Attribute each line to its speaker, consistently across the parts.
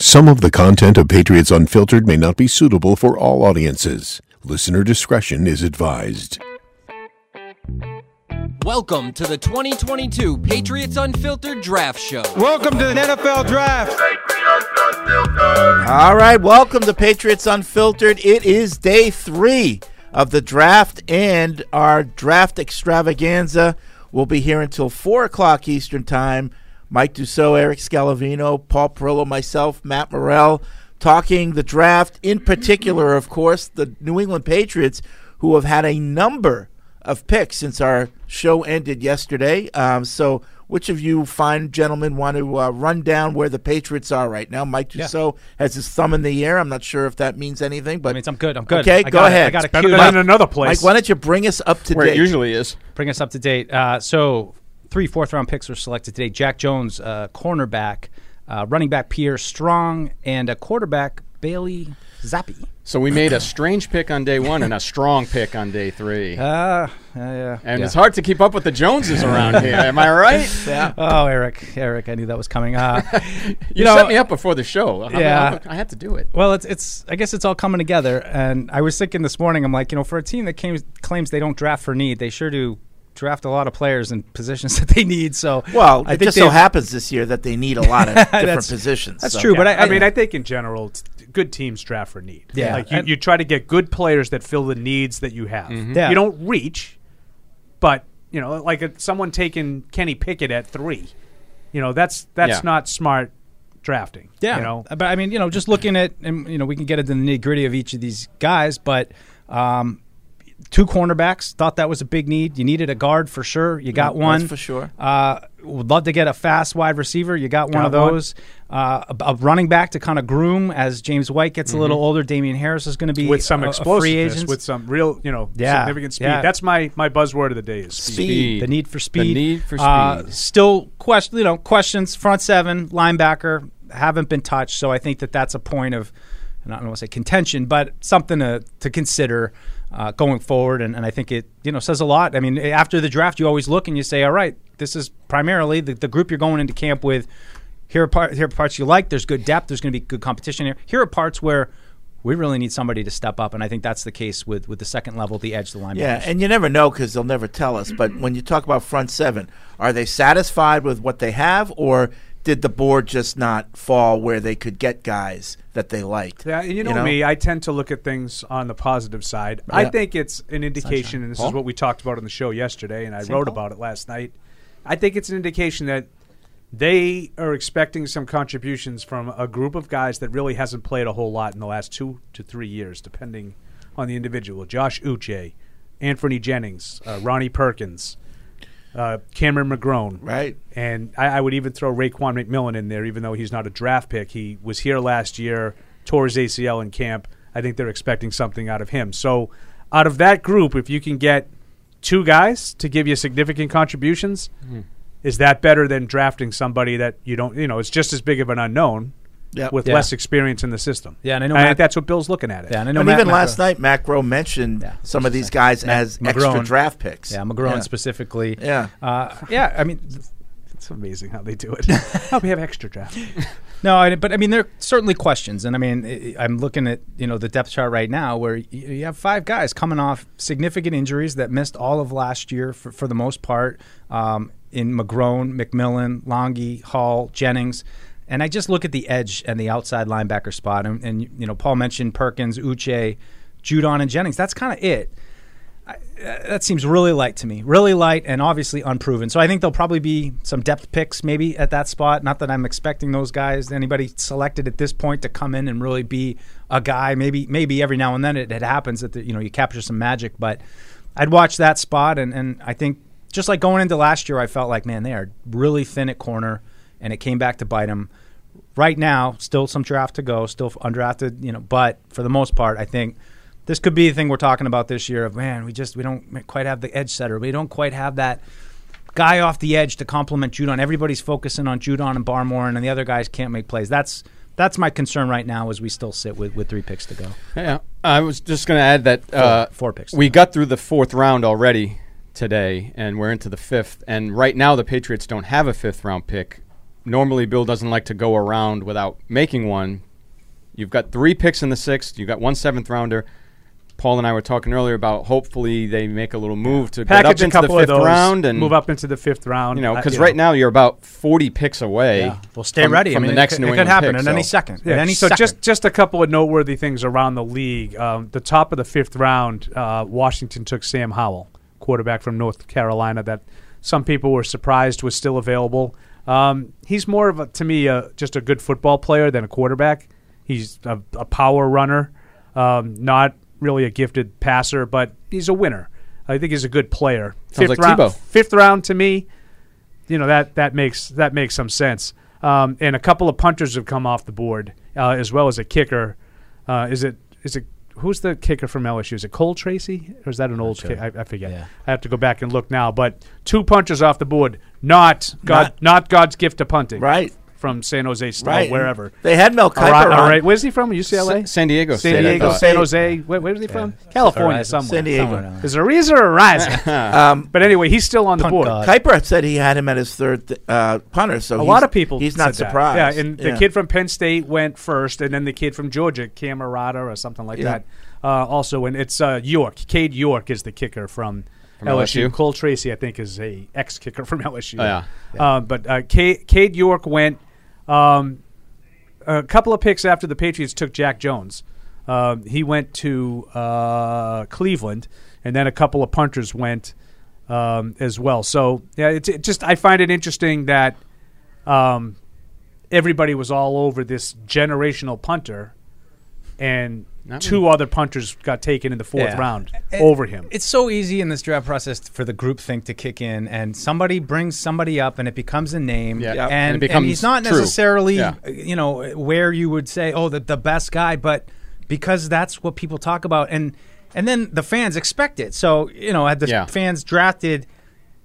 Speaker 1: Some of the content of Patriots Unfiltered may not be suitable for all audiences. Listener discretion is advised.
Speaker 2: Welcome to the 2022 Patriots Unfiltered Draft Show.
Speaker 3: Welcome to the NFL Draft.
Speaker 4: All right, welcome to Patriots Unfiltered. It is day three of the draft, and our draft extravaganza will be here until 4 o'clock Eastern Time. Mike Dussault, Eric Scalavino, Paul Perillo, myself, Matt Morrell, talking the draft, in particular, of course, the New England Patriots, who have had a number of picks since our show ended yesterday. Um, so, which of you fine gentlemen want to uh, run down where the Patriots are right now? Mike Dussault has his thumb in the air. I'm not sure if that means anything, but
Speaker 5: I mean, I'm good. I'm good.
Speaker 4: Okay,
Speaker 5: I
Speaker 4: go
Speaker 5: got it.
Speaker 4: ahead.
Speaker 5: I got it
Speaker 3: Better
Speaker 5: queued
Speaker 3: than
Speaker 5: up.
Speaker 3: in another
Speaker 4: Mike,
Speaker 3: place.
Speaker 4: why don't you bring us up to date?
Speaker 6: is.
Speaker 5: Bring us up to date. Uh, so, three fourth round picks were selected today. Jack Jones, uh, cornerback, uh, running back Pierre Strong, and a quarterback Bailey Zappi.
Speaker 6: So we made a strange pick on day one and a strong pick on day three.
Speaker 5: Uh, yeah.
Speaker 6: and it's hard to keep up with the Joneses around here. Am I right?
Speaker 5: Oh, Eric, Eric, I knew that was coming. Uh,
Speaker 6: You,
Speaker 5: know-
Speaker 6: set me up before the show. I mean,
Speaker 5: Yeah.
Speaker 6: I, had to do it.
Speaker 5: Well, it's it's. I guess it's all coming together. And I was thinking this morning. I'm like, you know, for a team that came, claims they don't draft for need, they sure do draft a lot of players in positions that they need. So,
Speaker 4: Well,
Speaker 5: I
Speaker 4: it
Speaker 5: think
Speaker 4: just so
Speaker 5: they've-
Speaker 4: happens this year that they need a lot of different
Speaker 5: That's-
Speaker 4: positions.
Speaker 5: That's
Speaker 4: so-
Speaker 5: true, but I,
Speaker 3: I mean, I think in general, it's good teams draft for need.
Speaker 5: Yeah.
Speaker 3: like you,
Speaker 5: And-
Speaker 3: you try to get good players that fill the needs that you have.
Speaker 5: Yeah.
Speaker 3: you don't reach, but you know, like a, someone taking Kenny Pickett at three, you know, that's that's
Speaker 6: Yeah.
Speaker 3: not smart drafting.
Speaker 5: Yeah,
Speaker 3: you know,
Speaker 5: but I mean, you know, just looking at, and you know, we can get into the nitty gritty of each of these guys, but um, two cornerbacks thought that was a big need. You needed a guard for sure. You got
Speaker 4: that's
Speaker 5: one
Speaker 4: for sure.
Speaker 5: Uh, would love to get a fast wide receiver. You got, one
Speaker 3: Got
Speaker 5: of those. Uh, a, a running back to kind of groom as James White gets a little older. Damian Harris is going to be
Speaker 3: with some
Speaker 5: a, a free
Speaker 3: explosiveness,
Speaker 5: agent.
Speaker 3: with some real, you know,
Speaker 5: Yeah,
Speaker 3: significant speed.
Speaker 5: yeah.
Speaker 3: That's my my buzzword of the day is speed.
Speaker 4: Speed.
Speaker 5: the need for speed.
Speaker 6: need for
Speaker 5: Uh,
Speaker 6: speed.
Speaker 5: still question, you know, questions. Front seven linebacker haven't been touched, so I think that that's a point of, and I don't want to say contention, but something to to consider uh, going forward. And, and I think it you know says a lot. I mean, after the draft, you always look and you say, all right, this is primarily the, the group you're going into camp with. Here are, part, here are parts you like. There's good depth. There's going to be good competition here. Here are parts where we really need somebody to step up, and I think that's the case with, with the second level, the edge, the linebacker.
Speaker 4: Yeah, and you never know because they'll never tell us. But when you talk about front seven, are they satisfied with what they have, or did the board just not fall where they could get guys that they liked?
Speaker 3: Yeah, and you know, me, I tend to look at things on the positive side. I
Speaker 4: Yeah.
Speaker 3: think it's an indication, and this is what we talked about on the show yesterday, and I wrote about it last night. I think it's an indication that they are expecting some contributions from a group of guys that really hasn't played a whole lot in the last two to three years, depending on the individual. Josh Uche, Anthony Jennings, uh, Ronnie Perkins, uh, Cameron McGrone,
Speaker 4: Right.
Speaker 3: and I, I would even throw Raquan McMillan in there, even though he's not a draft pick. He was here last year, tore his ACL in camp. I think they're expecting something out of him. So, out of that group, if you can get two guys to give you significant contributions,
Speaker 4: Hmm.
Speaker 3: is that better than drafting somebody that you don't? You know, it's just as big of an unknown
Speaker 4: Yep.
Speaker 3: with
Speaker 5: Yeah.
Speaker 3: less experience in the system.
Speaker 5: Yeah, and I know Matt-
Speaker 3: think that's what Bill's looking at it.
Speaker 5: Yeah, and I know
Speaker 4: And
Speaker 5: Matt
Speaker 4: even
Speaker 5: Macro-
Speaker 4: last night, Macro mentioned
Speaker 5: Yeah,
Speaker 4: some of these guys as extra
Speaker 5: Magrone.
Speaker 4: draft picks.
Speaker 5: Yeah, McGrone specifically.
Speaker 4: Yeah.
Speaker 5: Uh, yeah, I mean,
Speaker 3: it's amazing how they do it. oh, we have extra draft.
Speaker 5: no, I, but I mean, there are certainly questions, and I mean, I- I'm looking at you know the depth chart right now, where y- you have five guys coming off significant injuries that missed all of last year for, for the most part. Um, in McGrone, McMillan, Longy, Hall, Jennings, and I just look at the edge and the outside linebacker spot, and, and you know, Paul mentioned Perkins, Uche, Judon, and Jennings. That's kind of it. that seems really light to me. Really light and obviously unproven. So I think there'll probably be some depth picks maybe at that spot. Not that I'm expecting those guys, anybody selected at this point to come in and really be a guy. Maybe maybe every now and then it, it happens that the, you know you capture some magic, but I'd watch that spot and and I think just like going into last year I felt like man they are really thin at corner and it came back to bite them. Right now, still some draft to go, still undrafted, you know, but for the most part, I think this could be the thing we're talking about this year of man we just we don't quite have the edge setter we don't quite have that guy off the edge to complement judon everybody's focusing on judon and barmore and the other guys can't make plays that's that's my concern right now as we still sit with, with three picks to go
Speaker 6: Yeah, I was just going to add that uh,
Speaker 5: four picks.
Speaker 6: We got through the fourth round already today, and we're into the fifth. And right now, the Patriots don't have a fifth round pick normally Bill doesn't like to go around without making one. You've got three picks in the sixth. You've got one seventh rounder. Paul and I were talking earlier about hopefully they make a little move to get up
Speaker 3: Package a
Speaker 6: into the
Speaker 3: couple
Speaker 6: fifth
Speaker 3: of those,
Speaker 6: round and
Speaker 3: move up into the fifth round.
Speaker 6: You know,
Speaker 3: I-
Speaker 6: because right now you're about 40 picks away.
Speaker 5: Yeah. Well, stay
Speaker 6: from-
Speaker 5: ready.
Speaker 6: from
Speaker 5: I mean,
Speaker 6: the
Speaker 5: it
Speaker 6: next
Speaker 5: could-
Speaker 6: New
Speaker 5: it could
Speaker 6: England
Speaker 5: happen
Speaker 6: pick,
Speaker 5: at any
Speaker 6: so-
Speaker 5: second.
Speaker 3: Yeah,
Speaker 5: At any
Speaker 3: so
Speaker 5: second.
Speaker 3: just just a couple of noteworthy things around the league. Um, the top of the fifth round, uh, Washington took Sam Howell, quarterback from North Carolina, that some people were surprised was still available. Um, he's more of a, to me uh, just a good football player than a quarterback. He's a, a power runner, um, not really a gifted passer, but he's a winner. I think he's a good player.
Speaker 6: Sounds
Speaker 3: fifth
Speaker 6: like
Speaker 3: round,
Speaker 6: Tebow.
Speaker 3: fifth round to me, you know that that makes that makes some sense. Um, and a couple of punters have come off the board uh, as well as a kicker. Uh, is it is it who's the kicker from LSU? Is it Cole Tracy or is that an old? Ki- I, I forget.
Speaker 5: Yeah.
Speaker 3: I have to go back and look now. But two punters off the board. Not God. Not, God's gift to punting.
Speaker 4: Right.
Speaker 3: from San Jose State,
Speaker 4: Right.
Speaker 3: wherever.
Speaker 4: They had Mel Kiper
Speaker 3: All right,
Speaker 4: on.
Speaker 3: all right. Where's he from? UCLA.
Speaker 6: Sa- San Diego State, I
Speaker 3: San Diego.
Speaker 6: thought.
Speaker 3: San Jose. Where, where's he from? California somewhere.
Speaker 4: San Diego.
Speaker 5: Somewhere.
Speaker 3: Is there a reason or a rise?
Speaker 4: Um,
Speaker 3: but anyway, he's still on the
Speaker 5: Punt
Speaker 3: board.
Speaker 5: God.
Speaker 4: Kuiper said he had him at his third th- uh, punter, so
Speaker 3: a
Speaker 4: he's-
Speaker 3: lot of people.
Speaker 4: He's not
Speaker 3: said that.
Speaker 4: surprised.
Speaker 3: Yeah, and the kid from Penn State went first, and then the kid from Georgia, Camerata or something like
Speaker 4: Yeah.
Speaker 3: that. Uh, also, and it's uh, York. Cade York is the kicker from,
Speaker 6: From
Speaker 3: LSU.
Speaker 6: LSU.
Speaker 3: Cole Tracy, I think, is a ex kicker from LSU.
Speaker 6: Oh, yeah.
Speaker 3: Uh, but uh, Cade, Cade York went. Um, a couple of picks after the Patriots took Jack Jones. Um, he went to uh, Cleveland, and then a couple of punters went um, as well. So yeah, it's it just I find it interesting that um, everybody was all over this generational punter, and two other punters got taken in the fourth
Speaker 5: Yeah.
Speaker 3: round
Speaker 5: And
Speaker 3: over him.
Speaker 5: It's so easy in this draft process for the group think to kick in, and somebody brings somebody up, and it becomes a name.
Speaker 6: Yeah. Yeah.
Speaker 5: And,
Speaker 6: And it
Speaker 5: and
Speaker 6: becomes
Speaker 5: he's not
Speaker 6: true.
Speaker 5: necessarily,
Speaker 6: Yeah.
Speaker 5: uh, you know, where you would say, oh, the, the best guy, but because that's what people talk about, and and then the fans expect it. So you know, had the
Speaker 6: Yeah.
Speaker 5: fans drafted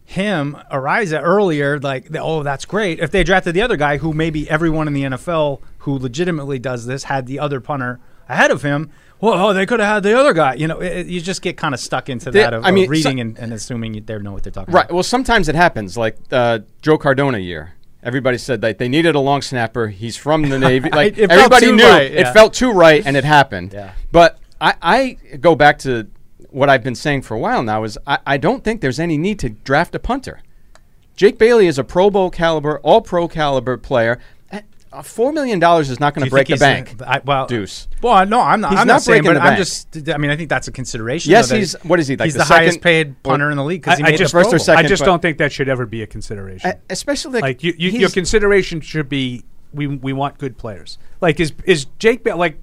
Speaker 5: him Ariza earlier, like oh, that's great. If they drafted the other guy, who maybe everyone in the NFL who legitimately does this had the other punter ahead of him. Whoa, they could have had the other guy. You know, it, it- you just get kind of stuck into
Speaker 6: They-
Speaker 5: that of,
Speaker 6: I mean,
Speaker 5: of reading
Speaker 6: so-
Speaker 5: and, and assuming you, they know what they're talking
Speaker 6: Right.
Speaker 5: about.
Speaker 6: Well, sometimes it happens. Like uh, Joe Cardona year, everybody said that they needed a long snapper. He's from the Navy. Like
Speaker 5: It felt
Speaker 6: everybody
Speaker 5: too
Speaker 6: knew
Speaker 5: right, yeah.
Speaker 6: it felt too right, and it happened.
Speaker 5: Yeah.
Speaker 6: But I, I go back to what I've been saying for a while now is I, I don't think there's any need to draft a punter. Jake Bailey is a Pro Bowl caliber, All Pro caliber player. Eh, uh, Four million dollars is not going
Speaker 5: Do
Speaker 6: to
Speaker 5: you
Speaker 6: break the bank.
Speaker 5: think he's- I, well,
Speaker 6: Deuce.
Speaker 5: Well, no, I'm not.
Speaker 6: He's
Speaker 5: I'm
Speaker 6: not
Speaker 5: not saying,
Speaker 6: breaking
Speaker 5: but
Speaker 6: the
Speaker 5: I'm
Speaker 6: bank.
Speaker 5: just. I mean, I think that's a consideration.
Speaker 6: Yes,
Speaker 5: though, that
Speaker 6: he's- what is he, like
Speaker 5: he's
Speaker 6: the
Speaker 5: the, highest
Speaker 6: second-
Speaker 5: paid punter in the league because he
Speaker 3: I, I
Speaker 5: made
Speaker 3: just
Speaker 5: the Pro
Speaker 6: first or
Speaker 5: Bowl.
Speaker 6: second,
Speaker 3: I just
Speaker 6: but-
Speaker 3: don't think that should ever be a consideration.
Speaker 6: Eh, Especially
Speaker 3: like you, you your
Speaker 6: he's-
Speaker 3: consideration should be we we want good players. Like is is Jake ba- like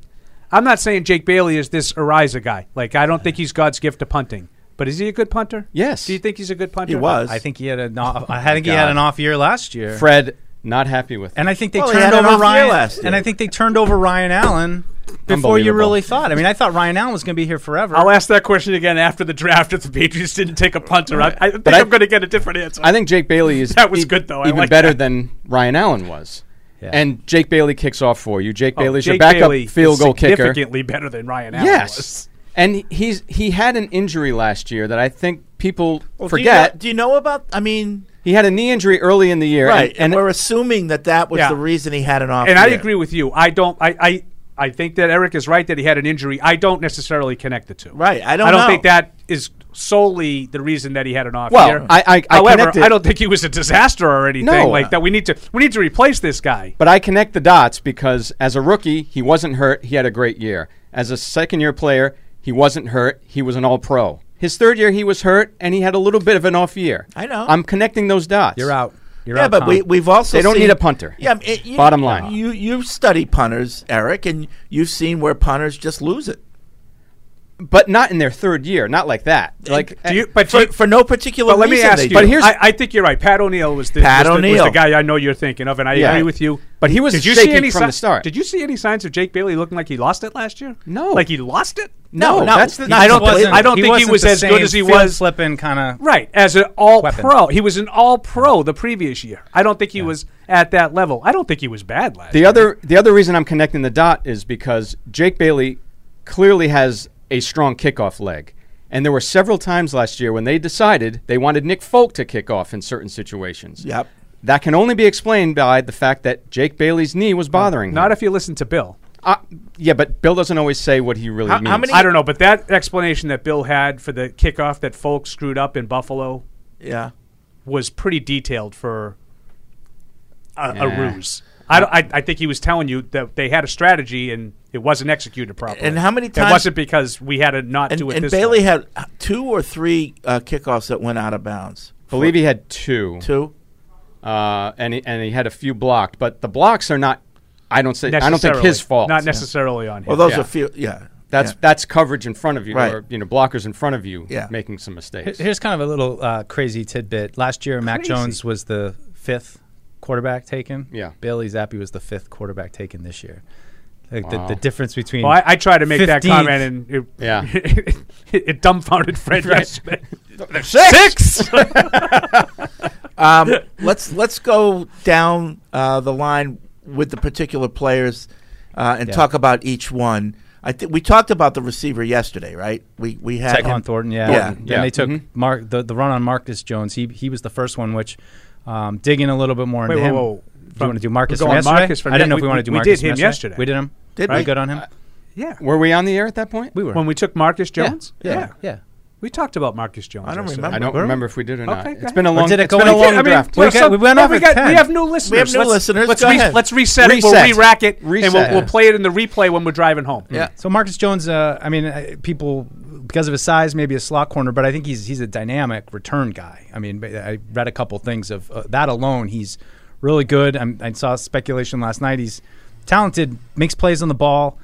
Speaker 3: I'm not saying Jake Bailey is this Ariza guy. Like I don't think he's God's gift to punting. But is he a good punter?
Speaker 6: Yes.
Speaker 3: Do you think he's a good punter?
Speaker 4: he was.
Speaker 5: I think he had an. Off, I think he had an off year last year.
Speaker 6: Fred not happy with.
Speaker 5: And I think they
Speaker 4: Well, he
Speaker 5: turned
Speaker 4: had an off
Speaker 5: over
Speaker 4: year
Speaker 5: Ryan.
Speaker 4: last year.
Speaker 5: And I think they turned over Ryan Allen before you
Speaker 6: Unbelievable.
Speaker 5: really thought. I mean, I thought Ryan Allen was going to be here forever.
Speaker 3: I'll ask that question again after the draft if the Patriots didn't take a punter. I, I think
Speaker 6: I-
Speaker 3: I'm going to get a different answer.
Speaker 6: I think Jake Bailey is e-
Speaker 3: That was good, though. I
Speaker 6: even
Speaker 3: like
Speaker 6: better
Speaker 3: that.
Speaker 6: than Ryan Allen was. And Jake Bailey kicks off for you. Jake Bailey's your
Speaker 3: Oh, Jake
Speaker 6: backup
Speaker 3: Bailey
Speaker 6: field
Speaker 3: is
Speaker 6: goal kicker.
Speaker 3: Significantly better than Ryan Allen
Speaker 6: Yes.
Speaker 3: was.
Speaker 6: And he's he had an injury last year that I think people
Speaker 4: Well, do you
Speaker 6: forget.
Speaker 4: know- Do you, know, about? I mean,
Speaker 6: he had a knee injury early in the year.
Speaker 4: right? And,
Speaker 6: And, and
Speaker 4: we're assuming that that was
Speaker 3: Yeah.
Speaker 4: the reason he had an off.
Speaker 3: And I
Speaker 4: year.
Speaker 3: agree with you. I don't. I, I I think that Eric is right that he had an injury. I don't necessarily connect the two.
Speaker 4: Right, I don't
Speaker 3: I don't
Speaker 4: know.
Speaker 3: think that is solely the reason that he had an off
Speaker 6: Well,
Speaker 3: year.
Speaker 6: I- I- I
Speaker 3: However,
Speaker 6: connect it-
Speaker 3: I don't think he was a disaster or anything
Speaker 6: No.
Speaker 3: like that. We need to we need to replace this guy.
Speaker 6: but I connect the dots because as a rookie, he wasn't hurt. He had a great year. As a second year player, he wasn't hurt. He was an all pro. His third year, he was hurt, and he had a little bit of an off year.
Speaker 4: I know.
Speaker 6: I'm connecting those dots.
Speaker 5: You're out. You're
Speaker 4: yeah,
Speaker 5: out.
Speaker 4: but
Speaker 5: Tom.
Speaker 4: we, we've also
Speaker 6: They don't
Speaker 4: seen-
Speaker 6: need a punter.
Speaker 4: Yeah, I mean, it- you-
Speaker 6: Bottom line.
Speaker 4: you you study punters, Eric, and you've seen where punters just lose it.
Speaker 6: But not in their third year. Not like that. Like eh,
Speaker 3: Do you? But do
Speaker 4: For,
Speaker 3: you-
Speaker 4: for no particular
Speaker 3: but let me
Speaker 4: reason
Speaker 3: ask
Speaker 4: they
Speaker 3: you.
Speaker 4: do.
Speaker 6: But here's-
Speaker 3: I, I think you're right. Pat O'Neill was the, was
Speaker 4: Pat
Speaker 3: the- was
Speaker 4: O'Neill.
Speaker 3: the guy I know you're thinking of, and I
Speaker 6: Yeah.
Speaker 3: agree with you.
Speaker 6: But he was
Speaker 3: did you see
Speaker 6: shaky
Speaker 3: any
Speaker 6: from
Speaker 3: si-
Speaker 6: the start.
Speaker 3: Did you see any signs of Jake Bailey looking like he lost it last year?
Speaker 6: No.
Speaker 3: like he lost it.
Speaker 6: No,
Speaker 4: No, no,
Speaker 6: that's the,
Speaker 4: no, I don't
Speaker 5: He
Speaker 4: think-
Speaker 5: wasn't-
Speaker 3: I don't think he
Speaker 5: wasn't
Speaker 3: was
Speaker 5: the
Speaker 3: as good
Speaker 5: same
Speaker 3: as he
Speaker 5: field
Speaker 3: was-
Speaker 5: flipping kind of.
Speaker 3: Right, as an all
Speaker 5: Weapon.
Speaker 3: pro. He was an all pro the previous year. I don't think he was at that level. I don't think he was bad last
Speaker 6: the
Speaker 3: year.
Speaker 6: other the other reason I'm connecting the dot is because Jake Bailey clearly has a strong kickoff leg. And there were several times last year when they decided they wanted Nick Folk to kick off in certain situations.
Speaker 4: Yep.
Speaker 6: That can only be explained by the fact that Jake Bailey's knee was bothering him.
Speaker 3: Not if you listen to Bill.
Speaker 6: Uh, yeah, but Bill doesn't always say what he really
Speaker 4: How-
Speaker 6: means.
Speaker 4: how many-
Speaker 3: I don't know, but that explanation that Bill had for the kickoff that Folk screwed up in Buffalo
Speaker 4: Yeah.
Speaker 3: was pretty detailed for a, a
Speaker 6: Yeah.
Speaker 3: ruse. I, don't- I, I think he was telling you that they had a strategy and it wasn't executed properly.
Speaker 4: And how many times-
Speaker 3: It wasn't because we had to not
Speaker 4: And,
Speaker 3: do it
Speaker 4: and
Speaker 3: this
Speaker 4: Bailey
Speaker 3: way.
Speaker 4: had uh, two or three uh, kickoffs that went out of bounds.
Speaker 6: believe he had two,
Speaker 4: Two.
Speaker 6: Uh, and he, and he had a few blocked, but the blocks are not. I don't say. I don't think
Speaker 3: Necessarily.
Speaker 6: his fault.
Speaker 3: Not necessarily on him.
Speaker 4: Well, those
Speaker 6: Yeah.
Speaker 4: are few. Yeah.
Speaker 6: That's
Speaker 4: yeah.
Speaker 6: that's coverage in front of you,
Speaker 4: Right.
Speaker 6: or you know, blockers in front of you
Speaker 4: Yeah.
Speaker 6: making some mistakes.
Speaker 5: Here's kind of a little uh, crazy tidbit. Last year, Mac Jones was the fifth quarterback taken.
Speaker 6: Yeah.
Speaker 5: Bailey Zappi was the fifth quarterback taken this year. Like
Speaker 6: Wow.
Speaker 5: the, the difference between.
Speaker 3: Well, I, I tried to make that
Speaker 5: 15th.
Speaker 3: comment and it,
Speaker 6: Yeah.
Speaker 3: it, dumbfounded Fred yesterday.
Speaker 6: Six.
Speaker 4: Um, let's let's go down uh, the line with the particular players uh, and
Speaker 5: Yeah.
Speaker 4: talk about each one. I think we talked about the receiver yesterday, right? We we had him-
Speaker 5: Tyquan Thornton, yeah.
Speaker 4: Yeah.
Speaker 5: Then
Speaker 6: Yeah.
Speaker 5: they took
Speaker 6: Mhm.
Speaker 3: Mm-hmm.
Speaker 5: Mark the, the run on Marcus Jones. He he was the first one, which um, digging a little bit more
Speaker 3: Wait, whoa,
Speaker 5: into him.
Speaker 3: whoa.
Speaker 5: Do you
Speaker 3: From-
Speaker 5: want to do
Speaker 3: we're
Speaker 5: Marcus from
Speaker 3: going
Speaker 5: yesterday?
Speaker 3: Marcus from
Speaker 5: I didn't
Speaker 3: yeah,
Speaker 5: know if we,
Speaker 3: we-
Speaker 5: wanted to do
Speaker 3: we
Speaker 5: Marcus
Speaker 3: did him
Speaker 5: from
Speaker 3: yesterday.
Speaker 5: We did him.
Speaker 4: Did
Speaker 5: Are
Speaker 4: we?
Speaker 5: we good on him?
Speaker 3: yeah.
Speaker 6: Uh, Were we on the air at that point?
Speaker 5: We were.
Speaker 3: When we took Marcus Jones?
Speaker 5: yeah. yeah.
Speaker 3: We talked about Marcus Jones.
Speaker 4: I don't
Speaker 3: yesterday.
Speaker 4: remember.
Speaker 6: I don't
Speaker 4: Were we?
Speaker 6: remember if we did or not.
Speaker 3: Okay, go
Speaker 6: it's
Speaker 3: ahead.
Speaker 6: been a
Speaker 5: Or
Speaker 6: long.
Speaker 5: did it
Speaker 6: it's
Speaker 5: go
Speaker 6: been a
Speaker 5: in- I
Speaker 6: long
Speaker 5: mean,
Speaker 6: draft.
Speaker 5: we
Speaker 3: Well,
Speaker 5: got-
Speaker 3: so-
Speaker 5: we went
Speaker 3: no,
Speaker 5: off
Speaker 3: we
Speaker 5: at
Speaker 3: got-
Speaker 5: 10.
Speaker 3: We have new listeners.
Speaker 4: new
Speaker 3: let's,
Speaker 4: listeners.
Speaker 3: Let's,
Speaker 4: Go
Speaker 3: re-
Speaker 4: ahead.
Speaker 3: let's reset, it. We'll
Speaker 6: Reset.
Speaker 3: re-rack it, and
Speaker 6: Reset.
Speaker 3: we'll, we'll play it in the replay when we're driving home.
Speaker 4: Yeah.
Speaker 5: So Marcus Jones, uh, I mean, I- people because of his size, maybe a slot corner, but I think he's he's a dynamic return guy. I mean, but I read a couple things of uh, that alone. He's really good. i I saw speculation last night. He's talented, makes plays on the ball.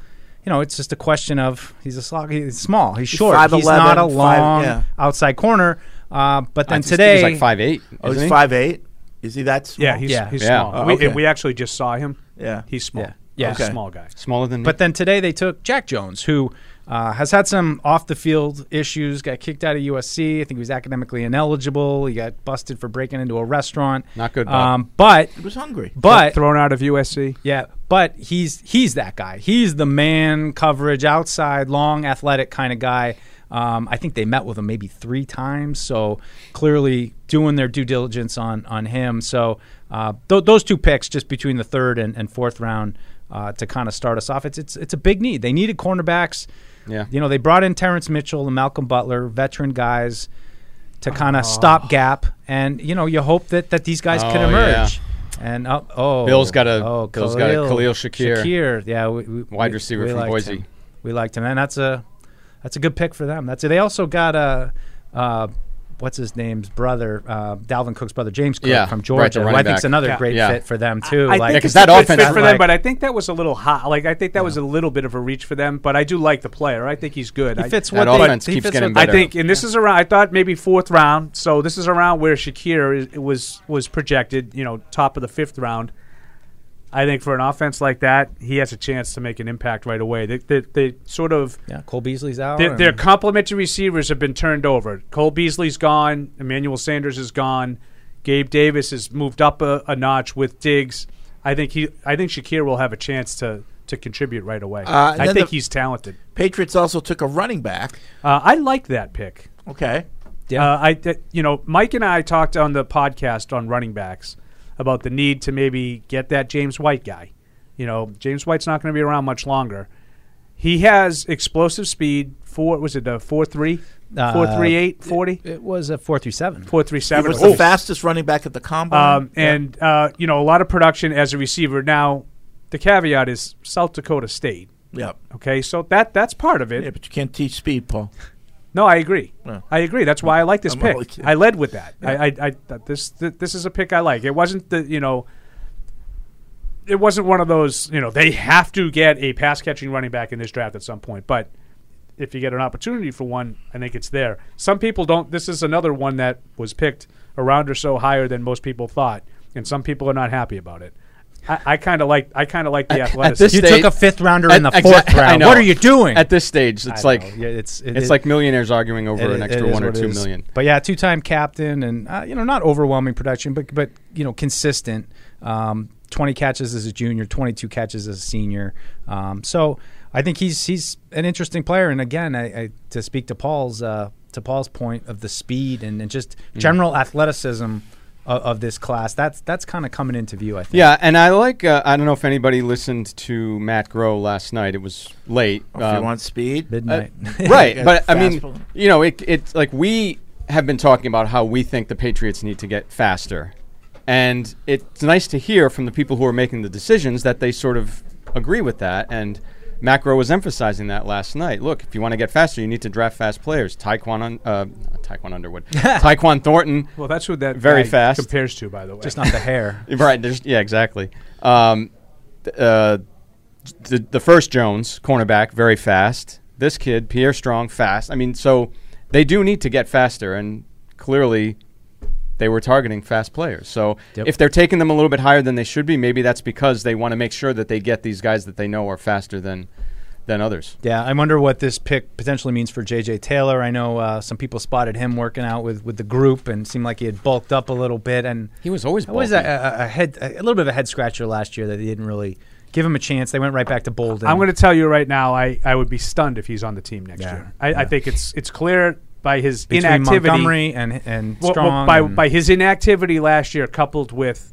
Speaker 5: You know, it's just a question of he's a slot. He's small. He's short. he's
Speaker 4: 5'11",
Speaker 5: not a
Speaker 4: five-
Speaker 5: long
Speaker 4: yeah.
Speaker 5: outside corner. Uh, but
Speaker 6: I
Speaker 5: then
Speaker 6: just think
Speaker 5: today,
Speaker 6: he's like five eight.
Speaker 4: Oh, he's five eight. Is he that small?
Speaker 3: Yeah, he's,
Speaker 5: Yeah.
Speaker 3: he's
Speaker 6: Yeah.
Speaker 3: small.
Speaker 4: Oh,
Speaker 3: we,
Speaker 4: okay.
Speaker 3: we actually just saw him.
Speaker 4: Yeah.
Speaker 3: He's small.
Speaker 5: Yeah. Yeah.
Speaker 3: He's
Speaker 4: Okay.
Speaker 3: a small guy.
Speaker 6: smaller than.
Speaker 5: But then today they took Jack Jones, who uh, has had some off the field issues, got kicked out of USC. I think he was academically ineligible. He got busted for breaking into a restaurant.
Speaker 6: Not good, Bob.
Speaker 5: Um, but,
Speaker 4: He was hungry.
Speaker 5: but,
Speaker 3: Thrown out of USC.
Speaker 5: yeah, but he's he's that guy. He's the man coverage outside, long, athletic kind of guy. Um, I think they met with him maybe three times, so clearly doing their due diligence on on him. So uh, th- those two picks, just between the third and, and fourth round, uh, to kind of start us off. It's it's it's a big need. They needed cornerbacks.
Speaker 6: Yeah.
Speaker 5: you know they brought in Terrence Mitchell and Malcolm Butler, veteran guys, to kind of stop gap. And you know you hope that that these guys can
Speaker 6: Oh, yeah.
Speaker 5: emerge. And oh, oh,
Speaker 6: Bill's got a-
Speaker 5: oh,
Speaker 6: Bill's got a Khalil Shakir.
Speaker 5: Shakir, yeah, we, we,
Speaker 6: Wide
Speaker 5: we-
Speaker 6: receiver
Speaker 5: we
Speaker 6: from
Speaker 5: liked
Speaker 6: Boise.
Speaker 5: him. We liked him, and that's a that's a good pick for them. That's it. They also got a. Uh, What's his name's brother, uh, Dalvin Cook's brother, James Cook
Speaker 6: Yeah,
Speaker 5: from
Speaker 6: right, the
Speaker 5: Georgia. who I
Speaker 6: running
Speaker 5: think's
Speaker 6: back.
Speaker 5: another
Speaker 3: Yeah.
Speaker 5: great
Speaker 6: Yeah.
Speaker 5: fit for them too.
Speaker 3: I
Speaker 5: like,
Speaker 3: think
Speaker 6: 'cause
Speaker 3: it's
Speaker 6: that
Speaker 3: a good
Speaker 6: offense
Speaker 3: fit
Speaker 6: is
Speaker 3: for
Speaker 5: like-
Speaker 3: them, but I think that was a little hot. Like I think that was a little bit of a reach for them, but I do like the player. I think he's good.
Speaker 5: he
Speaker 3: I-
Speaker 5: fits
Speaker 6: That
Speaker 5: what they,
Speaker 6: offense
Speaker 5: he
Speaker 6: keeps
Speaker 5: fits
Speaker 6: getting
Speaker 5: what-
Speaker 6: better.
Speaker 5: I
Speaker 3: I think, and this is around. I thought maybe fourth round. So this is around where Shakir is, was was projected. You know, top of the fifth round. I think for an offense like that, he has a chance to make an impact right away. They, they, they sort of
Speaker 5: yeah, Cole Beasley's out.
Speaker 3: their,
Speaker 5: and-
Speaker 3: their complementary receivers have been turned over. Cole Beasley's gone. Emmanuel Sanders is gone. Gabe Davis has moved up a, a notch with Diggs. I think he. I think Shakir will have a chance to to contribute right away.
Speaker 4: Uh, and
Speaker 3: I
Speaker 4: then
Speaker 3: think
Speaker 4: the-
Speaker 3: he's talented.
Speaker 4: Patriots also took a running back.
Speaker 3: Uh, I like that pick.
Speaker 4: Okay.
Speaker 5: Yeah.
Speaker 3: Uh, I, th- you know, Mike and I talked on the podcast on running backs about the need to maybe get that James White guy. You know, James White's not going to be around much longer. He has explosive speed. Four was it a four three,
Speaker 5: Uh,
Speaker 3: four three eight, forty,
Speaker 5: It was a four through seven.
Speaker 3: four three
Speaker 4: He
Speaker 3: seven.
Speaker 4: was
Speaker 3: Oh.
Speaker 4: the fastest running back at the combine.
Speaker 3: Um, and uh, you know, a lot of production as a receiver. Now, the caveat is South Dakota State.
Speaker 4: yep.
Speaker 3: Okay, so that that's part of it.
Speaker 4: Yeah, but you can't teach speed, Paul.
Speaker 3: No, I agree.
Speaker 4: Yeah.
Speaker 3: I agree. That's why I like this
Speaker 4: I'm only
Speaker 3: pick.
Speaker 4: kidding.
Speaker 3: I led with that. I, I, I th- this th- this is a pick I like. It wasn't the you know, it wasn't one of those you know they have to get a pass catching running back in this draft at some point. But if you get an opportunity for one, I think it's there. Some people don't. This is another one that was picked a round or so higher than most people thought, and some people are not happy about it. I, I kind of like I kind of like the athleticism.
Speaker 6: this
Speaker 5: You
Speaker 6: stage-
Speaker 5: took a fifth rounder
Speaker 6: At-
Speaker 5: in the
Speaker 6: exa-
Speaker 5: fourth
Speaker 6: I
Speaker 5: round.
Speaker 6: know.
Speaker 5: What are you doing?
Speaker 6: At this stage,
Speaker 5: I
Speaker 6: it's
Speaker 5: don't
Speaker 6: like
Speaker 5: know. Yeah, it's it
Speaker 6: it's
Speaker 5: is-
Speaker 6: like millionaires arguing over
Speaker 5: it-
Speaker 6: an
Speaker 5: it
Speaker 6: extra
Speaker 5: is
Speaker 6: one or
Speaker 5: what it
Speaker 6: two
Speaker 5: is.
Speaker 6: million.
Speaker 5: But yeah, two-time captain, and uh, you know, not overwhelming production, but but you know, consistent. Um, Twenty catches as a junior, twenty-two catches as a senior. Um, so I think he's he's an interesting player. And again, I, I to
Speaker 6: Mm-hmm.
Speaker 5: speak to Paul's uh, to Paul's point of the speed and, and just general athleticism of, of this class. That's that's kind of coming into view. I think.
Speaker 6: Yeah, and I like. Uh, I don't know if anybody listened to Matt Groh last night. It was late.
Speaker 4: Oh, if
Speaker 6: Um, uh,
Speaker 4: you want speed,
Speaker 5: Midnight.
Speaker 6: right, but I
Speaker 4: Fast
Speaker 6: mean,
Speaker 4: forward.
Speaker 6: you know, it, it's like we have been talking about how we think the Patriots need to get faster, and it's nice to hear from the people who are making the decisions that they sort of agree with that. And Macro was emphasizing that last night. Look, if you want to get faster, you need to draft fast players. Taquan, un- uh, Taquan Underwood, Taquan Thornton.
Speaker 3: Well, that's what that
Speaker 6: Very
Speaker 3: guy
Speaker 6: fast.
Speaker 3: compares to, by the way.
Speaker 5: just not the hair.
Speaker 6: Right. There's, yeah. Exactly. Um, th- uh, the the first Jones cornerback very fast. This kid Pierre Strong fast. I mean, so they do need to get faster, and clearly they were targeting fast players. So
Speaker 5: Yep.
Speaker 6: if they're taking them a little bit higher than they should be, maybe that's because they want to make sure that they get these guys that they know are faster than than others.
Speaker 5: Yeah, I wonder what this pick potentially means for JJ Taylor. I know uh, some people spotted him working out with, with the group and seemed like he had bulked up a little bit. And
Speaker 6: He was always
Speaker 5: that was a,
Speaker 6: bulky.
Speaker 5: a, a head a little bit of a head scratcher last year that they didn't really give him a chance. They went right back to Bolden.
Speaker 3: I'm going to tell you right now, I, I would be stunned if he's on the team next
Speaker 5: Yeah,
Speaker 3: year. I, I
Speaker 5: yeah.
Speaker 3: think it's it's clear by his
Speaker 5: between
Speaker 3: inactivity.
Speaker 5: Montgomery and and
Speaker 3: well, well,
Speaker 5: Strong.
Speaker 3: by,
Speaker 5: and-
Speaker 3: by his inactivity last year, coupled with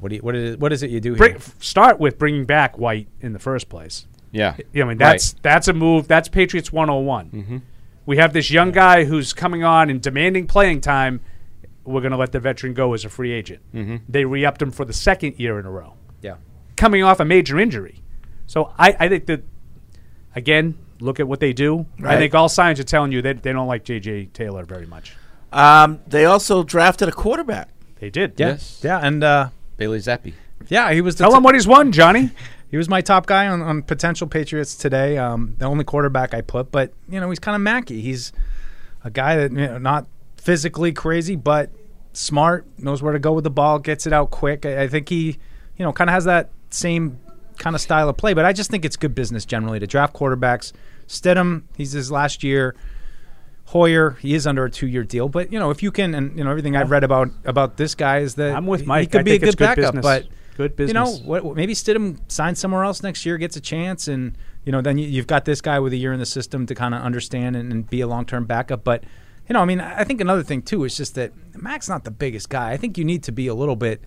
Speaker 5: what do you, what is what is it you do here?
Speaker 3: bring, start with bringing back White in the first place.
Speaker 6: Yeah.
Speaker 3: Yeah, I mean
Speaker 6: Right. Mm-hmm.
Speaker 3: that's that's a move. That's Patriots 101. We have this young guy who's coming on and demanding playing time. We're going to let the veteran go as a free agent.
Speaker 6: Mm-hmm.
Speaker 3: They re-upped him for the second year in a row,
Speaker 5: yeah,
Speaker 3: coming off a major injury. So I, I think that again, look at what they do. I
Speaker 4: Right.
Speaker 3: think all signs are telling you that they don't like JJ Taylor very much.
Speaker 4: um, they also drafted a quarterback.
Speaker 3: They did.
Speaker 5: yeah,
Speaker 6: Yes.
Speaker 5: yeah, and uh,
Speaker 6: Bailey Zappi.
Speaker 5: yeah, he was the
Speaker 3: Tell
Speaker 5: t-
Speaker 3: him what he's won, Johnny.
Speaker 5: He was my top guy on, on potential Patriots today. Um, the only quarterback I put, but you know he's kind of macky. He's a guy that you know, not physically crazy, but smart, knows where to go with the ball, gets it out quick. I, I think he, you know, kind of has that same kind of style of play. But I just think it's good business generally to draft quarterbacks. Stidham, he's his last year. Hoyer, he is under a two-year deal, but you know if you can, and you know everything I've read about about this guy is that
Speaker 3: I'm with
Speaker 5: he-
Speaker 3: Mike.
Speaker 5: He could
Speaker 3: I
Speaker 5: be
Speaker 3: think
Speaker 5: a
Speaker 3: it's
Speaker 5: good
Speaker 3: good
Speaker 5: backup,
Speaker 3: business.
Speaker 5: but
Speaker 3: Good
Speaker 5: You know,
Speaker 3: business.
Speaker 5: what, what- maybe Stidham signs somewhere else next year, gets a chance, and you know, then you, you've got this guy with a year in the system to kind of understand and, and be a long-term backup. But you know, I mean, I I think another thing too is just that Mac's not the biggest guy. I think you need to be a little bit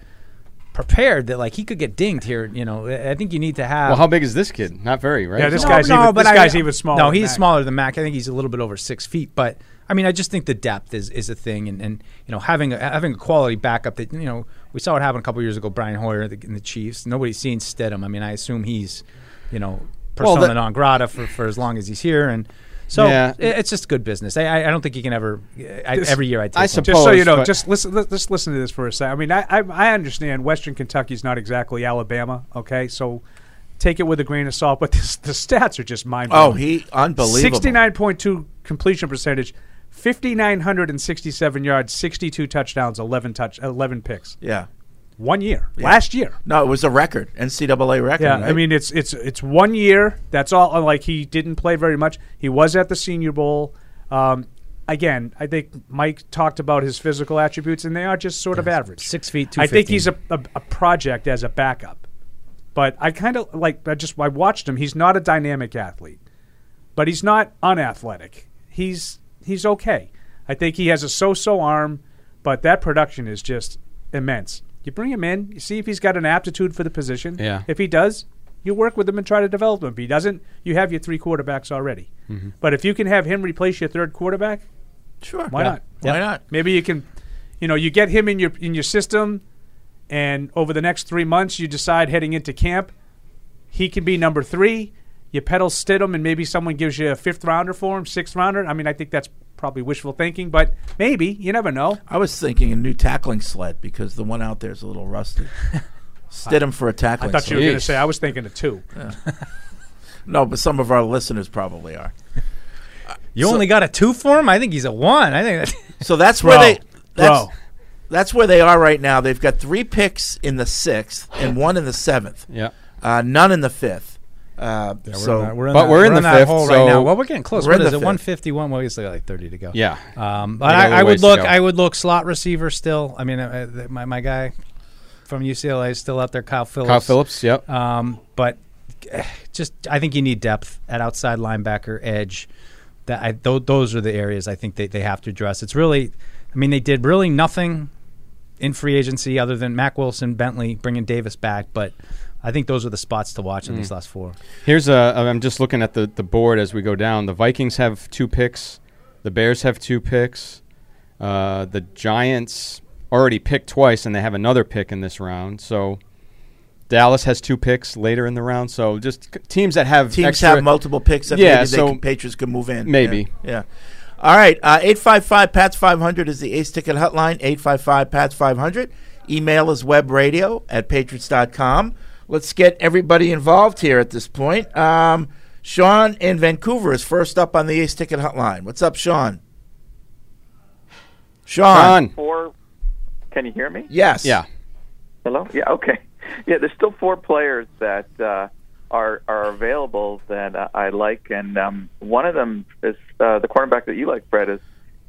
Speaker 5: prepared that like he could get dinged here. You know, I I think you need to have.
Speaker 6: Well, how big is this kid? Not very, right?
Speaker 3: Yeah, this guy's even- this guy's even smaller
Speaker 5: No,
Speaker 3: than
Speaker 5: he's
Speaker 3: Mac.
Speaker 5: smaller than Mac. I think he's a little bit over six feet. But I mean, I just think the depth is, is a thing, and, and you know, having a, having a quality backup that you know we saw what happened a couple years ago. Brian Hoyer in the, in the Chiefs. Nobody's seen Stidham. I mean, I assume he's you know
Speaker 6: Well,
Speaker 5: persona
Speaker 6: that-
Speaker 5: non grata for, for as long as he's here, and so
Speaker 6: Yeah.
Speaker 5: i- it's just good business. I, I, I don't think you can ever I,
Speaker 3: This-
Speaker 5: every year I take
Speaker 6: I
Speaker 5: one.
Speaker 6: suppose-
Speaker 3: Just so you know,
Speaker 6: but-
Speaker 3: just listen. Let, just listen to this for a second. I mean, I, I I understand Western Kentucky's not exactly Alabama. Okay, so take it with a grain of salt. But this, the stats are just mind.
Speaker 4: Oh, he unbelievable.
Speaker 3: sixty-nine point two completion percentage, fifty-nine hundred and sixty-seven yards, sixty-two touchdowns, eleven touch, eleven picks.
Speaker 4: Yeah.
Speaker 3: One year, last year.
Speaker 4: No, it was a record, NCAA record.
Speaker 3: Yeah, I
Speaker 4: right?
Speaker 3: mean it's it's it's one year. That's all. uh, Like he didn't play very much. He was at the Senior Bowl. Um, again, I think Mike talked about his physical attributes, and they are just sort of average.
Speaker 5: six feet,
Speaker 3: I think he's a,
Speaker 5: 215.
Speaker 3: a, a project as a backup, but I kind of like I just I watched him. He's not a dynamic athlete, but he's not unathletic. He's he's okay. I think he has a so-so arm, but that production is just immense. You bring him in, you see if he's got an aptitude for the position.
Speaker 6: Yeah.
Speaker 3: If he does, you work with him and try to develop him. If he doesn't, you have your three quarterbacks already. But if you can have him replace your third quarterback,
Speaker 4: Mm-hmm. sure.
Speaker 3: why not?
Speaker 4: Why not?
Speaker 3: Maybe you can, you know, you get him in your in your system, and over the next three months, you decide heading into camp, he can be number three. You pedal Stidham, and maybe someone gives you a fifth rounder for him, sixth rounder. I mean, I think that's probably wishful thinking, but maybe you never know.
Speaker 4: I was thinking a new tackling sled because the one out there is a little rusty. Stidham for a
Speaker 3: I
Speaker 4: tackling
Speaker 3: thought you
Speaker 4: sled.
Speaker 3: were going to
Speaker 6: Jeez.
Speaker 3: say I was thinking of two.
Speaker 4: No, but some of our listeners probably are.
Speaker 5: You only got a two for him. I think he's a one. I think. That,
Speaker 4: So that's where
Speaker 3: Bro.
Speaker 4: they that's,
Speaker 3: Bro.
Speaker 4: that's where they are right now. They've got three picks in the sixth and one in the seventh.
Speaker 6: Yeah.
Speaker 4: Uh, none in the fifth. Uh, so
Speaker 6: But we're in
Speaker 5: on
Speaker 6: the
Speaker 5: that
Speaker 6: fifth,
Speaker 5: hole right
Speaker 6: so-
Speaker 5: now. Well, we're getting close.
Speaker 4: We're
Speaker 5: What
Speaker 4: in
Speaker 5: is
Speaker 4: the
Speaker 5: it?
Speaker 4: fifth.
Speaker 5: One fifty one. Well, we still got like thirty to go.
Speaker 6: Yeah.
Speaker 5: Um,
Speaker 6: We
Speaker 5: but
Speaker 6: got a
Speaker 5: I,
Speaker 6: little
Speaker 5: I would
Speaker 6: ways to
Speaker 5: look.
Speaker 6: go.
Speaker 5: I would look slot receiver still. I mean, uh, uh, my my guy from UCLA is still out there, Kyle Phillips.
Speaker 6: Kyle Phillips. Yep.
Speaker 5: Um, but eh, just I think you need depth at outside linebacker, edge. That I, tho- those are the areas I think they, they have to address. It's really, I mean, they did really nothing in free agency other than Mac Wilson, Bentley, bringing Davis back. But I think those are the spots to watch
Speaker 6: Mm.
Speaker 5: in these last four.
Speaker 6: Here's a. I'm just looking at the, the board as we go down. The Vikings have two picks. The Bears have two picks. Uh, the Giants already picked twice, and they have another pick in this round. So Dallas has two picks later in the round. So just c- teams that have
Speaker 4: teams
Speaker 6: extra-
Speaker 4: have multiple picks that
Speaker 6: Yeah,
Speaker 4: maybe
Speaker 6: so
Speaker 4: they can, Patriots could move in.
Speaker 6: maybe.
Speaker 4: Yeah. yeah. All right. Uh, 855 PATS 500 is the Ace Ticket Hotline. 855 PATS 500. Email is webradio at patriots.com. Let's get everybody involved here at this point. Um, Sean in Vancouver is first up on the Ace Ticket Hotline. What's up, Sean? Sean.
Speaker 6: Sean.
Speaker 7: four. Can you hear me?
Speaker 4: Yes.
Speaker 6: Yeah.
Speaker 7: Hello. Yeah. Okay. Yeah. There's still four players that uh, are are available that uh, I like, and um, one of them is uh, the cornerback that you like, Fred, is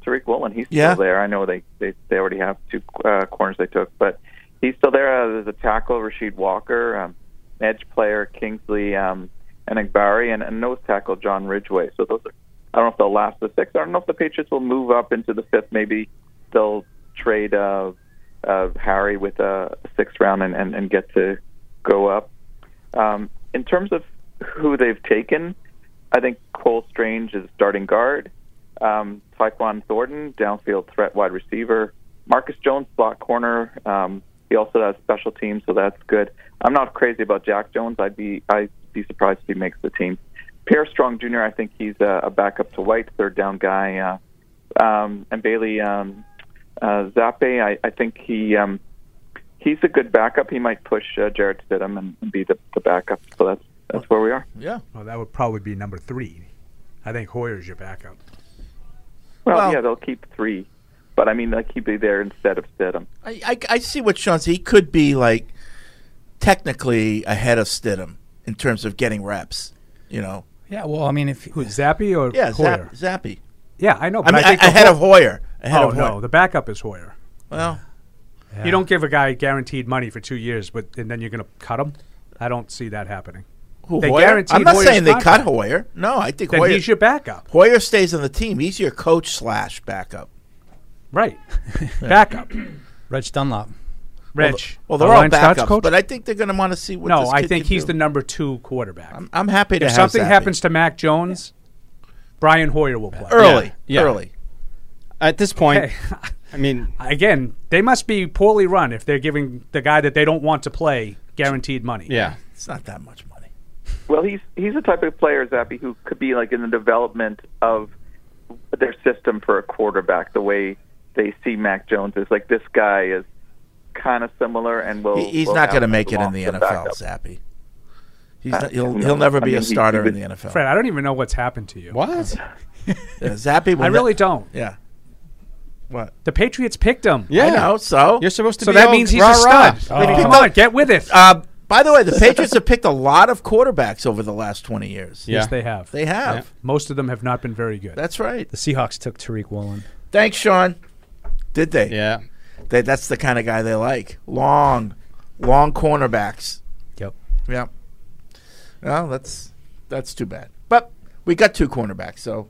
Speaker 7: Tariq Woolen. He's
Speaker 4: Yeah.
Speaker 7: still there. I know they they, they already have two uh, corners they took, but he's still there. Uh, there's a tackle, Rashid Walker, um, edge player Kingsley um, and Igbari, and a nose tackle John Ridgeway. So those are. I don't know if they'll last the six. I don't know if the Patriots will move up into the fifth. Maybe they'll trade uh, uh, Harry with a sixth round and, and, and get to go up. Um, in terms of who they've taken, I think Cole Strange is starting guard. Um, Tyquan Thornton, downfield threat wide receiver. Marcus Jones, slot corner. Um, he also has special teams, so that's good. I'm not crazy about Jack Jones. I'd be I'd be surprised if he makes the team. Pierre Strong Jr. I think he's a, a backup to White, third down guy. Uh, um, and Bailey um, uh, Zappe. I, I think he um, he's a good backup. He might push uh, Jared Stidham and, and be the, the backup. So that's that's where we are.
Speaker 4: Yeah.
Speaker 3: Well, that would probably be number three. I think Hoyer's your backup.
Speaker 7: Well,
Speaker 4: Well-
Speaker 7: yeah, they'll keep three, but I mean like he'd be there instead of Stidham.
Speaker 4: I, I, I see what Sean said. He could be like technically ahead of Stidham in terms of getting reps. You know,
Speaker 5: Yeah, well, I mean, if
Speaker 3: Who, Zappy or
Speaker 4: yeah,
Speaker 3: Hoyer?
Speaker 4: Zap, Zappy.
Speaker 3: yeah, I know.
Speaker 4: I
Speaker 3: But I,
Speaker 4: mean, I
Speaker 3: think the
Speaker 4: ahead
Speaker 3: Hoy-
Speaker 4: of Hoyer. Ahead
Speaker 3: Oh
Speaker 4: of
Speaker 3: no,
Speaker 4: Hoyer.
Speaker 3: the backup is Hoyer.
Speaker 4: Well,
Speaker 3: You don't give a guy guaranteed money for two years, but and then you're going to cut him. I don't see that happening.
Speaker 4: who
Speaker 3: They
Speaker 4: Hoyer?
Speaker 3: guaranteed
Speaker 4: I'm not
Speaker 3: Hoyer's
Speaker 4: saying they cut
Speaker 3: contract.
Speaker 4: Hoyer. No, I think
Speaker 3: Then
Speaker 4: Hoyer.
Speaker 3: he's your backup,
Speaker 4: Hoyer stays on the team. He's your coach slash backup.
Speaker 3: right? backup,
Speaker 5: Reg Dunlop.
Speaker 3: Rich.
Speaker 4: Well, they're all
Speaker 3: Line starts
Speaker 4: backups,
Speaker 3: coach?
Speaker 4: but I think they're going to want to see what.
Speaker 3: no,
Speaker 4: this
Speaker 3: I
Speaker 4: kid
Speaker 3: think
Speaker 4: can
Speaker 3: he's
Speaker 4: do.
Speaker 3: the number two quarterback.
Speaker 4: I'm happy to
Speaker 3: if
Speaker 4: have
Speaker 3: something
Speaker 4: Zappe.
Speaker 3: happens to Mac Jones, Brian Hoyer will play.
Speaker 4: early,
Speaker 6: Yeah, yeah.
Speaker 4: early.
Speaker 6: At this point,
Speaker 3: Hey,
Speaker 6: I mean,
Speaker 3: again, they must be poorly run if they're giving the guy that they don't want to play guaranteed money.
Speaker 6: yeah.
Speaker 4: It's not that much money.
Speaker 7: Well, he's he's the type of player Zappy who could be like in the development of their system for a quarterback. The way they see Mac Jones is like this guy is kind of similar, and will
Speaker 4: He, he's
Speaker 7: will
Speaker 4: not going to
Speaker 7: have
Speaker 4: make it in the
Speaker 7: long-term
Speaker 4: NFL,
Speaker 7: backup.
Speaker 4: Zappy. He's
Speaker 7: Uh,
Speaker 4: not, he'll
Speaker 7: no,
Speaker 4: he'll never
Speaker 7: I
Speaker 4: be
Speaker 7: mean,
Speaker 4: a
Speaker 7: he-
Speaker 4: starter
Speaker 7: he
Speaker 4: in the
Speaker 7: would-
Speaker 4: NFL.
Speaker 3: Fred, I don't even know what's happened to you.
Speaker 6: What?
Speaker 4: Yeah, Zappy will
Speaker 3: I
Speaker 4: ne-
Speaker 3: really don't.
Speaker 4: Yeah. What?
Speaker 3: The Patriots picked him.
Speaker 6: Yeah.
Speaker 4: I know. So
Speaker 6: You're supposed to
Speaker 3: So
Speaker 6: be
Speaker 3: that
Speaker 6: all
Speaker 3: means he's a
Speaker 6: rah-rah.
Speaker 3: stud. I mean, come on, get with it.
Speaker 4: Oh. Uh, by the way, the Patriots have picked a lot of quarterbacks over the last 20 years.
Speaker 6: Yeah.
Speaker 3: Yes, they have.
Speaker 4: They have.
Speaker 6: Yeah.
Speaker 3: Most of them have not been very good.
Speaker 4: That's right.
Speaker 5: The Seahawks took Tariq Woolen.
Speaker 4: Thanks, Sean. Did they?
Speaker 6: Yeah.
Speaker 4: They- that's the kind of guy they like. Long, long cornerbacks.
Speaker 5: Yep.
Speaker 4: Yeah. Well, that's that's too bad. But we got two cornerbacks, so.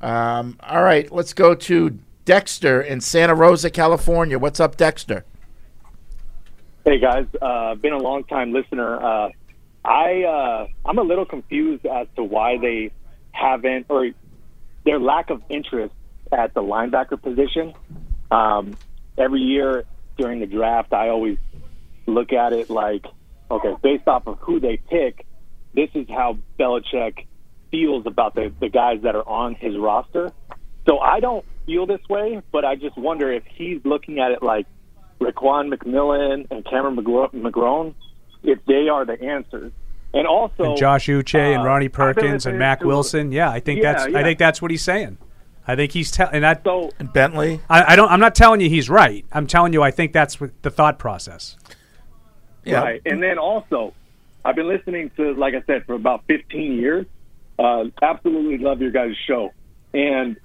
Speaker 4: Um, all right, let's go to Dexter in Santa Rosa, California. What's up, Dexter?
Speaker 8: Hey guys, uh, been a long time listener. Uh, I uh, I'm a little confused as to why they haven't or their lack of interest at the linebacker position. Um, every year during the draft, I always look at it like, okay, based off of who they pick, this is how Belichick feels about the, the guys that are on his roster. So I don't feel this way, but I just wonder if he's looking at it like Raquan McMillan and Cameron McGro- McGrone, if they are the answers. And also,
Speaker 3: and Josh Uche and
Speaker 8: uh,
Speaker 3: Ronnie
Speaker 8: I've been
Speaker 3: Perkins and
Speaker 8: listening
Speaker 3: Mac
Speaker 8: to-
Speaker 3: Wilson. Yeah, I think
Speaker 8: Yeah,
Speaker 3: that's I
Speaker 8: yeah.
Speaker 3: think that's what he's saying. I think he's telling. and I,
Speaker 8: So
Speaker 4: And Bentley.
Speaker 3: I I don't I'm not telling you he's right. I'm telling you I think that's what the thought process.
Speaker 4: Yeah.
Speaker 8: Right. And then also, I've been listening to, like I said, for about 15 years. Uh, absolutely love your guys' show. And,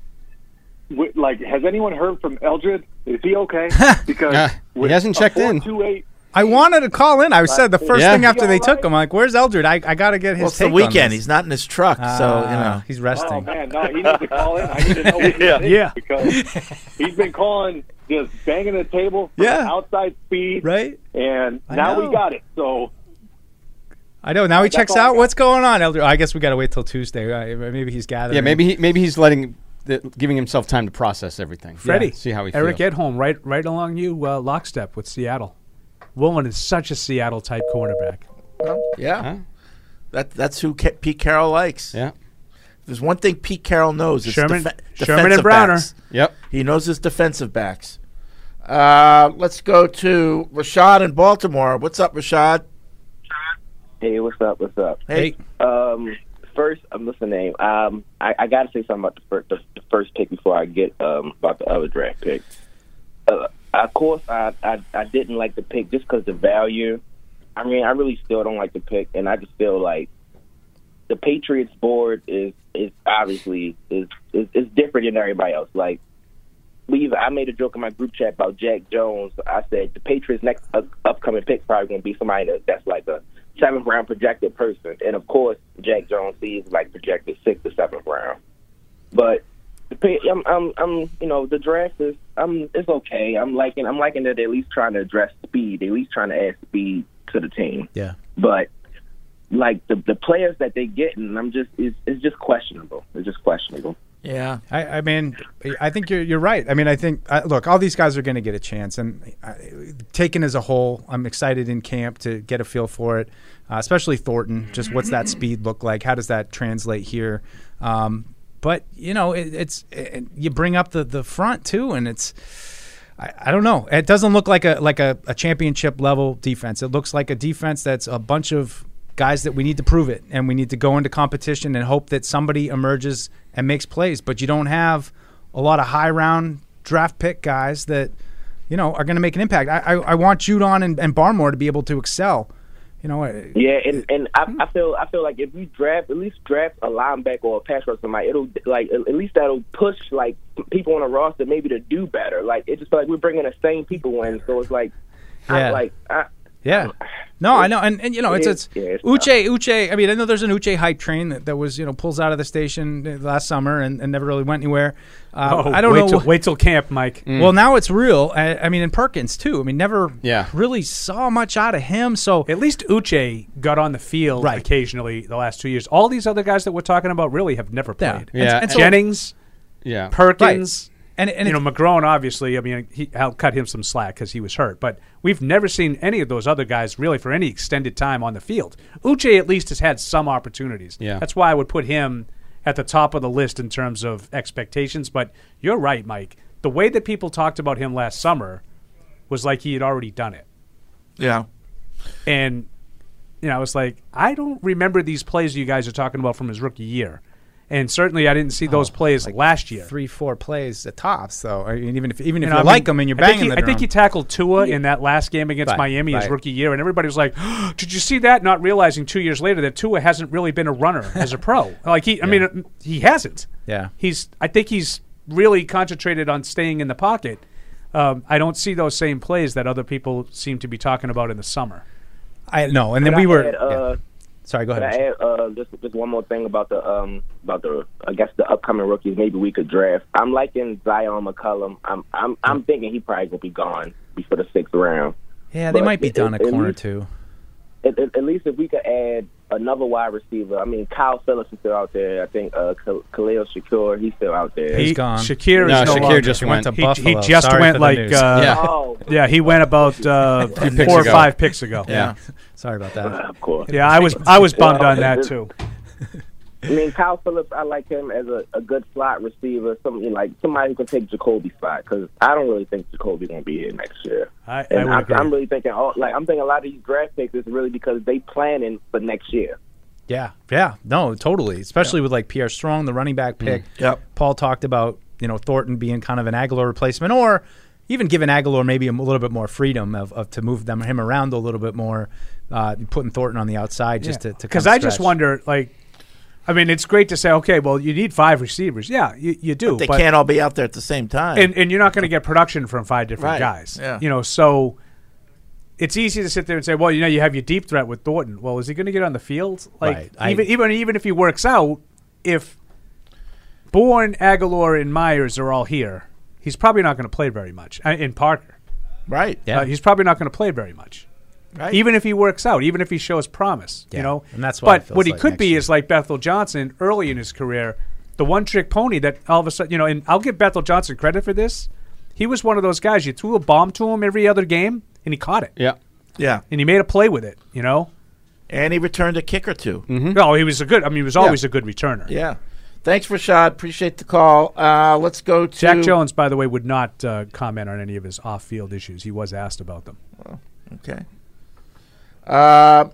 Speaker 8: wi- like, has anyone heard from Eldred? Is he okay? Because
Speaker 6: Uh, he hasn't checked in.
Speaker 8: Two eight.
Speaker 5: I wanted to call in. I said the first
Speaker 4: Yeah.
Speaker 5: thing after they took him, like, "Where's Eldred? I, I got to get his."
Speaker 4: Well, it's the
Speaker 5: take on
Speaker 4: weekend.
Speaker 5: this."
Speaker 4: He's not in his truck, so, you
Speaker 5: Ah,
Speaker 4: know.
Speaker 5: he's resting.
Speaker 8: Oh man, no, he needs to call in. I need to know what he
Speaker 4: Yeah.
Speaker 8: thinks
Speaker 4: Yeah.
Speaker 8: because he's been calling, just banging the table, from
Speaker 5: Yeah.
Speaker 8: outside speed,
Speaker 5: Right?
Speaker 8: And
Speaker 5: I
Speaker 8: now we
Speaker 5: know.
Speaker 8: got it. So
Speaker 5: I know. Now he
Speaker 8: That's
Speaker 5: checks
Speaker 8: all I
Speaker 5: out.
Speaker 8: got.
Speaker 5: What's going on, Eldred? I guess we got to wait till Tuesday. Right? Maybe he's gathering.
Speaker 6: Yeah, maybe he, maybe he's letting the, giving himself time to process everything.
Speaker 3: Freddie,
Speaker 6: Yeah, see how he
Speaker 3: Eric
Speaker 6: feels.
Speaker 3: at home, right, right along you, uh, lockstep with Seattle. Willen is such a Seattle type cornerback.
Speaker 4: Yeah.
Speaker 6: Huh?
Speaker 4: That that's who Ke- Pete Carroll
Speaker 3: Uh,
Speaker 4: likes.
Speaker 6: Yeah.
Speaker 4: There's one thing Pete Carroll knows. It's
Speaker 3: Sherman-
Speaker 4: defe-
Speaker 3: Sherman and
Speaker 4: defensive
Speaker 3: Browner.
Speaker 4: Backs.
Speaker 6: Yep.
Speaker 4: He knows his defensive backs. Uh, let's go to Rashad in Baltimore. What's up, Rashad?
Speaker 9: Hey, what's up? What's up?
Speaker 4: Hey.
Speaker 9: Um, first, um, what's the name? Um, I, I got to say something about the, fir- the, the first pick before I get um about the other draft pick. Uh, of course, I, I I didn't like the pick just because the value. I mean, I really still don't like the pick, and I just feel like the Patriots board is is obviously is is, is different than everybody else. Like. We even, I made a joke in my group chat about Jack Jones. I said the Patriots' next up upcoming pick probably going to be somebody that, that's like a seventh round projected person. And of course, Jack Jones sees like projected sixth or seventh round. But the pay, I'm, I'm, I'm, you know, the draft is, I'm, it's okay. I'm liking, I'm liking that they're at least trying to address speed. They're at least trying to add speed to the team.
Speaker 4: Yeah.
Speaker 9: But like the the players that they getting, I'm just, it's, it's just questionable. It's just questionable.
Speaker 4: Yeah.
Speaker 5: I, I mean, I think you're you're right. I mean, I think uh, look, all these guys are going to get a chance, and uh, taken as a whole, I'm excited in camp to get a feel for it, uh, especially Thornton. Just what's that speed look like? How does that translate here? Um, but you know, it, it's it, you bring up the the front too, and it's. I, I don't know. It doesn't look like a like a, a championship level defense. It looks like a defense that's a bunch of guys that we need to prove it, and we need to go into competition and hope that somebody emerges and makes plays. But you don't have a lot of high round draft pick guys that you know are going to make an impact. I, I, I want Judon and, and Barmore to be able to excel. You know, eh, I-
Speaker 9: Yeah, and and I,
Speaker 5: Hmm.
Speaker 9: I feel I feel like if we draft at least draft a linebacker or a pass rusher, somebody, it'll like at at least that'll push like people on the roster maybe to do better. Like it just feel like we're bringing the same people in, so it's like,
Speaker 5: Yeah.
Speaker 9: I, like I,
Speaker 5: Yeah. No, I know, and, and you know, it's
Speaker 9: It
Speaker 5: it's
Speaker 9: is- yeah, it's tough.
Speaker 5: Uche Uche. I mean, I know there's an Uche hype train that, that was you know pulls out of the station uh, last summer and, and never really went anywhere. Uh, I don't
Speaker 3: Oh, wait
Speaker 5: know.
Speaker 3: Till,
Speaker 5: wh- Mm.
Speaker 3: wait till camp, Mike.
Speaker 5: Well, now it's real. I, I mean, and Perkins too. I mean, never
Speaker 6: Yeah.
Speaker 5: really saw much out of him. So
Speaker 3: At least Uche got on the field
Speaker 5: Right.
Speaker 3: occasionally the last two years. All these other guys that we're talking about really have never
Speaker 5: yeah,
Speaker 3: played.
Speaker 5: And-
Speaker 6: Yeah,
Speaker 5: and so-
Speaker 3: Jennings,
Speaker 6: Yeah.
Speaker 3: Perkins,
Speaker 5: and and
Speaker 3: you know
Speaker 5: it's-
Speaker 3: McGrone. Obviously, I mean, he, I'll cut him some slack because he was hurt, but we've never seen any of those other guys really for any extended time on the field. Uche at least has had some opportunities.
Speaker 6: Yeah.
Speaker 3: that's why I would put him at the top of the list in terms of expectations. But you're right, Mike. The way that people talked about him last summer was like he had already done it,
Speaker 4: Yeah.
Speaker 3: and you know, I was like, I don't remember these plays you guys are talking about from his rookie year. And certainly, I didn't see
Speaker 5: Oh.
Speaker 3: those plays last year
Speaker 5: three four plays at tops though. I mean, even if even if you
Speaker 3: know, I mean,
Speaker 5: like him and you're
Speaker 3: I think he-
Speaker 5: banging the
Speaker 3: I think
Speaker 5: drum.
Speaker 3: he tackled Tua in that last game against
Speaker 5: Right,
Speaker 3: Miami his
Speaker 5: right.
Speaker 3: rookie year, and everybody was like, "Did you see that?" Not realizing two years later that Tua hasn't really been a runner as a pro. Like he, I mean, uh, he hasn't.
Speaker 5: Yeah.
Speaker 3: he's. I think he's really concentrated on staying in the pocket. Um, I don't see those same plays that other people seem to be talking about in the summer.
Speaker 5: I know, and then
Speaker 9: Could
Speaker 5: we
Speaker 9: I
Speaker 5: were.
Speaker 9: add, uh,
Speaker 5: yeah. Sorry, go
Speaker 9: Can I
Speaker 5: ahead.
Speaker 9: add uh, just just one more thing about the um about the I guess the upcoming rookies? Maybe we could draft. I'm liking Zion McCullum. I'm I'm I'm thinking he probably gonna be gone before the sixth round.
Speaker 5: Yeah, they
Speaker 9: but
Speaker 5: might be
Speaker 9: it-
Speaker 5: done
Speaker 9: it-
Speaker 5: a
Speaker 9: it
Speaker 5: corner
Speaker 9: leaves-
Speaker 5: too.
Speaker 9: at, at, at least if we could add another wide receiver. I mean, Kyle Phillips is still out there. I think uh, Kh- Khalil Shakur, he's still out there.
Speaker 5: He's gone.
Speaker 3: Shakir is
Speaker 6: No,
Speaker 3: no
Speaker 6: Shakir
Speaker 3: longer.
Speaker 6: just
Speaker 5: He went to
Speaker 6: went.
Speaker 3: he, he
Speaker 5: Buffalo.
Speaker 3: just
Speaker 5: Sorry
Speaker 3: went
Speaker 5: for the
Speaker 3: like
Speaker 5: news.
Speaker 3: uh,
Speaker 6: Yeah.
Speaker 9: oh,
Speaker 3: yeah. He went about uh,
Speaker 6: picks
Speaker 3: four or
Speaker 6: ago.
Speaker 3: five picks ago.
Speaker 6: Yeah.
Speaker 5: Sorry about that.
Speaker 9: of course.
Speaker 3: yeah. I was I was bummed on that too.
Speaker 9: I mean, Kyle Phillips, I like him as a, a good slot receiver, something like somebody who can take Jacoby's spot because I don't really think Jacoby gonna be here next year.
Speaker 3: I, I
Speaker 9: And
Speaker 3: would
Speaker 9: I
Speaker 3: agree.
Speaker 9: am really thinking, all, like, I'm thinking a lot of these draft picks is really because they planning for next year.
Speaker 5: Yeah, yeah, no, totally. Especially with like Pierre Strong, the running back pick.
Speaker 9: Mm.
Speaker 4: Yep.
Speaker 5: Paul talked about you know Thornton being kind of an Aguilar replacement, or even giving Aguilar maybe a m- little bit more freedom of, of to move them him around a little bit more, uh, putting Thornton on the outside just to because
Speaker 3: because I just wonder like. I mean, it's great to say, okay, well, you need five receivers. Yeah, you, you do.
Speaker 4: They
Speaker 3: but-
Speaker 4: can't all be out there at the same time.
Speaker 3: and, and you're not going to get production from five different
Speaker 4: Right,
Speaker 3: guys.
Speaker 4: yeah.
Speaker 3: You know, so it's easy to sit there and say, well, you know, you have your deep threat with Thornton. Well, is he going to get on the field? Like,
Speaker 4: Right. I-
Speaker 3: even even even if he works out, if Bourne, Aguilar, and Myers are all here, he's probably not going to play very much. Uh, And Parker,
Speaker 4: right?
Speaker 3: Uh, he's probably not going to play very much.
Speaker 4: Right.
Speaker 3: Even if he works out, even if he shows promise,
Speaker 5: Yeah.
Speaker 3: you know.
Speaker 5: And that's why it
Speaker 3: But
Speaker 5: feels
Speaker 3: what he
Speaker 5: like
Speaker 3: could
Speaker 5: next
Speaker 3: be
Speaker 5: year.
Speaker 3: is like Bethel Johnson early in his career, the one-trick pony that all of a sudden, you know. And I'll give Bethel Johnson credit for this. He was one of those guys. You threw a bomb to him every other game, and he caught it,
Speaker 6: Yeah.
Speaker 4: Yeah.
Speaker 3: and he made a play with it. You know.
Speaker 4: And he returned a kick or 2
Speaker 5: Mm-hmm.
Speaker 3: No, he was a good. I mean, he was always a good returner.
Speaker 4: Yeah. Thanks, Rashad. Appreciate the call. Uh, let's go to
Speaker 3: Jack Jones, by the way, would not uh, comment on any of his off-field issues. He was asked about them.
Speaker 4: Okay. Uh,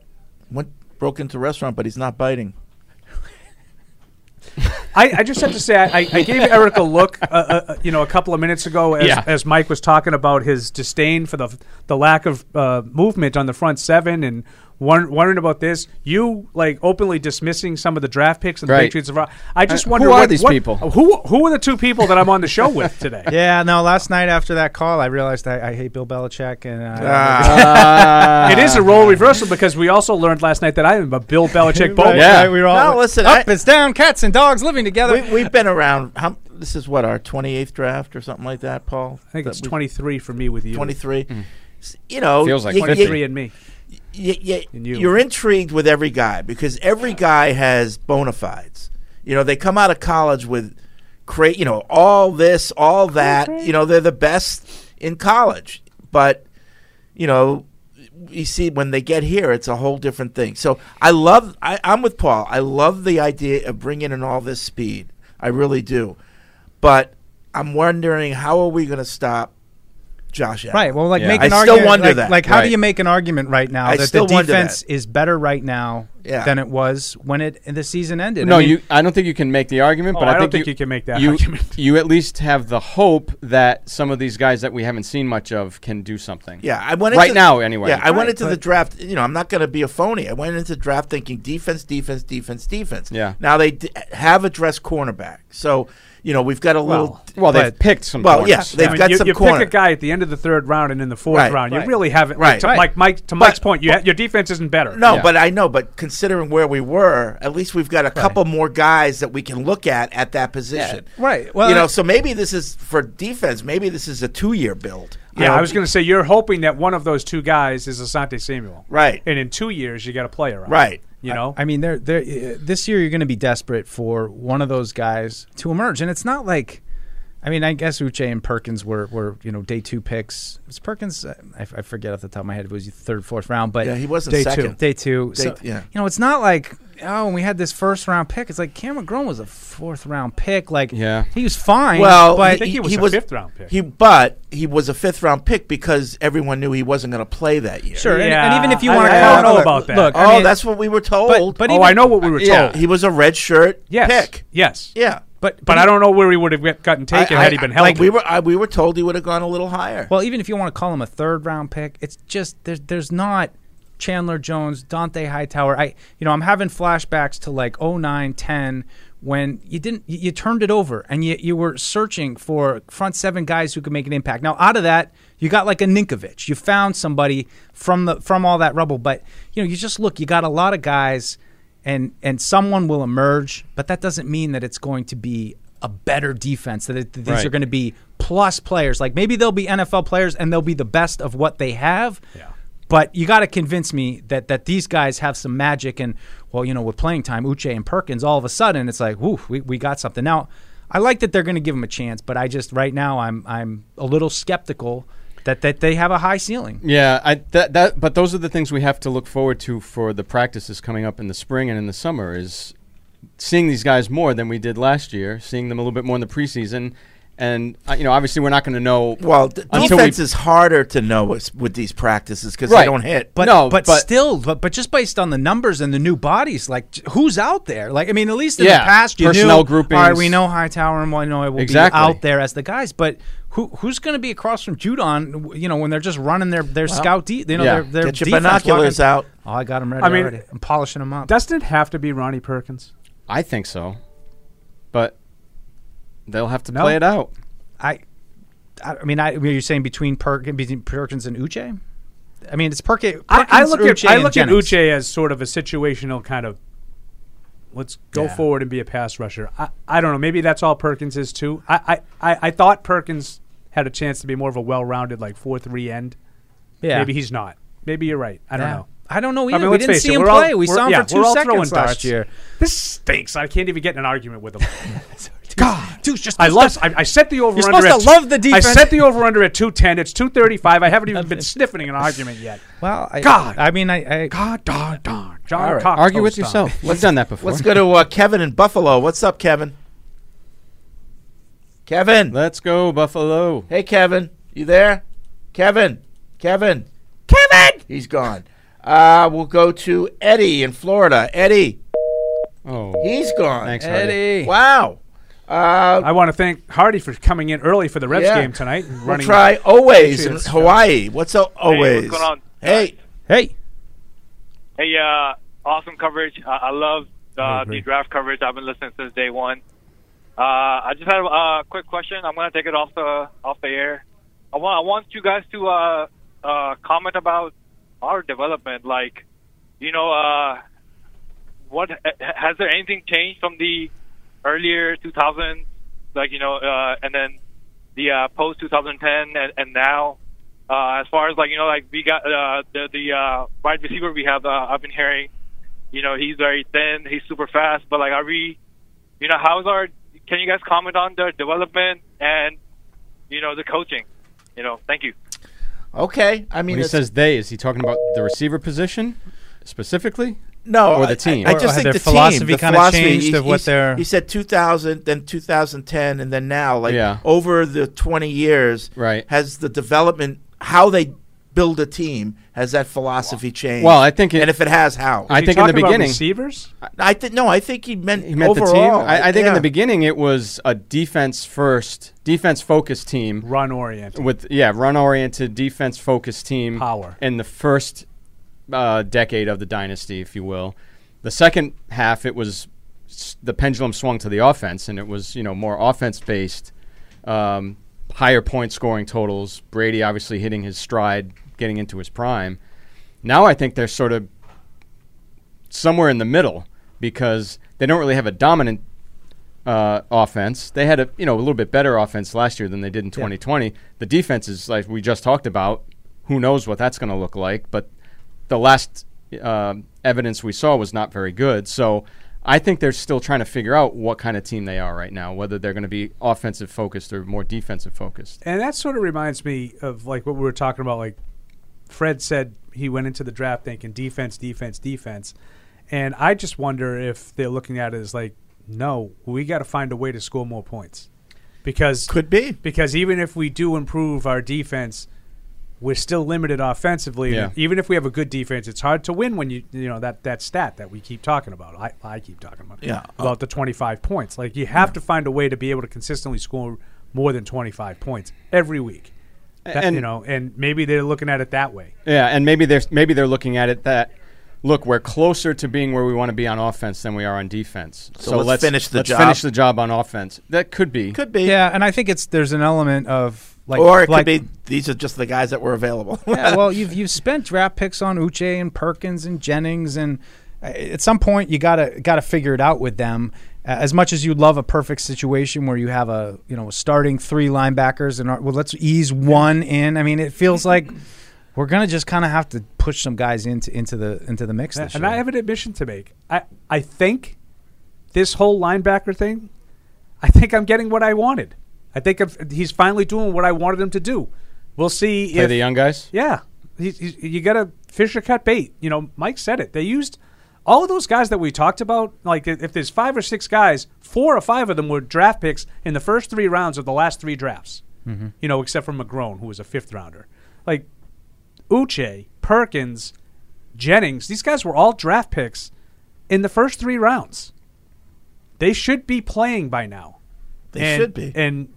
Speaker 4: went broke into a restaurant, but he's not biting.
Speaker 3: I, I just have to say, I, I gave Eric a look, uh, uh, uh, you know, a couple of minutes ago as,
Speaker 6: Yeah.
Speaker 3: as Mike was talking about his disdain for the the lack of uh, movement on the front seven and won- wondering about this. You like openly dismissing some of the draft picks and the
Speaker 6: Right.
Speaker 3: Patriots. Of, I just
Speaker 6: Uh,
Speaker 3: wonder
Speaker 6: who are
Speaker 3: what-
Speaker 6: these
Speaker 3: what-
Speaker 6: people?
Speaker 3: Who who are the two people that I'm on the show with today?
Speaker 5: Yeah, no. Last night after that call, I realized I, I hate Bill Belichick, and uh, Ah.
Speaker 9: Ah.
Speaker 3: it is a role reversal because we also learned last night that I am a Bill Belichick
Speaker 5: Right,
Speaker 3: Bowman.
Speaker 6: Yeah.
Speaker 5: right, we were all
Speaker 4: No, listen,
Speaker 5: Up,
Speaker 4: I-
Speaker 5: it's down. Cats and dogs living together.
Speaker 4: We, we've been around. How, this is what our twenty eighth draft or something like that, Paul.
Speaker 3: I think it's 23 for me with you.
Speaker 4: Twenty three. You know,
Speaker 6: Hmm. Feels like
Speaker 4: you- you-
Speaker 6: 23
Speaker 3: 23 and me.
Speaker 4: you, you,
Speaker 3: And you.
Speaker 4: are intrigued with every guy because every guy has bona fides. You know, they come out of college with create, you know, all this, all that. You know, they're the best in college, but you know, you see when they get here, it's a whole different thing. So I love. I, I'm with Paul. I love the idea of bringing in all this speed. I really do, but I'm wondering how are we going to stop Josh? Allen?
Speaker 5: Right. Well, like
Speaker 6: Yeah.
Speaker 5: make
Speaker 4: I
Speaker 5: an
Speaker 4: still
Speaker 5: argument.
Speaker 4: wonder
Speaker 5: like,
Speaker 4: that.
Speaker 5: Like, how
Speaker 6: Right.
Speaker 5: do you make an argument right now
Speaker 4: I
Speaker 5: that
Speaker 4: still
Speaker 5: the
Speaker 4: wonder that.
Speaker 5: defense is better right now
Speaker 4: Yeah.
Speaker 5: than it was when it the season ended?
Speaker 6: No,
Speaker 5: I mean,
Speaker 6: you. I don't think you can make the argument,
Speaker 3: Oh,
Speaker 6: but
Speaker 3: I
Speaker 6: I,
Speaker 3: don't
Speaker 6: think,
Speaker 3: think
Speaker 6: you,
Speaker 3: you can make that
Speaker 6: you,
Speaker 3: argument.
Speaker 6: You at least have the hope that some of these guys that we haven't seen much of can do something.
Speaker 4: Yeah, I went
Speaker 6: Right
Speaker 4: into,
Speaker 6: now, anyway.
Speaker 4: Yeah, I
Speaker 6: Right,
Speaker 4: went into the
Speaker 5: but-
Speaker 4: draft. You know, I'm not going to be a phony. I went into the draft thinking defense, defense, defense, defense.
Speaker 6: Yeah.
Speaker 4: Now they d- have addressed cornerback, so you know we've got a little.
Speaker 3: Well,
Speaker 6: Well, they've
Speaker 5: But-
Speaker 6: picked some.
Speaker 4: well,
Speaker 6: corners.
Speaker 4: yeah, they've
Speaker 3: I mean,
Speaker 4: got
Speaker 3: you,
Speaker 4: some
Speaker 3: you
Speaker 4: corner.
Speaker 3: pick a guy at the end of the third round and in the fourth
Speaker 4: Right,
Speaker 3: round.
Speaker 4: right.
Speaker 3: You really haven't.
Speaker 4: Right.
Speaker 3: Like, to,
Speaker 4: Right.
Speaker 3: like Mike, to Mike's point, you ha- your defense isn't better.
Speaker 4: no,
Speaker 6: Yeah.
Speaker 4: but I know. But considering where we were, at least we've got a couple more guys that we can look at at that position.
Speaker 5: Right. Well,
Speaker 4: you know,
Speaker 5: I-
Speaker 4: so maybe this is for defense. Maybe this is a two-year build. You
Speaker 3: Yeah,
Speaker 4: know,
Speaker 3: I was going to say you're hoping that one of those two guys is Asante Samuel.
Speaker 4: Right.
Speaker 3: And in two years, you got a player. Right.
Speaker 4: Right.
Speaker 3: You know.
Speaker 5: I mean, they're, they're, uh, this year you're going to be desperate for one of those guys to emerge, and it's not like, I mean, I guess Uche and Perkins were, were you know day two picks. Was Perkins? uh, I, I forget off the top of my head. It was the third, fourth round, but
Speaker 4: Yeah, he wasn't
Speaker 5: day
Speaker 4: second.
Speaker 5: two. Day two. so,
Speaker 4: yeah.
Speaker 5: You know, it's not like oh, we had this first round pick. It's like Cameron Grone was a fourth round pick. Like
Speaker 6: Yeah.
Speaker 5: he was fine.
Speaker 4: Well,
Speaker 5: but
Speaker 3: think he was a fifth-round pick.
Speaker 4: He, but he was a fifth round pick because everyone knew he wasn't going to play that year.
Speaker 5: sure. and- And,
Speaker 3: Yeah,
Speaker 5: even if you
Speaker 3: I-
Speaker 5: want to
Speaker 3: I
Speaker 5: call
Speaker 3: don't know
Speaker 5: look,
Speaker 3: about that.
Speaker 5: Look,
Speaker 4: Oh,
Speaker 5: I mean,
Speaker 4: that's what we were told.
Speaker 5: but,
Speaker 4: But,
Speaker 5: but
Speaker 3: oh,
Speaker 5: even-
Speaker 3: I know what we were told.
Speaker 6: yeah.
Speaker 4: he was a red shirt
Speaker 3: Yes.
Speaker 4: pick.
Speaker 3: Yes.
Speaker 4: Yeah.
Speaker 5: But
Speaker 3: But I don't know where he would have gotten taken had he been healthy.
Speaker 4: Like we were, I, we were told he would have gone a little higher.
Speaker 5: Well, even if you want to call him a third round pick, it's just there's there's not Chandler Jones, Dante Hightower. I you know, I'm having flashbacks to like 09, 10 when you didn't you, you turned it over and you you were searching for front seven guys who could make an impact. Now, out of that, you got like a Ninkovich. You found somebody from the from all that rubble, but you know, you just look, you got a lot of guys and and someone will emerge, but that doesn't mean that it's going to be a better defense that it, these
Speaker 6: Right.
Speaker 5: are going to be plus players. Like maybe they'll be NFL players and they'll be the best of what they have.
Speaker 3: Yeah.
Speaker 5: But you got to convince me that that these guys have some magic and well, you know, with playing time, Uche and Perkins, all of a sudden it's like, whoo, we, we got something. Now, I like that they're going to give them a chance, but I just right now I'm I'm a little skeptical that that they have a high ceiling.
Speaker 6: Yeah, I that that but those are the things we have to look forward to for the practices coming up in the spring and in the summer is seeing these guys more than we did last year, seeing them a little bit more in the preseason, and uh, you know obviously we're not going to know.
Speaker 4: Well, d-
Speaker 6: until
Speaker 4: defense
Speaker 6: we,
Speaker 4: is harder to know with, with these practices because
Speaker 6: Right.
Speaker 4: they don't hit.
Speaker 5: But,
Speaker 6: No,
Speaker 5: but
Speaker 6: but-
Speaker 5: still, but, but just based on the numbers and the new bodies, like j- who's out there? Like I mean, at least in
Speaker 6: Yeah,
Speaker 5: the past, you
Speaker 6: personnel
Speaker 5: knew.
Speaker 6: groupings.
Speaker 5: All right, we know Hightower and Winoy will
Speaker 6: Exactly.
Speaker 5: be out there as the guys, but who who's going to be across from Judon? You know, when they're just running their their scout, de- you know,
Speaker 6: yeah.
Speaker 5: their, their
Speaker 4: Get your
Speaker 5: defense
Speaker 4: binoculars
Speaker 5: walking-
Speaker 4: out.
Speaker 5: Oh, I got them ready.
Speaker 3: I mean-
Speaker 5: already. I'm polishing them up.
Speaker 3: Doesn't it have to be Ronnie Perkins?
Speaker 6: I think so, but they'll have to
Speaker 3: No.
Speaker 6: play it out.
Speaker 5: I, I I mean, I, you're saying between Perkins, between Perkins and Uche? I mean, it's Perkins.
Speaker 3: I, I look at
Speaker 5: Uche,
Speaker 3: I
Speaker 5: and
Speaker 3: look at
Speaker 5: Jennings.
Speaker 3: Uche as sort of a situational kind of. Let's go
Speaker 5: Yeah.
Speaker 3: forward and be a pass rusher. I, I don't know. Maybe that's all Perkins is too. I, I, I, I thought Perkins had a chance to be more of a well-rounded like four-three end.
Speaker 5: Yeah.
Speaker 3: Maybe he's not. Maybe you're right. I don't
Speaker 5: Yeah.
Speaker 3: know.
Speaker 5: I don't know
Speaker 3: I
Speaker 5: either.
Speaker 3: mean,
Speaker 5: we
Speaker 3: let's
Speaker 5: didn't
Speaker 3: face
Speaker 5: see
Speaker 3: it,
Speaker 5: him
Speaker 3: we're all-
Speaker 5: play. we
Speaker 3: we're-
Speaker 5: saw him
Speaker 3: yeah,
Speaker 5: for
Speaker 3: we're
Speaker 5: two
Speaker 3: all throwing
Speaker 5: seconds
Speaker 3: darts.
Speaker 5: last year.
Speaker 3: This stinks. I can't even get in an argument with him. God,
Speaker 5: just
Speaker 3: I love. I, I set the over under.
Speaker 5: supposed
Speaker 3: at,
Speaker 5: to love the defense.
Speaker 3: I set the over under at two ten. It's two thirty five. I haven't even been sniffing an argument yet.
Speaker 5: Well, I,
Speaker 3: God.
Speaker 5: I mean, I, I
Speaker 3: God, darn, darn. John
Speaker 4: All right.
Speaker 3: Cox
Speaker 6: Argue with
Speaker 3: toast on.
Speaker 6: yourself. We've done that before.
Speaker 4: Let's go to uh, Kevin in Buffalo. What's up, Kevin? Kevin.
Speaker 6: Let's go, Buffalo.
Speaker 4: Hey, Kevin. You there? Kevin. Kevin. Kevin. He's gone. Uh, we'll go to Eddie in Florida. Eddie.
Speaker 6: Oh,
Speaker 4: He's gone.
Speaker 6: Thanks, Hardy.
Speaker 5: Eddie.
Speaker 4: Wow. Uh,
Speaker 3: I want to thank Hardy for coming in early for the Revs
Speaker 4: Yeah.
Speaker 3: game tonight. and
Speaker 4: we'll
Speaker 3: running
Speaker 4: try always in
Speaker 3: Patriots.
Speaker 4: Hawaii. What's up,
Speaker 8: Hey,
Speaker 4: always?
Speaker 8: what's going on?
Speaker 4: Hey,
Speaker 5: Hey,
Speaker 8: Hey, uh, awesome coverage. I, I love uh,
Speaker 3: agree.
Speaker 8: the draft coverage. I've been listening since day one. Uh, I just had a uh, quick question. I'm going to take it off the off the air. I want I want you guys to uh, uh, comment about our development. Like, you know, uh, what has there anything changed from the earlier 2000s? Like, you know, uh, and then the uh, post 2010 and, and now uh, as far as like you know, like we got uh, the the uh, wide receiver we have. Uh, I've been hearing, you know, he's very thin, he's super fast, but like, are we, you know, how's our? Can you guys comment on the development and you know the coaching? You know, thank you.
Speaker 4: okay. I mean,
Speaker 6: When he
Speaker 4: it's-
Speaker 6: says they, is he talking about the receiver position specifically?
Speaker 4: no,
Speaker 6: or the
Speaker 4: I-
Speaker 6: team.
Speaker 4: I, I
Speaker 5: Or
Speaker 4: just
Speaker 5: had
Speaker 4: think
Speaker 5: their
Speaker 4: the
Speaker 5: philosophy
Speaker 4: team, the
Speaker 5: kinda
Speaker 4: philosophy,
Speaker 5: changed
Speaker 4: he's-
Speaker 5: of what
Speaker 4: he's-
Speaker 5: their-
Speaker 4: He said 2000, then 2010, and then now. Like
Speaker 6: Yeah.
Speaker 4: over the 20 years,
Speaker 6: Right.
Speaker 4: Has the development how they build a team has that philosophy changed?
Speaker 6: Well, I think it-
Speaker 4: and if it has, how?
Speaker 6: I
Speaker 3: Is
Speaker 6: think in
Speaker 3: he
Speaker 6: the
Speaker 3: talking about
Speaker 6: beginning.
Speaker 3: receivers.
Speaker 4: I think no. I think he meant
Speaker 6: He meant
Speaker 4: overall.
Speaker 6: the team. I, I think in
Speaker 4: yeah.
Speaker 6: the beginning it was a defense first, defense focused team
Speaker 3: Run oriented.
Speaker 6: with yeah run oriented defense focused team
Speaker 3: Power.
Speaker 6: in the first uh, decade of the dynasty, if you will. The second half it was s- the pendulum swung to the offense, and it was you know more offense based, um, higher point scoring totals. Brady obviously hitting his stride, getting into his prime. Now I think they're sort of somewhere in the middle because they don't really have a dominant uh, offense. They had a you know a little bit better offense last year than they did in 2020. The defense is like we just talked about. Who knows what that's going to look like? But the last uh, evidence we saw was not very good. So I think they're still trying to figure out what kind of team they are right now, whether they're going to be offensive focused or more defensive focused.
Speaker 3: And that sort of reminds me of like what we were talking about. Like Fred said, he went into the draft thinking defense, defense, defense, and I just wonder if they're looking at it as like, no, we got to find a way to score more points because
Speaker 4: could be.
Speaker 3: because even if we do improve our defense, we're still limited offensively.
Speaker 6: Yeah.
Speaker 3: Even if we have a good defense, it's hard to win when you you know that that stat that we keep talking about. I, I keep talking about
Speaker 4: Yeah.
Speaker 3: about the twenty five points. Like you have to find a way to be able to consistently score more than twenty five points every week. That-
Speaker 6: And-
Speaker 3: you know, and maybe they're looking at it that way.
Speaker 6: Yeah, and maybe they're maybe they're looking at it that look we're closer to being where we want to be on offense than we are on defense. So,
Speaker 4: let's finish the
Speaker 6: let's
Speaker 4: job.
Speaker 6: finish the job on offense. That could be
Speaker 4: Could be.
Speaker 5: yeah, and I think it's there's an element of like,
Speaker 4: or it
Speaker 5: like-
Speaker 4: could be these are just the guys that were available.
Speaker 5: yeah, well, you've you've spent draft picks on Uche and Perkins and Jennings, and uh, at some point you gotta gotta figure it out with them. Uh, as much as you love a perfect situation where you have a you know starting three linebackers and uh, well, let's ease one in. I mean, it feels like we're gonna just kind of have to push some guys into into the into the mix. this
Speaker 3: and
Speaker 5: year.
Speaker 3: I have an admission to make. I I think this whole linebacker thing, I think I'm getting what I wanted. I think I'm, he's finally doing what I wanted him to do. We'll see
Speaker 6: play
Speaker 3: if
Speaker 6: the young guys.
Speaker 3: Yeah, he's, he's, you got to fish or cut bait. You know, Mike said it. They used all of those guys that we talked about. Like, if if there's five or six guys, four or five of them were draft picks in the first three rounds of the last three drafts. You know, except for McGrone, who was a fifth rounder. Like Uche, Perkins, Jennings. These guys were all draft picks in the first three rounds. They should be playing by now.
Speaker 4: they
Speaker 3: And-
Speaker 4: should be.
Speaker 3: And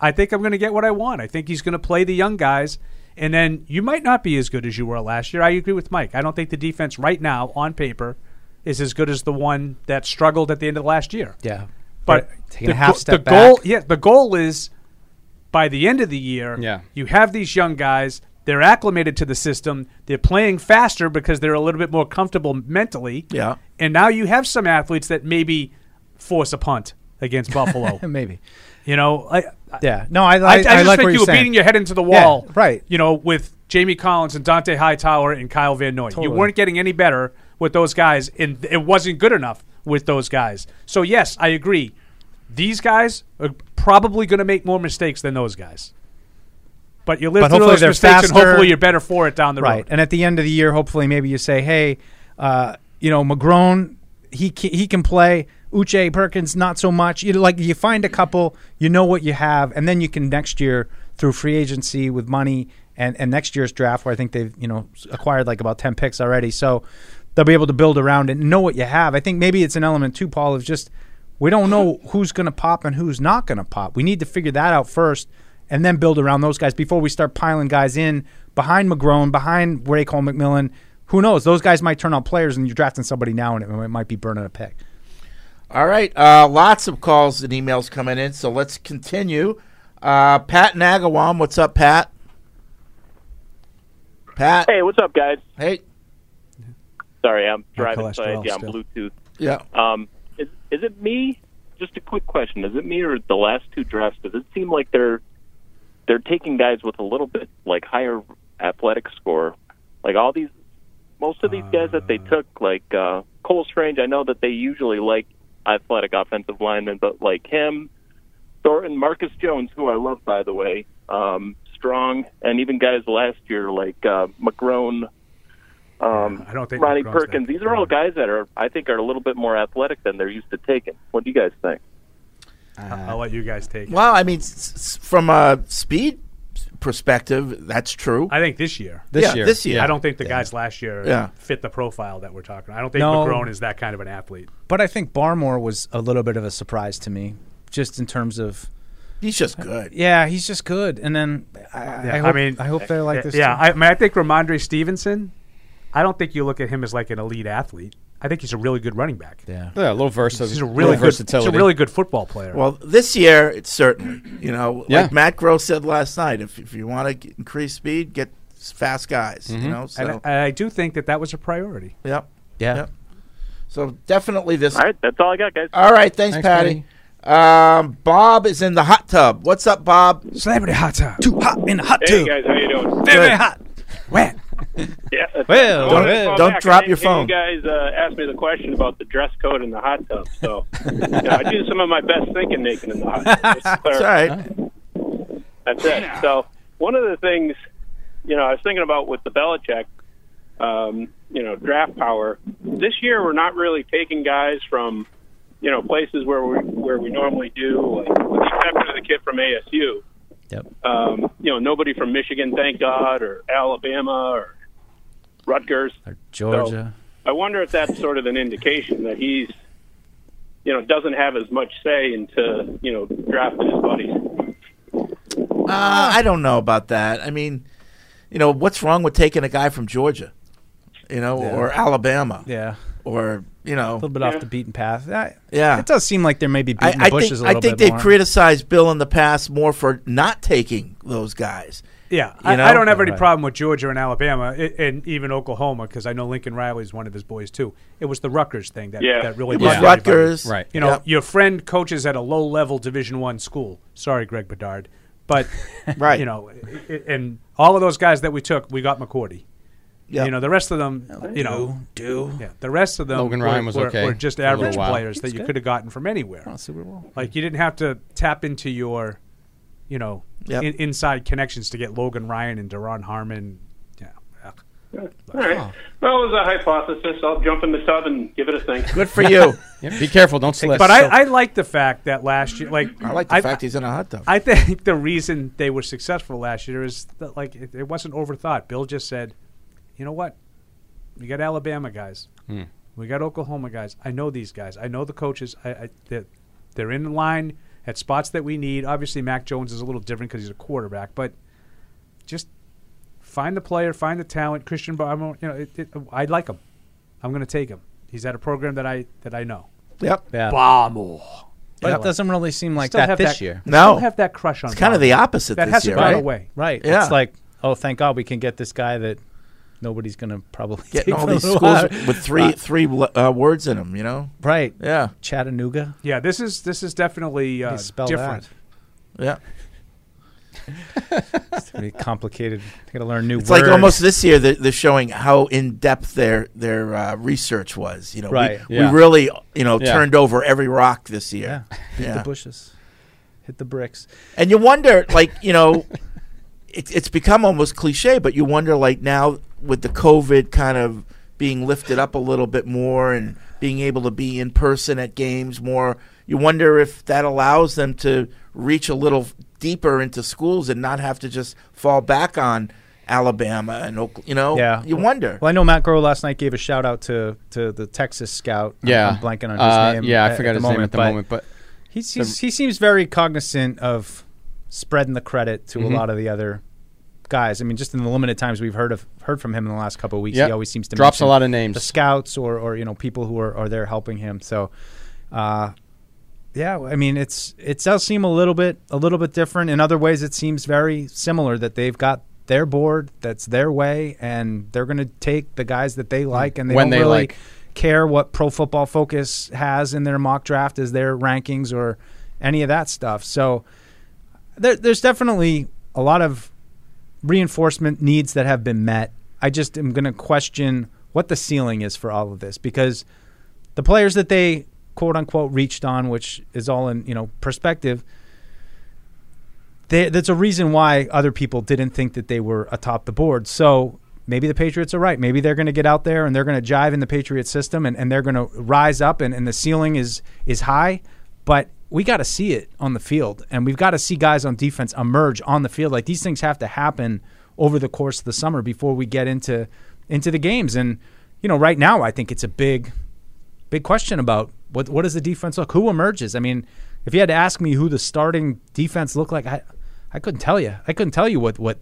Speaker 3: I think I'm going to get what I want. I think he's going to play the young guys. And then you might not be as good as you were last year. I agree with Mike. I don't think the defense right now, on paper, is as good as the one that struggled at the end of last year.
Speaker 5: yeah,
Speaker 3: But
Speaker 5: taking
Speaker 3: the
Speaker 5: a half
Speaker 3: go-
Speaker 5: step
Speaker 3: the
Speaker 5: back.
Speaker 3: goal, yeah, the goal is by the end of the year,
Speaker 6: Yeah.
Speaker 3: you have these young guys. They're acclimated to the system. They're playing faster because they're a little bit more comfortable mentally.
Speaker 4: Yeah.
Speaker 3: And now you have some athletes that maybe force a punt against Buffalo.
Speaker 5: Maybe.
Speaker 3: You know, I,
Speaker 5: Yeah. No, I, I,
Speaker 3: I, I just
Speaker 5: like
Speaker 3: think
Speaker 5: what
Speaker 3: you
Speaker 5: you're
Speaker 3: were
Speaker 5: saying.
Speaker 3: beating your head into the
Speaker 5: Yeah,
Speaker 3: wall,
Speaker 5: right.
Speaker 3: You know, with Jamie Collins and Dante Hightower and Kyle Van Noy. You
Speaker 5: Totally.
Speaker 3: weren't getting any better with those guys, and it wasn't good enough with those guys. So yes, I agree. These guys are probably going to make more mistakes than those guys. But you live
Speaker 5: But
Speaker 3: through
Speaker 5: hopefully
Speaker 3: those
Speaker 5: they're
Speaker 3: mistakes, and
Speaker 5: faster.
Speaker 3: hopefully you're better for it down the
Speaker 5: right.
Speaker 3: road.
Speaker 5: And at the end of the year, hopefully, maybe you say, hey, uh, you know, McGrone, he can, he can play. Uche Perkins, not so much. You know, like you find a couple, you know what you have, and then you can next year through free agency with money and, and next year's draft, where I think they've you know s- acquired like about ten picks already, so they'll be able to build around it and know what you have. I think maybe it's an element too, Paul, of just we don't know who's going to pop and who's not going to pop. We need to figure that out first and then build around those guys before we start piling guys in behind McGrone, behind Raycole McMillan. Who knows? Those guys might turn out players, and you're drafting somebody now, and it might- might be burning a pick.
Speaker 4: All right. Uh, lots of calls and emails coming in, so let's continue. Uh, Pat Nagawam, what's up, Pat? Pat.
Speaker 10: Hey, what's up, guys?
Speaker 4: Hey.
Speaker 10: Sorry, I'm driving,
Speaker 3: cholesterol
Speaker 10: so I, yeah, I'm
Speaker 3: still.
Speaker 10: Bluetooth.
Speaker 4: Yeah.
Speaker 10: Um, is, is it me? Just a quick question: Is it me or the last two drafts? Does it seem like they're they're taking guys with a little bit like higher athletic score? Like all these, most of these guys that they took, like uh, Cole Strange. I know that they usually like athletic offensive linemen, but like him, Thornton, Marcus Jones, who I love by the way, um, Strong, and even guys last year like uh, McGrone. Um,
Speaker 3: I don't think
Speaker 10: Ronnie
Speaker 3: McGrone's
Speaker 10: Perkins.
Speaker 3: that-
Speaker 10: These are all guys that are, I think, are a little bit more athletic than they're used to taking. What do you guys think?
Speaker 3: I'll let you guys take. it.
Speaker 4: Well, I mean, s- s- from a speed perspective, that's true.
Speaker 3: I think this year.
Speaker 6: This
Speaker 4: yeah,
Speaker 6: year.
Speaker 4: This year.
Speaker 3: I don't think the guys last year
Speaker 4: Yeah.
Speaker 3: fit the profile that we're talking. I don't think
Speaker 5: No.
Speaker 3: McGrone is that kind of an athlete.
Speaker 5: But I think Barmore was a little bit of a surprise to me, just in terms of
Speaker 4: He's just good.
Speaker 5: Uh, yeah, he's just good. And then I,
Speaker 3: Yeah,
Speaker 5: I, hope, I
Speaker 3: mean,
Speaker 5: hope they're like this.
Speaker 3: Yeah,
Speaker 5: too.
Speaker 3: I, I mean, I think Ramondre Stevenson. I don't think you look at him as like an elite athlete. I think he's a really good running back.
Speaker 5: yeah.
Speaker 6: Yeah, a little versatility.
Speaker 3: He's a really good. He's
Speaker 6: versatility.
Speaker 3: a really good football player.
Speaker 4: Well, this year, it's certainly. You know,
Speaker 6: Yeah.
Speaker 4: like Matt Groh said last night, if, if you want to increase speed, get s- fast guys. You
Speaker 6: Mm-hmm.
Speaker 4: know, so
Speaker 3: and I, I do think that that was a priority.
Speaker 4: yep,
Speaker 5: Yeah.
Speaker 4: yep. So definitely this.
Speaker 10: All right, that's all I got, guys.
Speaker 4: All right, thanks,
Speaker 6: Thanks,
Speaker 4: Patty. Um, Bob is in the hot tub. What's up, Bob?
Speaker 5: Celebrity hot tub. Too hot in the hot
Speaker 11: Hey
Speaker 5: tub.
Speaker 11: guys, how you doing?
Speaker 5: Very, very hot.
Speaker 3: Wet.
Speaker 11: Yeah, that's-
Speaker 5: Well,
Speaker 11: I wanted to
Speaker 5: don't-
Speaker 11: call
Speaker 4: don't
Speaker 11: back.
Speaker 4: drop
Speaker 11: I
Speaker 4: your
Speaker 11: didn't hear
Speaker 4: phone.
Speaker 11: You guys uh, asked me the question about the dress code in the hot tub, so you know, I do some of my best thinking naked in the hot tub. It's
Speaker 4: It's
Speaker 11: clear.
Speaker 4: all right.
Speaker 11: That's it. So one of the things, you know, I was thinking about with the Belichick, um, you know, draft power. This year, we're not really taking guys from, you know, places where we where we normally do, like with the exception of the kid from ASU.
Speaker 5: Yep.
Speaker 11: Um, you know, nobody from Michigan, thank God, or Alabama, or Rutgers.
Speaker 5: Georgia.
Speaker 11: I wonder if that's sort of an indication that he's, you know, doesn't have as much say into, you know, drafting his buddies.
Speaker 4: Uh, I don't know about that. I mean, you know, what's wrong with taking a guy from Georgia, you know, or Alabama,
Speaker 5: Yeah.
Speaker 4: or
Speaker 5: A
Speaker 4: you
Speaker 5: little
Speaker 4: know,
Speaker 5: bit off the beaten path. I,
Speaker 4: Yeah.
Speaker 5: It does seem like they're maybe
Speaker 4: I,
Speaker 5: beating
Speaker 4: I
Speaker 5: the bushes
Speaker 4: think
Speaker 5: a
Speaker 4: I
Speaker 5: little
Speaker 4: think
Speaker 5: bit
Speaker 4: they've
Speaker 5: more.
Speaker 4: criticized Bill in the past more for not taking those guys.
Speaker 3: Yeah,
Speaker 4: You
Speaker 3: I,
Speaker 4: know?
Speaker 3: I don't have any
Speaker 5: Right.
Speaker 3: problem with Georgia and Alabama i and even Oklahoma because I know Lincoln Riley's one of his boys too. It was the Rutgers thing that,
Speaker 11: Yeah.
Speaker 3: that really
Speaker 4: It was
Speaker 3: bugged everybody.
Speaker 4: Rutgers,
Speaker 6: Right.
Speaker 3: You know,
Speaker 4: Yep.
Speaker 3: your friend coaches at a low level Division One school. Sorry, Greg Bedard, but
Speaker 4: Right.
Speaker 3: You know, i- i- and all of those guys that we took, we got McCourty.
Speaker 4: Yep.
Speaker 3: You know, the rest of them, you know,
Speaker 5: do.
Speaker 3: yeah, the rest of them
Speaker 6: Logan
Speaker 3: were,
Speaker 6: Ryan was
Speaker 3: were,
Speaker 6: okay
Speaker 3: were just
Speaker 6: for a little
Speaker 3: average
Speaker 6: while.
Speaker 3: players that
Speaker 5: He's
Speaker 3: you
Speaker 5: good.
Speaker 3: could have gotten from anywhere.
Speaker 5: Oh, Super Bowl.
Speaker 3: Like you didn't have to tap into your, you know,
Speaker 4: Yep.
Speaker 3: in, inside connections to get Logan Ryan and Daron Harmon. Yeah. Ugh.
Speaker 11: All right. Well, it was a hypothesis. I'll jump in the tub and give it a think.
Speaker 4: Good for you.
Speaker 6: Yeah, be careful, don't slip.
Speaker 3: But I, I like the fact that last year, like,
Speaker 4: I like the fact he's in a hot tub.
Speaker 3: I think the reason they were successful last year is that like it, it wasn't overthought. Bill just said, "You know what? We got Alabama guys,
Speaker 6: Hmm.
Speaker 3: we got Oklahoma guys. I know these guys. I know the coaches. I, I that they're in line at spots that we need. Obviously, Mac Jones is a little different because he's a quarterback, but just find the player, find the talent. Christian Barmore, you know, it, it, I like him. I'm going to take him. He's at a program that I that I know.
Speaker 4: yep.
Speaker 5: Yeah.
Speaker 3: Barmore.
Speaker 5: But it doesn't really seem like
Speaker 3: Still
Speaker 5: that
Speaker 3: have
Speaker 5: this
Speaker 3: that-
Speaker 5: year.
Speaker 3: I
Speaker 4: No,
Speaker 3: Still have that crush on.
Speaker 4: it's kind of
Speaker 3: Barmore.
Speaker 4: the opposite
Speaker 3: that
Speaker 4: this
Speaker 3: hasn't
Speaker 4: year,
Speaker 3: gone
Speaker 4: right?
Speaker 3: away.
Speaker 5: Right.
Speaker 4: Yeah.
Speaker 5: It's like oh, thank God we can get this guy that nobody's going to probably
Speaker 4: Getting
Speaker 5: take
Speaker 4: all
Speaker 5: for a
Speaker 4: these
Speaker 5: little
Speaker 4: schools
Speaker 5: while.
Speaker 4: with three
Speaker 5: Uh,
Speaker 4: three uh, words in them, you know.
Speaker 5: right?
Speaker 4: Yeah,
Speaker 5: Chattanooga.
Speaker 3: Yeah, this is this is definitely uh,
Speaker 5: spell
Speaker 3: different.
Speaker 4: Yeah.
Speaker 5: It's pretty complicated. Got to learn new
Speaker 4: It's
Speaker 5: words.
Speaker 4: like almost this year they're, they're showing how in depth their their uh, research was. You know,
Speaker 5: Right.
Speaker 4: We,
Speaker 5: Yeah.
Speaker 4: we really you know
Speaker 5: Yeah.
Speaker 4: turned over every rock this
Speaker 5: Yeah.
Speaker 4: year.
Speaker 5: Hit the bushes. Hit the bricks.
Speaker 4: And you wonder, like, you know, it, it's become almost cliche, but you wonder, like, now with the COVID kind of being lifted up a little bit more and being able to be in person at games more, you wonder if that allows them to reach a little deeper into schools and not have to just fall back on Alabama and Oklahoma, you know?
Speaker 5: yeah.
Speaker 4: You wonder.
Speaker 5: Well, I know Matt Groh last night gave a shout out to to the Texas scout. I'm-
Speaker 6: Yeah.
Speaker 5: I'm blanking on his
Speaker 6: Uh,
Speaker 5: name.
Speaker 6: yeah, I
Speaker 5: at-
Speaker 6: forgot
Speaker 5: at the
Speaker 6: his name
Speaker 5: moment,
Speaker 6: at the
Speaker 5: but
Speaker 6: moment, but
Speaker 5: he seems, he seems very cognizant of spreading the credit to
Speaker 6: Mhm.
Speaker 5: a lot of the other guys. I mean, just in the limited times we've heard of heard from him in the last couple of weeks,
Speaker 6: Yep.
Speaker 5: he always seems to
Speaker 6: Drops a
Speaker 5: mention
Speaker 6: lot of names.
Speaker 5: the scouts or or you know people who are, are there helping him. So, uh, yeah, I mean it's it does seem a little bit a little bit different. In other ways, it seems very similar that they've got their board that's their way, and they're going to take the guys that they like, and they
Speaker 6: Mm. When
Speaker 5: don't
Speaker 6: they
Speaker 5: really
Speaker 6: like.
Speaker 5: care what Pro Football Focus has in their mock draft as their rankings or any of that stuff. So there, there's definitely a lot of reinforcement needs that have been met. I just am going to question what the ceiling is for all of this because the players that they quote unquote reached on, which is all in you know perspective. They, that's a reason why other people didn't think that they were atop the board. So maybe the Patriots are right. Maybe they're going to get out there and they're going to jive in the Patriot system and, and they're going to rise up and, and the ceiling is is high. But we got to see it on the field and we've got to see guys on defense emerge on the field. Like these things have to happen over the course of the summer before we get into into the games. And you know, right now I think it's a big big question about what what does the defense look? Who emerges? I mean, if you had to ask me who the starting defense looked like, I I couldn't tell you. I couldn't tell you what what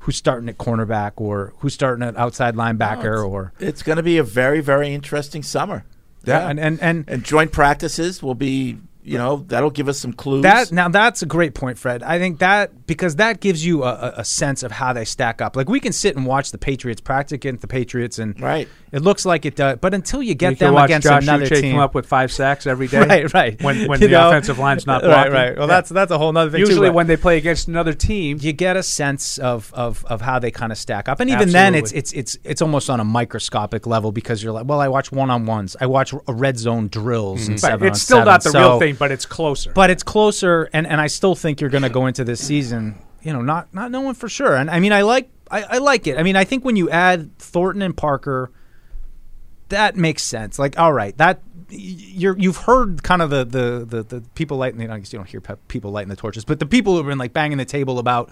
Speaker 5: who's starting at cornerback or who's starting at outside linebacker or
Speaker 4: Oh, It's going to be a very, very interesting summer.
Speaker 5: Yeah, and- and- and
Speaker 4: joint practices will be, you know, that'll give us some clues.
Speaker 5: that. Now that's a great point, Fred. I think that because that gives you a, a- a sense of how they stack up. Like we can sit and watch the Patriots practice against the Patriots, and right, it looks like it does. But until you get
Speaker 3: you
Speaker 5: them
Speaker 3: can watch
Speaker 5: against
Speaker 3: Josh
Speaker 5: another
Speaker 3: Uche
Speaker 5: team,
Speaker 3: come up with five sacks every day.
Speaker 5: Right, right.
Speaker 3: When when
Speaker 5: You
Speaker 3: the
Speaker 5: know?
Speaker 3: offensive line's not
Speaker 5: Right,
Speaker 3: blocking.
Speaker 5: right. Well, that's- that's a whole nother thing, too,
Speaker 3: Usually,
Speaker 5: but-
Speaker 3: when they play against another team,
Speaker 5: you get a sense of of, of how they kind of stack up, and even then, it's
Speaker 3: Absolutely.
Speaker 5: it's it's it's almost on a microscopic level because you're like, well, I watch one on ones, I watch a red zone drills, and
Speaker 3: Mm-hmm. Right,
Speaker 5: seven
Speaker 3: it's
Speaker 5: on
Speaker 3: still not the
Speaker 5: seven.
Speaker 3: real
Speaker 5: So-
Speaker 3: thing, but it's closer.
Speaker 5: but it's closer, and, and I still think you're going to go into this season, you know, not not knowing for sure. And I mean, I like I, I like it. I mean, I think when you add Thornton and Parker, that makes sense. Like, all right, that y- you're you've heard kind of the the the, the people lighting. You know, I guess you don't hear pe- people lighting the torches, but the people who've been like banging the table about.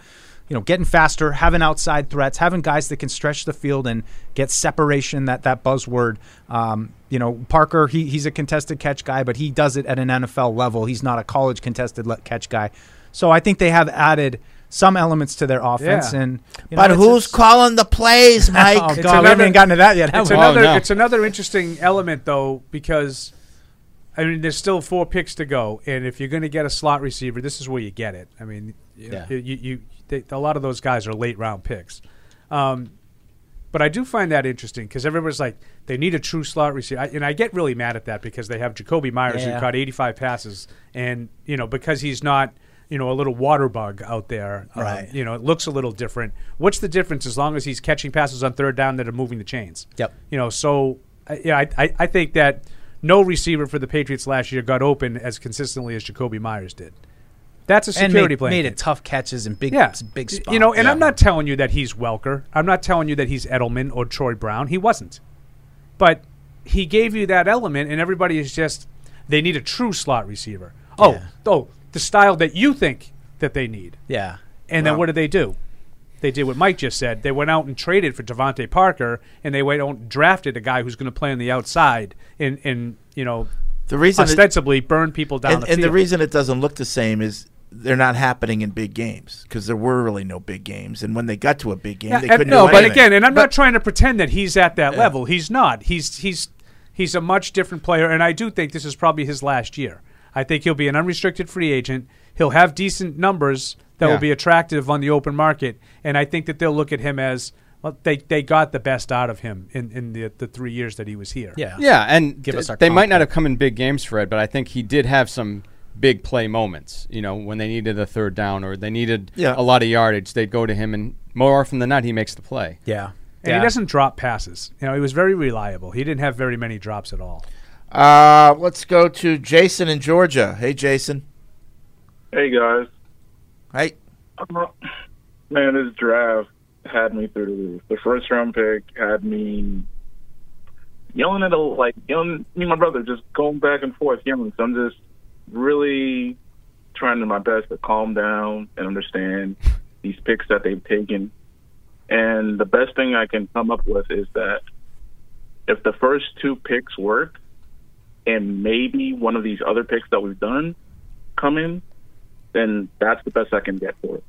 Speaker 5: You know, getting faster, having outside threats, having guys that can stretch the field and get separation—that that buzzword. Um, you know, Parker, he, he's a contested catch guy, but he does it at an NFL level. He's not a college contested le- catch guy. So I think they have added some elements to their offense.
Speaker 3: Yeah.
Speaker 5: And you
Speaker 4: but
Speaker 5: know, it's-
Speaker 4: who's calling the plays, Mike?
Speaker 5: Oh, God, we haven't even gotten to that yet. have
Speaker 3: It's
Speaker 5: we?
Speaker 3: another, it's another interesting element, though, because I mean, there's still four picks to go, and if you're going to get a slot receiver, this is where you get it. I mean, you,
Speaker 6: Yeah.
Speaker 3: you, you they, a lot of those guys are late round picks. Um, but I do find that interesting because everybody's like, they need a true slot receiver, I, and I get really mad at that because they have Jacoby Myers
Speaker 5: Yeah.
Speaker 3: who caught 85 passes, and you know because he's not. You know, a little water bug out there. um,
Speaker 5: Right.
Speaker 3: you know, it looks a little different. What's the difference as long as he's catching passes on third down that are moving the chains?
Speaker 5: Yep.
Speaker 3: You know, so uh, yeah, I, I, I think that no receiver for the Patriots last year got open as consistently as Jacoby Myers did. That's a
Speaker 5: and
Speaker 3: security
Speaker 5: made,
Speaker 3: play.
Speaker 5: made it tough catches and big
Speaker 3: Yeah,
Speaker 5: big spots.
Speaker 3: You know, and I'm not telling you that he's Welker. I'm not telling you that he's Edelman or Troy Brown. He wasn't, but he gave you that element, and everybody is just they need a true slot receiver. Oh, oh, the style that you think that they need.
Speaker 5: Yeah.
Speaker 3: And then
Speaker 5: Wow.
Speaker 3: what did they do? They did what Mike just said. They went out and traded for Devontae Parker, and they went out and drafted a guy who's going to play on the outside and, and you know,
Speaker 4: The reason it-
Speaker 3: ostensibly burn people down
Speaker 4: and,
Speaker 3: the
Speaker 4: and
Speaker 3: field.
Speaker 4: the reason it doesn't look the same is they're not happening in big games because there were really no big games, and when they got to a big game,
Speaker 3: Yeah,
Speaker 4: they
Speaker 3: and-
Speaker 4: couldn't.
Speaker 3: no,
Speaker 4: do
Speaker 3: but
Speaker 4: anything.
Speaker 3: again, and I'm not trying to pretend that he's at that level. He's not. He's he's he's a much different player, and I do think this is probably his last year. I think he'll be an unrestricted free agent. He'll have decent numbers that
Speaker 6: Yeah.
Speaker 3: will be attractive on the open market. And I think that they'll look at him as well, they they got the best out of him in, in the the three years that he was here.
Speaker 6: Yeah, and
Speaker 5: Give us our
Speaker 6: they might
Speaker 5: comp
Speaker 6: not have come in big games, Fred, but I think he did have some big play moments. You know, when they needed a third down or they needed
Speaker 3: Yeah.
Speaker 6: a lot of yardage, they'd go to him, and more often than not, he makes the play.
Speaker 5: Yeah.
Speaker 3: And he doesn't drop passes. You know, he was very reliable. He didn't have very many drops at all.
Speaker 4: Uh, let's go to Jason in Georgia. Hey, Jason.
Speaker 12: Hey guys.
Speaker 4: Hey.
Speaker 12: Man, this draft had me through the roof. The first round pick had me yelling at a like yelling me and my brother just going back and forth yelling. So I'm just really trying to my best to calm down and understand these picks that they've taken. And the best thing I can come up with is that if the first two picks work and maybe one of these other picks that we've done come in, then that's the best I can get for it.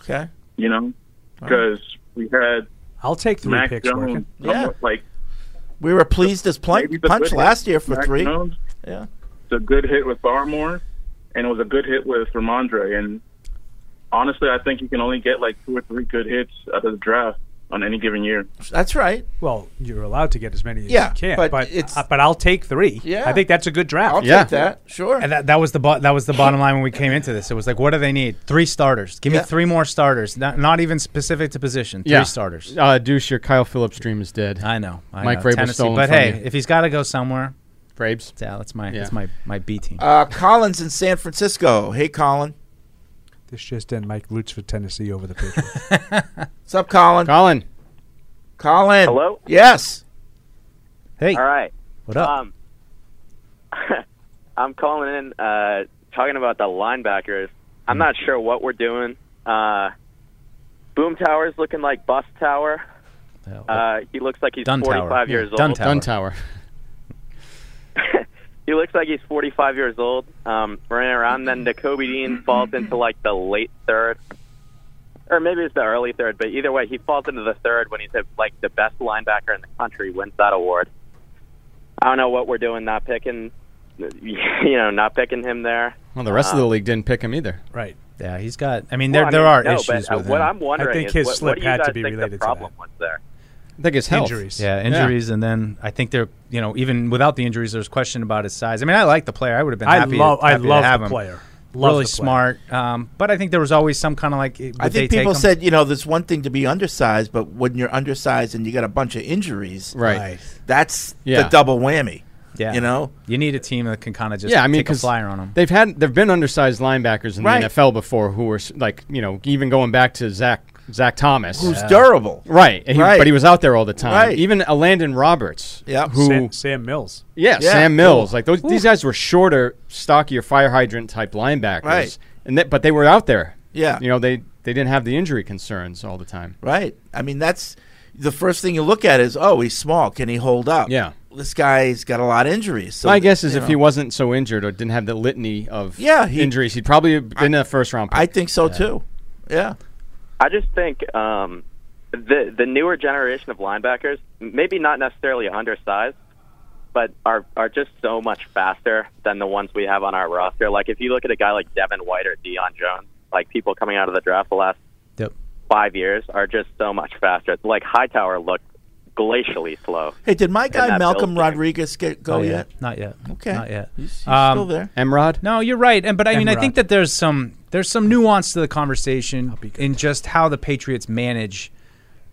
Speaker 4: Okay.
Speaker 12: You know, because we had
Speaker 3: I'll take
Speaker 4: three
Speaker 12: Mac
Speaker 4: picks,
Speaker 12: Jones,
Speaker 4: Workin.
Speaker 12: somewhat
Speaker 4: Yeah.
Speaker 12: like
Speaker 4: We were pleased as plunk,
Speaker 12: maybe the
Speaker 4: punch
Speaker 12: good hit
Speaker 4: last year for
Speaker 12: Mac
Speaker 4: three.
Speaker 12: Jones.
Speaker 4: Yeah.
Speaker 12: It's a good hit with Barmore, and it was a good hit with Ramondre. And honestly, I think you can only get like two or three good hits out of the draft on any given year.
Speaker 4: That's right.
Speaker 3: Well, you're allowed to get as many as
Speaker 12: Yeah,
Speaker 3: you can,
Speaker 12: but
Speaker 3: but
Speaker 12: it's-
Speaker 3: uh, but I'll take three.
Speaker 4: Yeah.
Speaker 3: I think that's a good draft.
Speaker 4: I'll Yeah. take that. Sure.
Speaker 5: And that, that was the bo- that was the bottom line when we came into this. It was like, what do they need? Three starters. Give me
Speaker 4: Yeah.
Speaker 5: three more starters. Not, not even specific to position. Three starters.
Speaker 6: Uh, Deuce, your Kyle Phillips dream is dead.
Speaker 5: I know. I
Speaker 6: Mike
Speaker 5: know.
Speaker 6: Vrabel
Speaker 5: Tennessee.
Speaker 6: stolen
Speaker 5: But
Speaker 6: from
Speaker 5: hey,
Speaker 6: you.
Speaker 5: if he's got to go somewhere,
Speaker 6: Braves.
Speaker 5: Yeah, that's my
Speaker 6: Yeah.
Speaker 5: that's my my B team.
Speaker 4: Uh, Collins in San Francisco. Hey, Colin.
Speaker 3: This just in, Mike roots for Tennessee over the Patriots.
Speaker 4: What's up, Colin?
Speaker 6: Colin.
Speaker 4: Colin.
Speaker 13: Hello?
Speaker 4: Yes.
Speaker 5: Hey.
Speaker 13: All right.
Speaker 5: What up?
Speaker 13: Um, I'm calling in uh, talking about the linebackers. I'm not sure what we're doing. Uh, Boom Tower's looking like Bust Tower. Uh, he looks like he's
Speaker 5: Dun
Speaker 13: 45
Speaker 5: Tower.
Speaker 13: years
Speaker 5: Yeah, Dun
Speaker 13: old.
Speaker 5: Tower. Dun
Speaker 6: Tower.
Speaker 13: He looks like he's 45 years old. Um, running around, then N'Kobe Dean falls into like the late third, or maybe it's the early third. But either way, he falls into the third when he's like the best linebacker in the country. Wins that award. I don't know what we're doing, not picking, you know, not picking him there.
Speaker 6: Well, the rest of the
Speaker 13: Um,
Speaker 6: league didn't pick him either.
Speaker 3: Right.
Speaker 5: Yeah, he's got. I mean,
Speaker 13: well,
Speaker 5: there
Speaker 13: I
Speaker 5: there
Speaker 13: mean,
Speaker 5: are
Speaker 13: no, but,
Speaker 5: issues
Speaker 13: uh,
Speaker 5: with
Speaker 13: what
Speaker 5: him.
Speaker 13: I'm wondering
Speaker 3: think
Speaker 13: is
Speaker 3: his
Speaker 13: what,
Speaker 3: slip
Speaker 13: what do you
Speaker 3: had to
Speaker 13: guys
Speaker 3: be
Speaker 13: think
Speaker 3: related to
Speaker 13: the problem was there?
Speaker 6: I think his health.
Speaker 5: Injuries. Yeah, injuries, and then I think they're you know even without the injuries, there's question about his size. I mean, I like the player. I would have been
Speaker 3: I
Speaker 5: happy.
Speaker 3: love-
Speaker 5: to,
Speaker 3: I
Speaker 5: happy to
Speaker 3: love
Speaker 5: have
Speaker 3: the
Speaker 5: him.
Speaker 3: player. Love
Speaker 5: really
Speaker 3: the player.
Speaker 5: smart, um, but I think there was always some kind of like. would
Speaker 4: I think
Speaker 5: they take
Speaker 4: people
Speaker 5: him?
Speaker 4: said, you know, there's one thing to be undersized, but when you're undersized and you got a bunch of injuries,
Speaker 5: Right. Right.
Speaker 4: That's
Speaker 5: Yeah.
Speaker 4: the double whammy.
Speaker 5: Yeah.
Speaker 4: You know,
Speaker 5: you need a team that can kind of just
Speaker 6: yeah, I mean,
Speaker 5: take a
Speaker 6: 'cause
Speaker 5: flyer on them.
Speaker 6: They've had they've been undersized linebackers in
Speaker 5: Right.
Speaker 6: the NFL before, who were s- like you know even going back to Zach Zach Thomas,
Speaker 4: Who's Yeah. durable.
Speaker 6: right? and he-
Speaker 4: Right.
Speaker 6: But he was out there all the time.
Speaker 4: Right.
Speaker 6: Even a Landon Roberts,
Speaker 4: Yeah.
Speaker 6: who
Speaker 3: Sam, Sam Mills.
Speaker 6: yeah, Sam Mills, like those these guys were shorter, stockier, fire hydrant type linebackers,
Speaker 4: Right.
Speaker 6: And that, but they were out there.
Speaker 4: Yeah.
Speaker 6: you know they they didn't have the injury concerns all the time.
Speaker 4: Right. I mean, that's the first thing you look at is, oh, he's small. Can he hold up?
Speaker 6: Yeah.
Speaker 4: This guy's got a lot of injuries. So
Speaker 6: My guess is
Speaker 4: you
Speaker 6: if
Speaker 4: know.
Speaker 6: he wasn't so injured or didn't have the litany of
Speaker 4: Yeah, he-
Speaker 6: injuries, he'd probably have been a first round pick.
Speaker 4: I think so too. Yeah.
Speaker 13: I just think um, the the newer generation of linebackers, maybe not necessarily undersized, but are are just so much faster than the ones we have on our roster. Like if you look at a guy like Devin White or Deion Jones, like people coming out of the draft the last
Speaker 5: Yep.
Speaker 13: five years are just so much faster. Like Hightower looked glacially slow.
Speaker 4: Hey, did my
Speaker 13: in
Speaker 4: guy
Speaker 13: that
Speaker 4: Malcolm
Speaker 13: build.
Speaker 4: Rodriguez get go
Speaker 5: Not
Speaker 4: yet?
Speaker 5: Oh, Not yet.
Speaker 4: Okay.
Speaker 5: Not yet. Um,
Speaker 4: He's, he's still there.
Speaker 6: Emrod?
Speaker 5: No, you're right. And but I mean, I
Speaker 4: Emrod.
Speaker 5: think that there's some there's some nuance to the conversation in just how the Patriots manage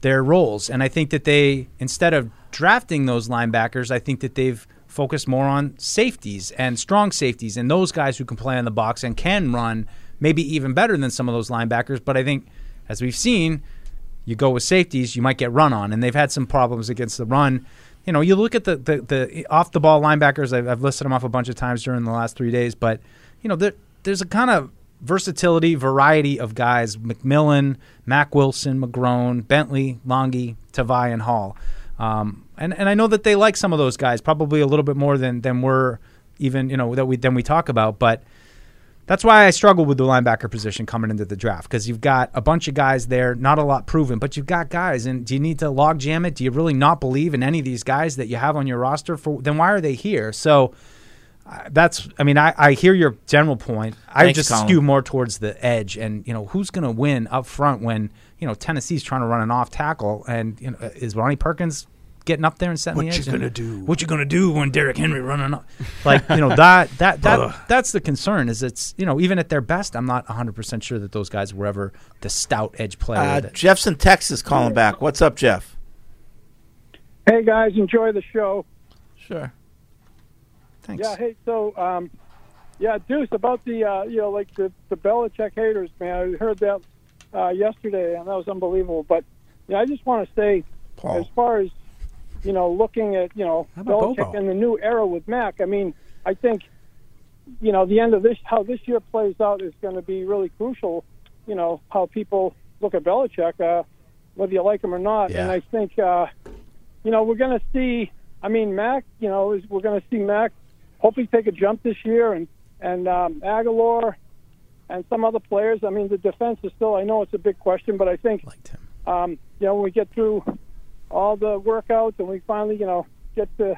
Speaker 5: their roles. And I think that they instead of drafting those linebackers, I think that they've focused more on safeties and strong safeties and those guys who can play in the box and can run maybe even better than some of those linebackers. But I think as we've seen, you go with safeties, you might get run on, and they've had some problems against the run. You know, you look at the the, the off the ball linebackers. I've, I've listed them off a bunch of times during the last three days, but you know, there, there's a kind of versatility, variety of guys: McMillan, Mac Wilson, McGrone, Bentley, Longi, Tavai, and Hall. Um, and and I know that they like some of those guys probably a little bit more than than we're even you know that we than we talk about, but. That's why I struggled with the linebacker position coming into the draft because you've got a bunch of guys there, not a lot proven, but you've got guys. And do you need to log jam it? Do you really not believe in any of these guys that you have on your roster? For then why are they here? So I- that's I mean I, I hear your general point. I
Speaker 4: Thanks,
Speaker 5: just
Speaker 4: Colin.
Speaker 5: skew more towards the edge, and you know who's going to win up front when you know Tennessee's trying to run an off tackle, and you know, is Ronnie Perkins getting up there and setting
Speaker 14: What
Speaker 5: the
Speaker 14: you
Speaker 5: edge?
Speaker 14: gonna
Speaker 5: And
Speaker 14: do?
Speaker 5: What you gonna do when Derrick Henry running up? Like you know that that
Speaker 14: Ugh.
Speaker 5: that that's the concern. Is it's you know even at their best, I'm not 100 percent sure that those guys were ever the stout edge player.
Speaker 4: Uh,
Speaker 5: that-
Speaker 4: Jeff's in Texas calling back. What's up, Jeff?
Speaker 15: Hey guys, enjoy the show.
Speaker 4: Sure.
Speaker 5: Thanks.
Speaker 15: Yeah. Hey. So, um, yeah, Deuce, about the uh, you know like the the Belichick haters, man. I heard that uh, yesterday, and that was unbelievable. But yeah, I just want to say, as far as you know, looking at you know
Speaker 3: about
Speaker 15: Belichick
Speaker 3: Bobo?
Speaker 15: and the new era with Mac. I mean, I think you know the end of this how this year plays out is going to be really crucial. You know how people look at Belichick, uh, whether you like him or not.
Speaker 16: Yeah.
Speaker 15: And I think uh, you know we're going to see. I mean, Mac. You know, is, we're going to see Mac hopefully take a jump this year, and and um, Aguilar and some other players. I mean, the defense is still. I know it's a big question, but I think um, you know when we get through all the workouts and we finally you know get to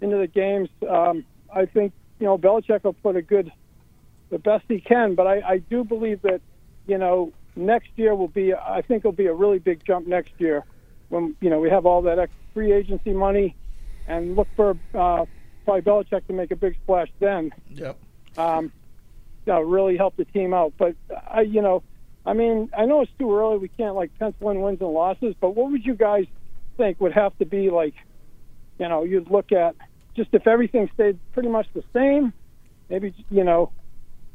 Speaker 15: into the games, um, I think you know Belichick will put a good, the best he can. But I, I do believe that you know next year will be. I think it'll be a really big jump next year when you know we have all that ex- free agency money and look for uh, probably Belichick to make a big splash then.
Speaker 4: Yep.
Speaker 15: Um, you know, really help the team out. But I, you know, I mean, I know it's too early. We can't like pencil in wins and losses. But what would you guys think would have to be like? You know, you'd look at just if everything stayed pretty much the same. Maybe you know,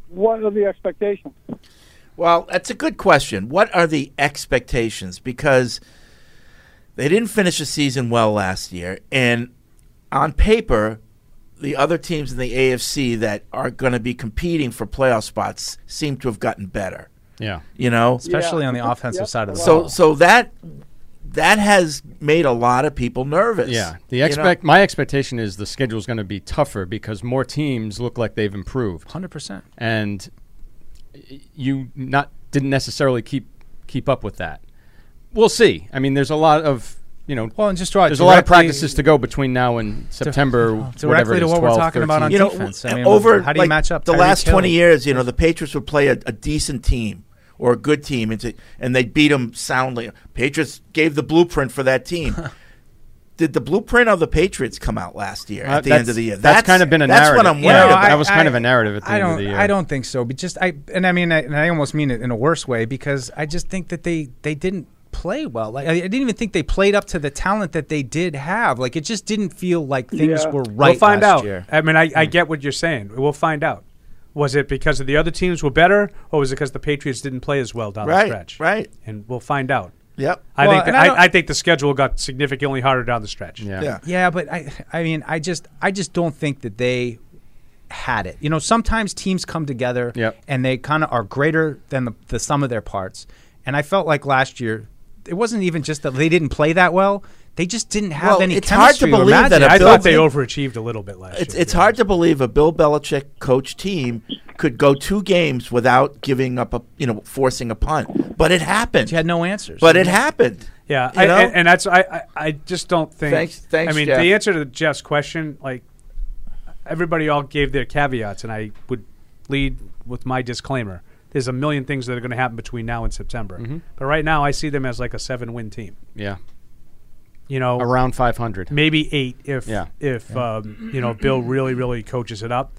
Speaker 15: what are the expectations?
Speaker 4: Well, that's a good question. What are the expectations? Because they didn't finish the season well last year, and on paper, the other teams in the AFC that are going to be competing for playoff spots seem to have gotten better.
Speaker 5: Yeah.
Speaker 4: you know,
Speaker 5: Especially Yeah. on the offensive Yep. side of the
Speaker 4: so,
Speaker 5: ball.
Speaker 4: So that that has made a lot of people nervous.
Speaker 6: Yeah, the
Speaker 4: you know?
Speaker 6: expect my expectation is the schedule is going to be tougher because more teams look like they've improved.
Speaker 5: Hundred percent.
Speaker 6: And y- you not didn't necessarily keep keep up with that. We'll see. I mean, there's a lot of you know.
Speaker 5: Well, and just draw it
Speaker 6: There's a lot of
Speaker 5: directly-
Speaker 6: practices to go between now and September.
Speaker 5: directly
Speaker 6: whatever it
Speaker 5: to
Speaker 6: is,
Speaker 5: what we're
Speaker 6: 12,
Speaker 5: talking about
Speaker 6: 13.
Speaker 5: on
Speaker 4: you know,
Speaker 5: defense.
Speaker 4: w-
Speaker 5: I mean,
Speaker 4: over
Speaker 5: how do you
Speaker 4: like,
Speaker 5: match up
Speaker 4: The
Speaker 5: Tyreek
Speaker 4: last
Speaker 5: Hill?
Speaker 4: twenty years, you know, the Patriots would play a, a decent team or a good team, and, to, and they'd beat them soundly. Patriots gave the blueprint for that team. Did the blueprint of the Patriots come out last year
Speaker 6: Uh,
Speaker 4: at the end
Speaker 6: that's-
Speaker 4: of the year?
Speaker 6: that's kind of been a
Speaker 4: that's what
Speaker 6: narrative.
Speaker 4: I'm
Speaker 6: Yeah,
Speaker 4: worried
Speaker 6: but
Speaker 4: about.
Speaker 6: that was kind of a narrative at the
Speaker 5: I
Speaker 6: end of
Speaker 5: don't,
Speaker 6: the year.
Speaker 5: I don't think so. But just I and I mean, I, and I almost mean it in a worse way because I just think that they they didn't play well. Like I, I didn't even think they played up to the talent that they did have. Like it just didn't feel like things were right.
Speaker 3: We'll find
Speaker 5: last
Speaker 3: out.
Speaker 5: year.
Speaker 3: I mean, I, I get what you're saying. We'll find out. Was it because the other teams were better, or was it because the Patriots didn't play as well down
Speaker 4: Right,
Speaker 3: the stretch?
Speaker 4: Right.
Speaker 3: And we'll find out.
Speaker 4: Yep.
Speaker 3: I
Speaker 5: Well,
Speaker 3: think
Speaker 5: and
Speaker 3: the,
Speaker 5: I don't-
Speaker 3: I, I think the schedule got significantly harder down the stretch.
Speaker 5: yeah. but I, I mean, I just, I just don't think that they had it. You know, sometimes teams come together and they kind of are greater than the, the sum of their parts. And I felt like last year, it wasn't even just that they didn't play that well; they just didn't have
Speaker 4: Well,
Speaker 5: any.
Speaker 4: it's hard to
Speaker 5: chemistry or
Speaker 4: believe that
Speaker 5: magic.
Speaker 4: a I thought they building-
Speaker 3: Overachieved a little bit last
Speaker 4: It's, it's hard to believe a Bill Belichick coach team could go two games without giving up a you know forcing a punt, but it happened.
Speaker 5: You had no answers,
Speaker 4: but it happened.
Speaker 3: Yeah,
Speaker 4: you
Speaker 3: I,
Speaker 4: know?
Speaker 3: and, and that's I, I. I just don't think.
Speaker 4: Thanks- thanks,
Speaker 3: I mean,
Speaker 4: Jeff.
Speaker 3: the answer to Jeff's question, like everybody all gave their caveats, and I would lead with my disclaimer. There's a million things that are going to happen between now and September,
Speaker 4: Mm-hmm.
Speaker 6: Mhm.
Speaker 3: but right now I see them as like a seven-win team.
Speaker 6: Yeah.
Speaker 3: You know,
Speaker 6: around 500,
Speaker 5: Mm.
Speaker 3: maybe eight if
Speaker 6: Yeah.
Speaker 3: if
Speaker 6: Yeah.
Speaker 3: Um, you know Bill really really coaches it up.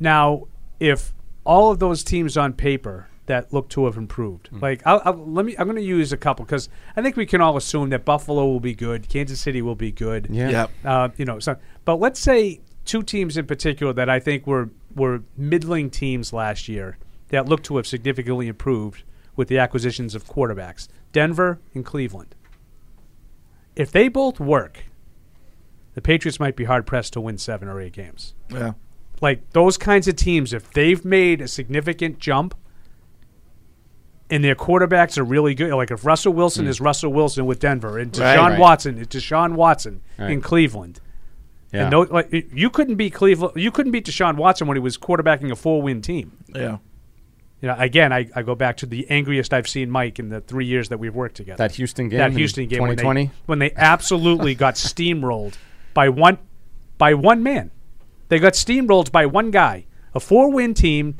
Speaker 3: Now, if all of those teams on paper that look to have improved, like I'll, I'll, let me, I'm going to use a couple because I think we can all assume that Buffalo will be good, Kansas City will be good.
Speaker 6: Yeah. Yep.
Speaker 3: Uh, you know, so but let's say two teams in particular that I think were were middling teams last year that look to have significantly improved with the acquisitions of quarterbacks, Denver and Cleveland. If they both work, the Patriots might be hard pressed to win seven or eight games.
Speaker 4: Yeah.
Speaker 3: Like those kinds of teams, if they've made a significant jump and their quarterbacks are really good, like if Russell Wilson
Speaker 6: Mm.
Speaker 3: is Russell Wilson with Denver and
Speaker 6: Right.
Speaker 3: Deshaun
Speaker 6: Right.
Speaker 3: Watson is Deshaun Watson in
Speaker 6: Right.
Speaker 3: Cleveland.
Speaker 6: Yeah.
Speaker 3: And those, like, y- you couldn't beat Cleveland. You couldn't beat Deshaun Watson when he was quarterbacking a four-win team.
Speaker 4: Yeah.
Speaker 3: You know, again, I, I go back to the angriest I've seen Mike in the three years that we've worked together.
Speaker 6: That Houston game
Speaker 3: That
Speaker 6: in
Speaker 3: Houston game. when they-
Speaker 6: 2020?
Speaker 3: When, they, absolutely got steamrolled by one by one man. They got steamrolled by one guy, a four-win team,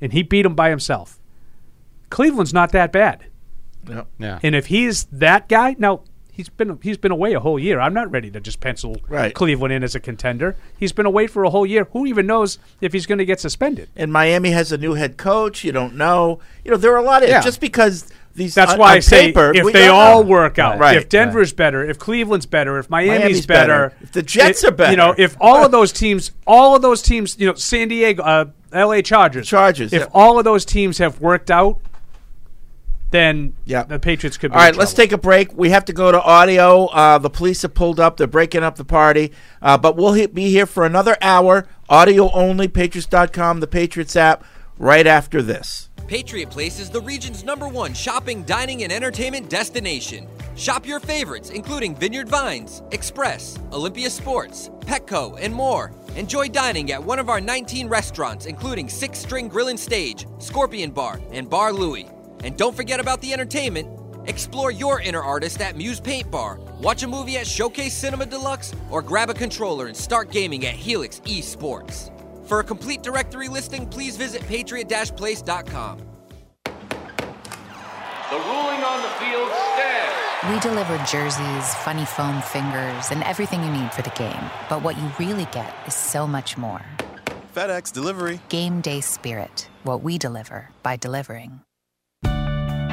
Speaker 3: and he beat them by himself. Cleveland's not that bad.
Speaker 6: Yeah.
Speaker 3: And if he's that guy, now he's been he's been away a whole year. I'm not ready to just pencil
Speaker 4: Right.
Speaker 3: Cleveland in as a contender. He's been away for a whole year. Who even knows if he's going to get suspended?
Speaker 4: And Miami has a new head coach. You don't know. You know there are a lot of
Speaker 3: Yeah.
Speaker 4: just because these.
Speaker 3: That's
Speaker 4: on-
Speaker 3: why
Speaker 4: on
Speaker 3: I say
Speaker 4: paper,
Speaker 3: if
Speaker 4: we
Speaker 3: they
Speaker 4: don't
Speaker 3: all
Speaker 4: know.
Speaker 3: work out,
Speaker 4: Right.
Speaker 3: if Denver's better, if Cleveland's better, if Miami's,
Speaker 4: Miami's
Speaker 3: better,
Speaker 4: better, if the Jets are better.
Speaker 3: you know, if all of those teams, all of those teams, you know, San Diego, uh, L.A. Chargers, Chargers, if
Speaker 4: yeah.
Speaker 3: all of those teams have worked out, then yeah. the Patriots could. be
Speaker 4: All
Speaker 3: in
Speaker 4: right, let's
Speaker 3: trouble.
Speaker 4: take a break. We have to go to audio. Uh, the police have pulled up. They're breaking up the party. Uh, but we'll he- be here for another hour. Audio only, patriots.com, the Patriots app, right after this.
Speaker 2: Patriot Place is the region's number one shopping, dining, and entertainment destination. Shop your favorites, including Vineyard Vines, Express, Olympia Sports, Petco, and more. Enjoy dining at one of our 19 restaurants, including Six String Grill and Stage, Scorpion Bar, and Bar Louie. And don't forget about the entertainment. Explore your inner artist at Muse Paint Bar, watch a movie at Showcase Cinema Deluxe, or grab a controller and start gaming at Helix Esports. For a complete directory listing, please visit patriot-place.com.
Speaker 14: The ruling on the field stands.
Speaker 16: We deliver jerseys, funny foam fingers, and everything you need for the game. But what you really get is so much more.
Speaker 17: FedEx delivery.
Speaker 16: Game day spirit. What we deliver by delivering.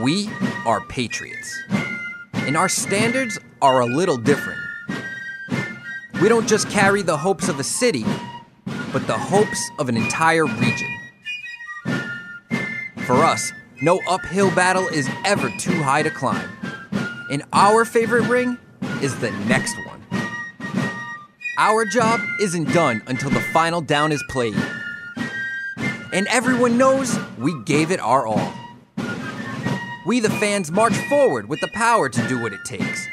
Speaker 2: We are patriots. And our standards are a little different. We don't just carry the hopes of a city, but the hopes of an entire region. For us, no uphill battle is ever too high to climb. And our favorite ring is the next one. Our job isn't done until the final down is played. And everyone knows we gave it our all. We, the fans, march forward with the power to do what it takes,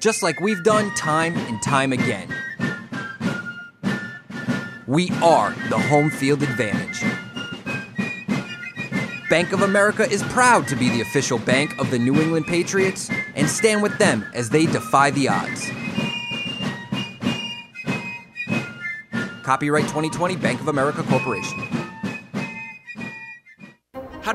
Speaker 2: just like we've done time and time again. We are the home field advantage. Bank of America is proud to be the official bank of the New England Patriots and stand with them as they defy the odds. Copyright 2020 Bank of America Corporation.
Speaker 18: How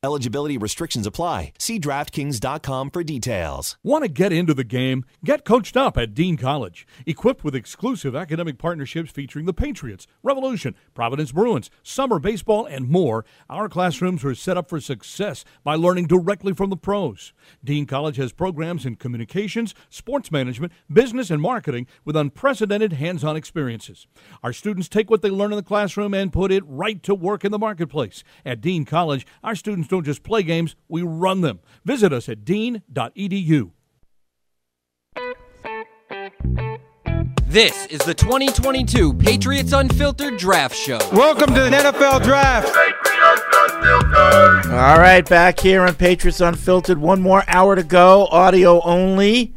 Speaker 19: Eligibility restrictions apply. See DraftKings.com for details.
Speaker 1: Want to get into the game? Get coached up at Dean College. Equipped with exclusive academic partnerships featuring the Patriots, Revolution, Providence Bruins, summer baseball, and more, our classrooms are set up for success by learning directly from the pros. Dean College has programs in communications, sports management, business, and marketing with unprecedented hands on experiences. Our students take what they learn in the classroom and put it right to work in the marketplace. At Dean College, our students don't just play games, we run them. Visit us at dean.edu.
Speaker 2: This is the 2022 Patriots Unfiltered Draft Show.
Speaker 4: Welcome to the NFL Draft. All right, back here on Patriots Unfiltered. One more hour to go, audio only.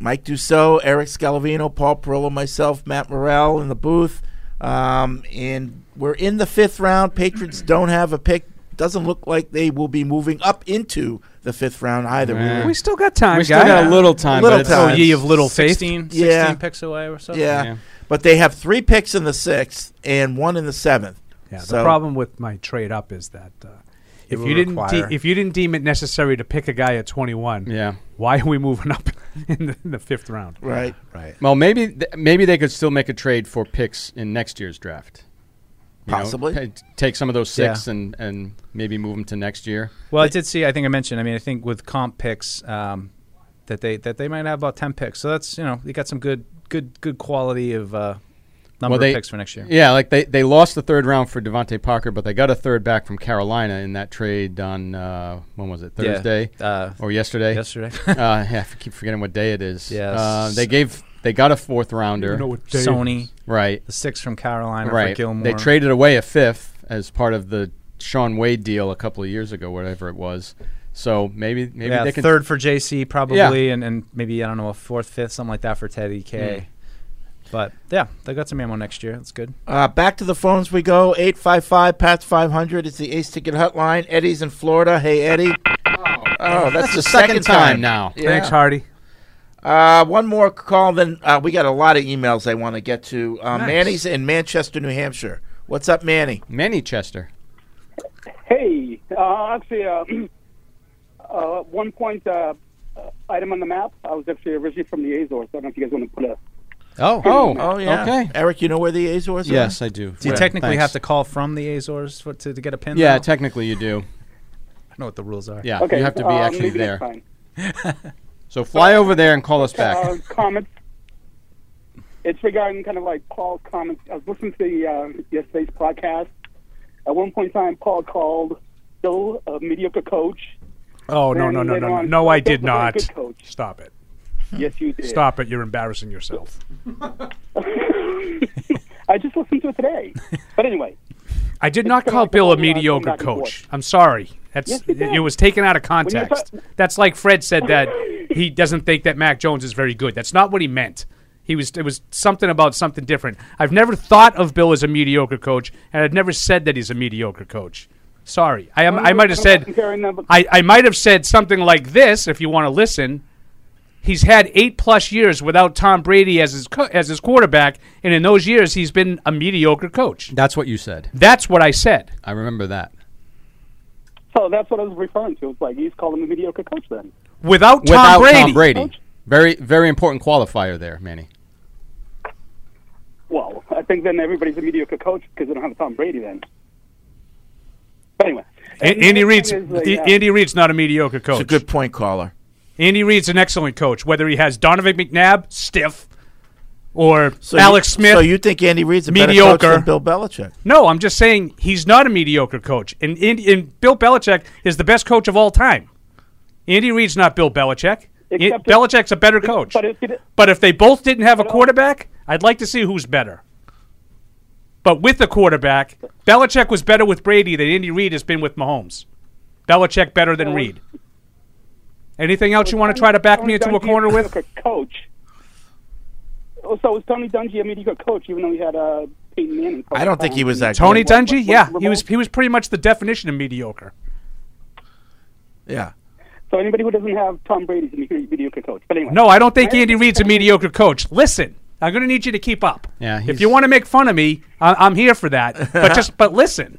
Speaker 4: Mike Dussault, Eric Scalavino, Paul Perillo, myself, Matt Morrell in the booth. Um, and we're in the fifth round. Patriots don't have a pick. Doesn't look like they will be moving up into the fifth round either.
Speaker 3: Nah.
Speaker 4: were-
Speaker 3: We still got time,
Speaker 6: We still guys. got a little time,
Speaker 4: Little
Speaker 6: but it's- Oh,
Speaker 4: time.
Speaker 6: ye of little faith.
Speaker 5: 16, 16
Speaker 4: Yeah.
Speaker 5: picks away or something.
Speaker 4: Yeah. But they have three picks in the sixth and one in the seventh.
Speaker 3: Yeah, the
Speaker 4: So-
Speaker 3: problem with my trade up is that uh,
Speaker 4: It
Speaker 3: if
Speaker 4: will
Speaker 3: you didn't de-
Speaker 4: require-
Speaker 3: if you didn't deem it necessary to pick a guy at 21,
Speaker 6: Yeah.
Speaker 3: why are we moving up in the, in the fifth round?
Speaker 4: right.
Speaker 6: Well, maybe th- maybe they could still make a trade for picks in next year's draft. You know,
Speaker 5: Possibly.
Speaker 6: pa- take some of those six and, and maybe move them to next year.
Speaker 5: Well, I did see. I think I mentioned. I mean, I think with comp picks um, that they that they might have about ten picks. So that's you know they got some good good good quality of uh, number
Speaker 6: Well, they-
Speaker 5: of picks for next year.
Speaker 6: Yeah, like they, they lost the third round for Devontae Parker, but they got a third back from Carolina in that trade on uh, when was it
Speaker 5: Yeah, uh,
Speaker 6: Thursday or yesterday? Yesterday. uh, yeah, I f- keep forgetting what day it is.
Speaker 5: Yeah,
Speaker 6: uh,
Speaker 5: s-
Speaker 6: they gave they got a fourth rounder.
Speaker 5: You know what day it Sony. is.
Speaker 6: right?
Speaker 5: The six from Carolina for
Speaker 6: right?
Speaker 5: Gilmore.
Speaker 6: They traded away a fifth as part of the Sean Wade deal a couple of years ago, whatever it was. So maybe maybe
Speaker 5: yeah,
Speaker 6: they can
Speaker 5: third for JC probably,
Speaker 6: Yeah. Hmm.
Speaker 5: and, and maybe I don't know a fourth, fifth, something like that for Teddy K. But yeah, they got some ammo next year. That's good.
Speaker 4: Uh, back to the phones we go. 855 PATS 500 is the Ace Ticket Hotline. Eddie's in Florida. Hey, Eddie. Oh, that's the second, time
Speaker 3: Thanks,
Speaker 4: Yeah.
Speaker 3: Hardy.
Speaker 4: Uh, one more call, then uh, we got a lot of emails I want to get to. Uh,
Speaker 6: Nice.
Speaker 4: Manny's in Manchester, New Hampshire. What's up, Manny?
Speaker 6: Manny Chester.
Speaker 15: Hey, uh, actually, uh, uh, one point uh, uh, item on the map. I was actually originally from the Azores. I don't know if you guys want to put a.
Speaker 6: Oh,
Speaker 4: oh,
Speaker 15: Oh,
Speaker 4: yeah.
Speaker 15: okay.
Speaker 4: Eric, you know where the Azores are?
Speaker 6: Yes, I do.
Speaker 5: Do you
Speaker 6: Yeah,
Speaker 5: technically
Speaker 6: thanks.
Speaker 5: have to call from the Azores for, to, to get a pin?
Speaker 6: Yeah,
Speaker 5: though?
Speaker 6: technically you do.
Speaker 5: I know what the rules are.
Speaker 6: Yeah, you have to be actually there. so fly
Speaker 15: Uh,
Speaker 6: over there and call us
Speaker 15: Uh,
Speaker 6: back.
Speaker 15: comments. It's regarding kind of like Paul's comments. I was listening to the, uh, yesterday's podcast. At one point in time, Paul called Bill a mediocre coach.
Speaker 3: Oh no
Speaker 15: And
Speaker 3: no no
Speaker 15: later
Speaker 3: no
Speaker 15: on,
Speaker 3: no! I
Speaker 15: Bill's
Speaker 3: did
Speaker 15: a very
Speaker 3: not.
Speaker 15: good coach.
Speaker 3: Stop it.
Speaker 15: Yes, you did.
Speaker 3: Stop it! You're embarrassing yourself.
Speaker 15: I just listened to it today. But anyway,
Speaker 3: I did not call Bill a mediocre
Speaker 15: back and
Speaker 3: coach. I'm sorry. That's
Speaker 15: Yes, you did.
Speaker 3: it was taken out of
Speaker 15: When you're
Speaker 3: context. That's like Fred said that he doesn't think that Mac Jones is very good. That's not what he meant. He was it was something about something different. I've never thought of Bill as a mediocre coach, and I've never said that he's a mediocre coach. Sorry, I am.
Speaker 15: Well,
Speaker 3: I
Speaker 15: you were
Speaker 3: might have
Speaker 15: talking about
Speaker 3: said.
Speaker 15: comparing them-
Speaker 3: I, I might have said something like this if you want to listen. He's had eight plus years without Tom Brady as his co- as his quarterback, and in those years, he's been a mediocre coach.
Speaker 6: That's what you said.
Speaker 3: That's what I said.
Speaker 6: I remember that.
Speaker 15: So that's what I was referring to. It's like he's called him a mediocre coach then.
Speaker 3: Without
Speaker 6: Without
Speaker 3: Tom Brady.
Speaker 6: Tom Brady. Very very important qualifier there, Manny.
Speaker 15: Well, I think then everybody's a mediocre coach because they don't have Tom Brady then. But anyway,
Speaker 3: A-
Speaker 15: And
Speaker 3: Andy
Speaker 15: the other
Speaker 3: Reid's
Speaker 15: thing is, like,
Speaker 3: the-
Speaker 15: uh,
Speaker 3: Andy Reid's not a mediocre coach.
Speaker 4: It's a good point caller.
Speaker 3: Andy Reid's an excellent coach, whether he has Donovan McNabb stiff or
Speaker 4: So
Speaker 3: Alex
Speaker 4: you,
Speaker 3: Smith.
Speaker 4: So you think Andy Reid's a
Speaker 3: mediocre?
Speaker 4: better coach than Bill Belichick?
Speaker 3: no, I'm just saying he's not a mediocre coach, and, and, and Bill Belichick is the best coach of all time. Andy Reid's not Bill Belichick. An- Belichick's a better coach. But if, uh, they both didn't have a quarterback, I'd like to see who's better. But with the quarterback, Belichick was better with Brady than Andy Reid has been with Mahomes. Belichick better than Reid. Anything else you want to try to back
Speaker 15: Tony
Speaker 3: me into a
Speaker 15: Dungy
Speaker 3: corner with?
Speaker 15: mediocre coach. Oh, So was Tony Dungy a mediocre coach, even though he had uh, Peyton Manning?
Speaker 4: I don't think he was that
Speaker 3: Tony
Speaker 4: good.
Speaker 3: Dungy, yeah, he was. He was pretty much the definition of mediocre.
Speaker 4: Yeah.
Speaker 7: So anybody who doesn't have Tom Brady's a mediocre- mediocre coach. But anyway.
Speaker 3: No, I don't think Andy Reid's a mediocre coach. Listen, I'm going to need you to keep up.
Speaker 6: Yeah,
Speaker 3: If you want to make fun of me, I- I'm here for that. But just but listen,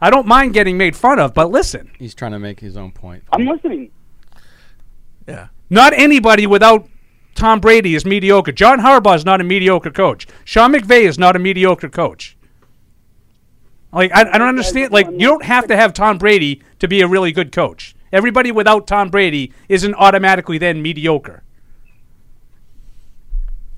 Speaker 3: I don't mind getting made fun of. But listen,
Speaker 6: he's trying to make his own point.
Speaker 7: I'm listening.
Speaker 3: Not anybody without Tom Brady is mediocre. John Harbaugh is not a mediocre coach. Sean McVay is not a mediocre coach. Like I, I don't understand. Like you don't have to have Tom Brady to be a really good coach. Everybody without Tom Brady isn't automatically then mediocre.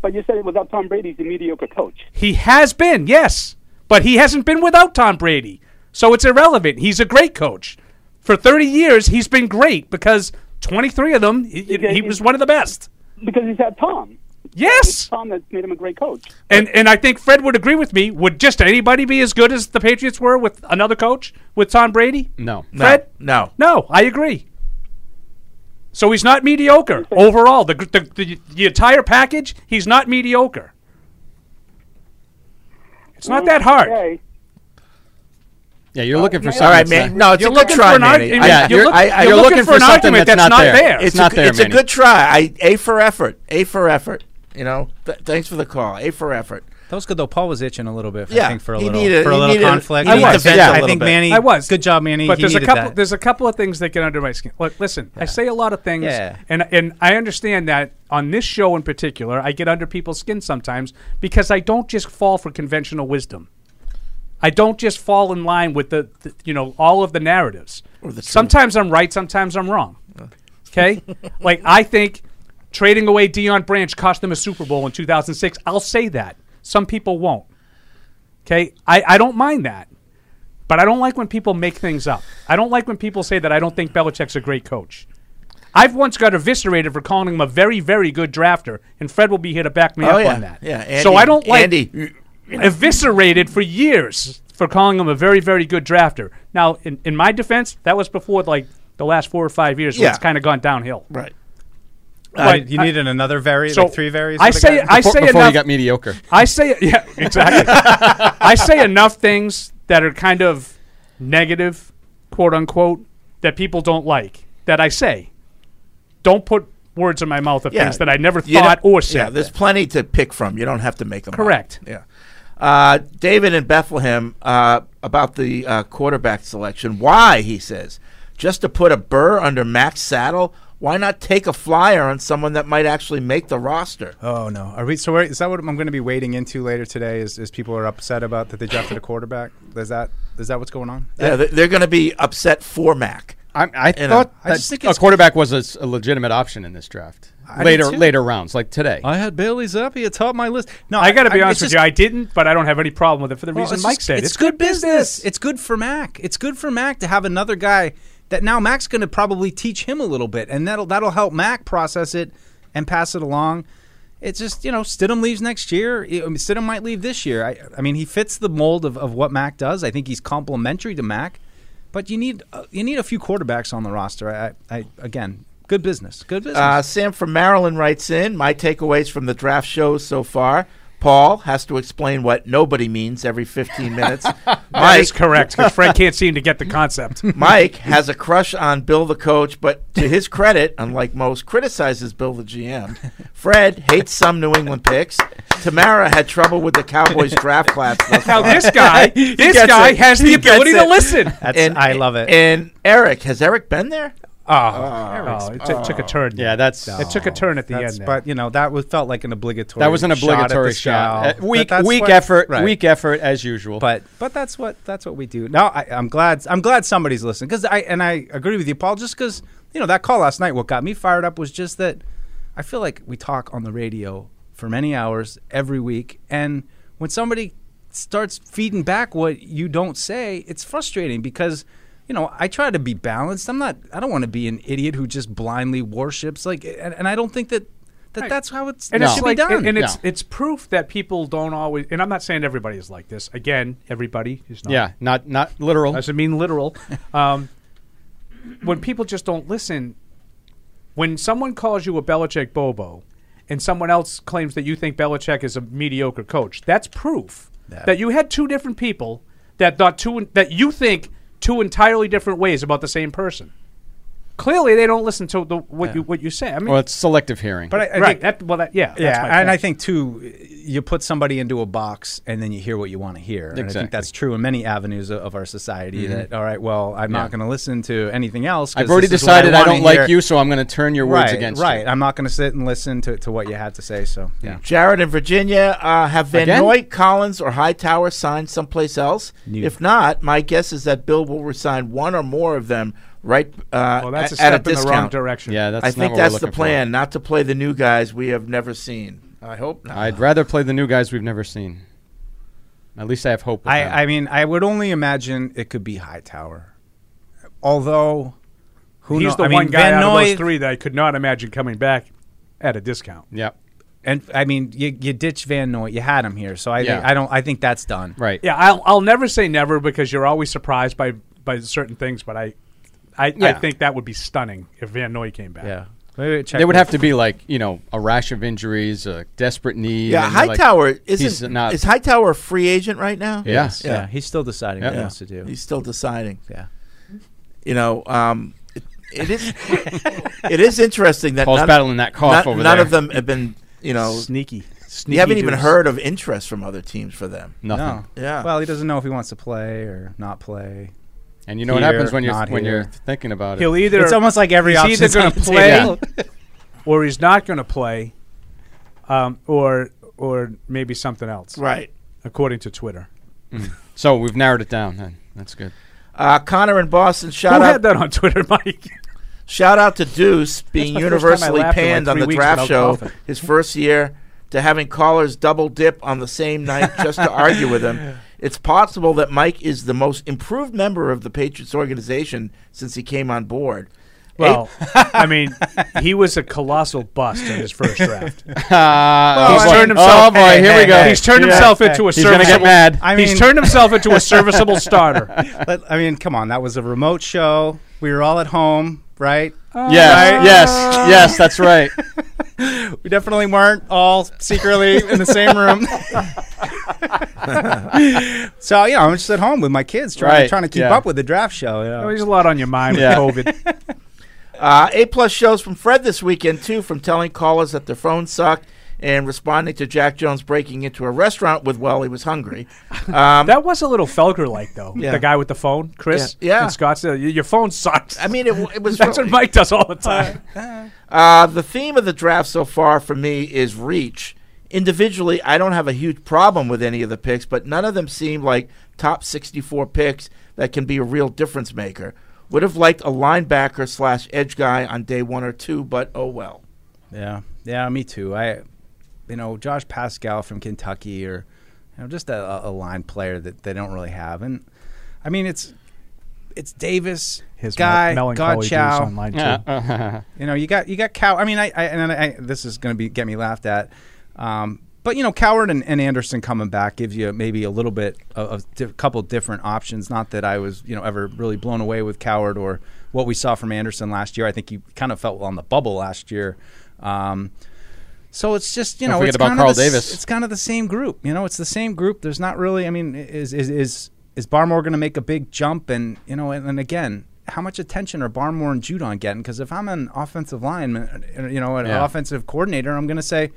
Speaker 7: But you said without Tom Brady, he's a mediocre coach.
Speaker 3: He has been, yes, but he hasn't been without Tom Brady. So it's irrelevant. He's a great coach. For 30 years, he's been great because 23 of them, he, he was one of the best.
Speaker 7: Because he's had Tom.
Speaker 3: Yes.
Speaker 7: It's Tom that's made him a great coach.
Speaker 3: And and I think Fred would agree with me. Would just anybody be as good as the Patriots were with another coach with Tom Brady?
Speaker 6: No.
Speaker 3: Fred?
Speaker 4: No.
Speaker 3: No, I agree. So he's not mediocre overall. The, the, the, the entire package, he's not mediocre. It's not that hard.
Speaker 6: Yeah, you're looking for
Speaker 3: yeah.
Speaker 6: something.
Speaker 3: All right,
Speaker 6: that's not-
Speaker 3: man. No, it's You're a good looking try, for an Manny. argu- I-
Speaker 6: Yeah,
Speaker 3: you're
Speaker 6: you're,
Speaker 3: look-
Speaker 6: I-
Speaker 3: you're
Speaker 6: you're looking for something that's, not, there. It's,
Speaker 4: It's,
Speaker 6: not
Speaker 4: a,
Speaker 6: there.
Speaker 4: It's
Speaker 6: Manny.
Speaker 4: a good try. I, a for effort. A for effort. You know. Th- thanks for the call. A for effort.
Speaker 5: That was good though. Paul was itching a little bit.
Speaker 4: Yeah,
Speaker 5: I think for a
Speaker 4: he
Speaker 5: little
Speaker 4: needed-
Speaker 5: for a
Speaker 4: he
Speaker 5: little
Speaker 4: needed-
Speaker 5: conflict.
Speaker 4: he needed
Speaker 5: I
Speaker 4: to
Speaker 5: think,
Speaker 4: vent a
Speaker 5: I
Speaker 4: little
Speaker 5: think
Speaker 4: bit.
Speaker 5: Manny.
Speaker 4: I was.
Speaker 5: Good job, Manny.
Speaker 3: But
Speaker 5: He
Speaker 3: there's a
Speaker 5: needed
Speaker 3: couple.
Speaker 5: that.
Speaker 3: There's a couple of things that get under my skin. Look, listen, I say a lot of things,
Speaker 5: Yeah.
Speaker 3: and and I understand that on this show in particular, I get under people's skin sometimes because I don't just fall for conventional wisdom. I don't just fall in line with the, the you know all of the narratives. sometimes I'm right, sometimes I'm wrong. Okay, like I think trading away Dion Branch cost them a Super Bowl in 2006. I'll say that. Some people won't. Okay, I, I don't mind that. But I don't like when people make things up. I don't like when people say that I don't think Belichick's a great coach. I've once got eviscerated for calling him a very, very good drafter, and Fred will be here to back me
Speaker 4: Oh,
Speaker 3: up
Speaker 4: yeah.
Speaker 3: on that.
Speaker 4: Yeah, Andy-
Speaker 3: so I don't like
Speaker 4: Andy.
Speaker 3: eviscerated for years for calling him a very, very good drafter. Now, in, in my defense, that was before like the last four or five years when
Speaker 5: Yeah.
Speaker 3: it's kind of gone downhill.
Speaker 4: Right.
Speaker 5: Uh, you needed another vari- like three varies
Speaker 3: I
Speaker 5: for the
Speaker 3: say
Speaker 5: guy?
Speaker 3: I
Speaker 5: Before-
Speaker 3: say
Speaker 5: before you
Speaker 3: enough-
Speaker 5: got mediocre.
Speaker 3: I say yeah, exactly. I say enough things that are kind of negative, quote unquote, that people don't like. That I say. Don't put words in my mouth of things that I never
Speaker 4: You
Speaker 3: thought
Speaker 4: don't-
Speaker 3: or
Speaker 4: Yeah,
Speaker 3: said.
Speaker 4: there's plenty to pick from. You don't have to make them. up.
Speaker 3: Correct.
Speaker 4: Yeah. Uh, David in Bethlehem uh, about the uh, quarterback selection. Why he says just to put a burr under Mac's saddle. Why not take a flyer on someone that might actually make the roster?
Speaker 5: Oh no! Are we? So we're, is that what I'm going to be wading into later today? Is, is people are upset about that they drafted a quarterback? Is that is that what's going on?
Speaker 4: Yeah, they- they're going to be upset for Mac.
Speaker 6: I, I
Speaker 5: uh,
Speaker 4: You know,
Speaker 6: thought
Speaker 4: I
Speaker 6: that
Speaker 4: just think
Speaker 6: a
Speaker 4: it's-
Speaker 6: quarterback was a, s- a legitimate option in this draft.
Speaker 5: I did
Speaker 6: later,
Speaker 5: too.
Speaker 6: later rounds, like today.
Speaker 5: I had Bailey Zappi atop my list. No,
Speaker 3: I got to be
Speaker 5: I-
Speaker 3: honest
Speaker 5: it's
Speaker 3: with
Speaker 5: just-
Speaker 3: you. I didn't, but I don't have any problem with it for the
Speaker 5: Well,
Speaker 3: reason
Speaker 5: it's
Speaker 3: Mike
Speaker 5: just-
Speaker 3: said.
Speaker 5: It's, good business. It's good for Mac. It's good for Mac to have another guy that now Mac's going to probably teach him a little bit, and that'll that'll help Mac process it and pass it along. It's just you know Stidham leaves next year. I mean, Stidham might leave this year. I, I mean he fits the mold of, of what Mac does. I think he's complementary to Mac, but you need uh, you need a few quarterbacks on the roster. I, I again good business. Good business.
Speaker 4: Uh, Sam from Maryland writes in My takeaways from the draft shows so far. Paul has to explain what nobody means every 15 minutes.
Speaker 3: That is correct because Fred can't seem to get the concept.
Speaker 4: Mike has a crush on Bill the coach, but to his credit, unlike most, criticizes Bill the GM. Fred hates some New England picks. Tamara had trouble with the Cowboys draft class. thus
Speaker 3: Now
Speaker 4: far.
Speaker 3: this guy-
Speaker 4: He
Speaker 3: this
Speaker 4: gets
Speaker 3: guy has the
Speaker 4: He gets
Speaker 3: ability to
Speaker 4: it.
Speaker 3: listen. That's-
Speaker 5: I love it.
Speaker 4: And Eric, has Eric been there?
Speaker 5: Oh,
Speaker 4: Eric's-
Speaker 5: oh,
Speaker 3: it took- took a turn. Yeah,
Speaker 6: that's
Speaker 3: it took a turn at the
Speaker 5: That's-
Speaker 3: end there.
Speaker 5: But you know that was felt like an obligatory.
Speaker 6: That was an
Speaker 5: shot at the
Speaker 6: obligatory shot.
Speaker 5: scowl.
Speaker 6: Uh, weak,
Speaker 5: But that's
Speaker 6: weak
Speaker 5: what-
Speaker 6: effort,
Speaker 5: right.
Speaker 6: weak effort as usual.
Speaker 5: But but that's what that's what we do. Now I, I'm glad I'm glad somebody's listening because I and I agree with you, Paul. Just because you know that call last night, what got me fired up was just that I feel like we talk on the radio for many hours every week, and when somebody starts feeding back what you don't say, it's frustrating because you know I try to be balanced. I'm not. I don't want to be an idiot who just blindly worships like, and, and I don't think that. That that's how it's
Speaker 3: and
Speaker 5: that
Speaker 3: it's
Speaker 5: should
Speaker 3: like,
Speaker 5: be done.
Speaker 3: And, and it's it's proof that people don't always. And I'm not saying everybody is like this. Again, everybody is not.
Speaker 6: Yeah, not not literal.
Speaker 3: Doesn't mean literal. um, when people just don't listen, when someone calls you a Belichick bobo, and someone else claims that you think Belichick is a mediocre coach, that's proof that you had two different people that thought two that you think two entirely different ways about the same person. Clearly, they don't listen to the, what you what you say. I mean,
Speaker 6: Well, it's selective hearing.
Speaker 5: But I, I
Speaker 3: right.
Speaker 5: think
Speaker 3: that, well, that, yeah, that's
Speaker 5: yeah,
Speaker 3: my
Speaker 5: and I
Speaker 3: point.
Speaker 5: think too, you put somebody into a box and then you hear what you want to hear. And I
Speaker 6: Exactly.
Speaker 5: think that's true in many avenues of, of our society.
Speaker 6: Mhm.
Speaker 5: That all right, well, I'm
Speaker 6: Yeah.
Speaker 5: not going to listen to anything else. 'cause
Speaker 6: I've already
Speaker 5: this is what
Speaker 6: decided I,
Speaker 5: wanna
Speaker 6: don't like
Speaker 5: hear.
Speaker 6: you, so I'm going to turn your words
Speaker 5: right,
Speaker 6: against
Speaker 5: right.
Speaker 6: you.
Speaker 5: I'm not going to sit and listen to, to what you had to say. So yeah,
Speaker 4: Jared in Virginia, uh, have Van
Speaker 5: Again?
Speaker 4: Noy, Collins, or Hightower signed someplace else?
Speaker 5: New-
Speaker 4: If not, my guess is that Bill will resign one or more of them right uh,
Speaker 3: Well, that's a
Speaker 4: at- at
Speaker 3: step in the wrong
Speaker 4: discount.
Speaker 3: direction. Yeah, that's
Speaker 4: I
Speaker 6: not
Speaker 4: think
Speaker 6: what we're
Speaker 4: that's the
Speaker 6: looking for.
Speaker 4: plan, not to play the new guys we have never seen. I hope not.
Speaker 6: I'd rather play the new guys we've never seen. At least I have hope. With that.
Speaker 5: I, I mean, I would only imagine it could be Hightower, although who
Speaker 3: He's
Speaker 5: knows?
Speaker 3: the
Speaker 5: I mean,
Speaker 3: one guy
Speaker 5: Van
Speaker 3: out of
Speaker 5: Noy-
Speaker 3: those three that I could not imagine coming back at a discount.
Speaker 6: Yep.
Speaker 5: And I mean, you, you ditch Van Noy. You had him here, so I think,
Speaker 3: Yeah.
Speaker 5: I don't. I think that's done.
Speaker 6: Right.
Speaker 3: Yeah, I'll I'll never say never because you're always surprised by by certain things. But I, I, I
Speaker 6: Yeah.
Speaker 3: think that would be stunning if Van Noy came back.
Speaker 5: Yeah,
Speaker 6: They would have to be like you know a rash of injuries, a desperate need.
Speaker 4: yeah,
Speaker 6: and you're like,
Speaker 4: Hightower
Speaker 6: he's
Speaker 4: isn't.
Speaker 6: not.
Speaker 4: is Hightower a free agent right now?
Speaker 6: Yes.
Speaker 5: Yeah, he's still deciding what he wants to do.
Speaker 4: He's still deciding.
Speaker 5: Yeah.
Speaker 4: You know, um, it, it is. it is interesting that
Speaker 6: Paul's
Speaker 4: none,
Speaker 6: battling that cough
Speaker 4: none-
Speaker 6: over
Speaker 4: none
Speaker 6: there.
Speaker 4: of them have been. You know,
Speaker 5: Sneaky.
Speaker 4: you haven't
Speaker 5: Sneaky
Speaker 4: even
Speaker 5: dudes.
Speaker 4: heard of interest from other teams for them.
Speaker 5: No.
Speaker 4: Yeah.
Speaker 5: Well, he doesn't know if he wants to play or not play.
Speaker 6: And you know what happens when you're- when you're thinking about it.
Speaker 3: He'll either
Speaker 5: it's almost like every
Speaker 3: he's
Speaker 5: option
Speaker 3: either going to play,
Speaker 5: table.
Speaker 3: or he's not going to play, um, or or maybe something else.
Speaker 4: Right.
Speaker 3: According to Twitter.
Speaker 6: Mm. So we've narrowed it down. Then that's good.
Speaker 4: Uh, Connor in Boston, shout
Speaker 3: Who
Speaker 4: out
Speaker 3: had that on Twitter, Mike?
Speaker 4: Shout out to Deuce being
Speaker 3: That's the first time I
Speaker 4: universally
Speaker 3: laughed in like
Speaker 4: panned on
Speaker 3: three
Speaker 4: the
Speaker 3: weeks
Speaker 4: draft
Speaker 3: without
Speaker 4: show
Speaker 3: coughing.
Speaker 4: his first year to having callers double dip on the same night just to argue with him. It's possible that Mike is the most improved member of the Patriots organization since he came on board.
Speaker 3: Well,
Speaker 4: Eight-
Speaker 3: I mean, he was a colossal bust in his first draft.
Speaker 6: Well,
Speaker 3: he's
Speaker 6: I-
Speaker 3: turned himself.
Speaker 6: Uh, oh, boy, here we go.
Speaker 3: He's turned
Speaker 6: Yeah.
Speaker 3: himself into a
Speaker 6: He's gonna
Speaker 3: serviceable.
Speaker 6: get mad.
Speaker 5: I
Speaker 3: he's
Speaker 5: mean-
Speaker 3: turned himself into a serviceable starter.
Speaker 5: But, I mean, come on, that was a remote show. We were all at home, right?
Speaker 3: Uh,
Speaker 6: Yeah, yes, yes, that's right.
Speaker 5: we definitely weren't all secretly in the same room. so yeah, I'm just at home with my kids, trying
Speaker 4: Right,
Speaker 5: trying to keep
Speaker 4: yeah.
Speaker 5: up with the draft show. You know?
Speaker 4: There's
Speaker 3: Oh, a lot on your mind
Speaker 4: with Yeah.
Speaker 3: COVID.
Speaker 4: Uh, A plus shows from Fred this weekend too, from telling callers that their phones suck and responding to Jack Jones breaking into a restaurant with while he was hungry. Um,
Speaker 3: that was a little Felker like though.
Speaker 4: Yeah.
Speaker 3: The guy with the phone, Chris.
Speaker 4: Yeah. Yeah.
Speaker 3: In Scottsdale, Y- your phone sucks. I
Speaker 4: mean, it, it was.
Speaker 3: That's what Mike does all the time.
Speaker 4: Uh, the theme of the draft so far for me is reach. Individually, I don't have a huge problem with any of the picks, but none of them seem like top 64 picks that can be a real difference maker. Would have liked a linebacker slash edge guy on day one or two, but oh well.
Speaker 5: Yeah, yeah, me too. I, you know, Josh Pascal from Kentucky, or you know, just a, a line player that they don't really have. And I mean, it's it's Davis,
Speaker 3: His
Speaker 5: guy,
Speaker 3: mel-
Speaker 5: God
Speaker 3: melancholy juice
Speaker 5: Chow.
Speaker 3: on line two. Yeah.
Speaker 5: you know, you got you got Cow. I mean, I, I and I, this is going to be get me laughed at. Um, but you know, Coward and, and Anderson coming back gives you maybe a little bit of a di- couple different options. Not that I was you know ever really blown away with Coward or what we saw from Anderson last year. I think he kind of felt on the bubble last year. Um, so it's just you
Speaker 6: Don't
Speaker 5: know
Speaker 6: forget
Speaker 5: it's
Speaker 6: about
Speaker 5: kinda
Speaker 6: Carl
Speaker 5: the s-
Speaker 6: Davis.
Speaker 5: It's kind of the same group. You know, it's the same group. There's not really. I mean, is is is, is Barmore going to make a big jump? And you know, and, and again, how much attention are Barmore and Judon getting? Because if I'm an offensive lineman, uh, you know, an
Speaker 6: Yeah.
Speaker 5: offensive coordinator, I'm going to say,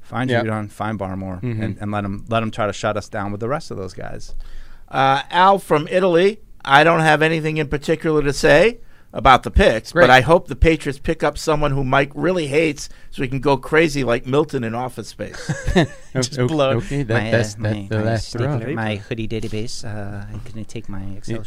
Speaker 5: find
Speaker 6: Yeah.
Speaker 5: Judon, find Barmore,
Speaker 6: Mhm.
Speaker 5: and, and let him let him try to shut us down with the rest of those guys.
Speaker 4: Uh, Al from Italy, I don't have anything in particular to say about the picks,
Speaker 5: Great.
Speaker 4: but I hope the Patriots pick up someone who Mike really hates so he can go crazy like Milton in Office Space.
Speaker 6: Just Okay, blow- okay, that- My, uh, that's- that- my- the my last sneaky- throw. my
Speaker 9: hoodie database. Uh, I'm gonna take my Excel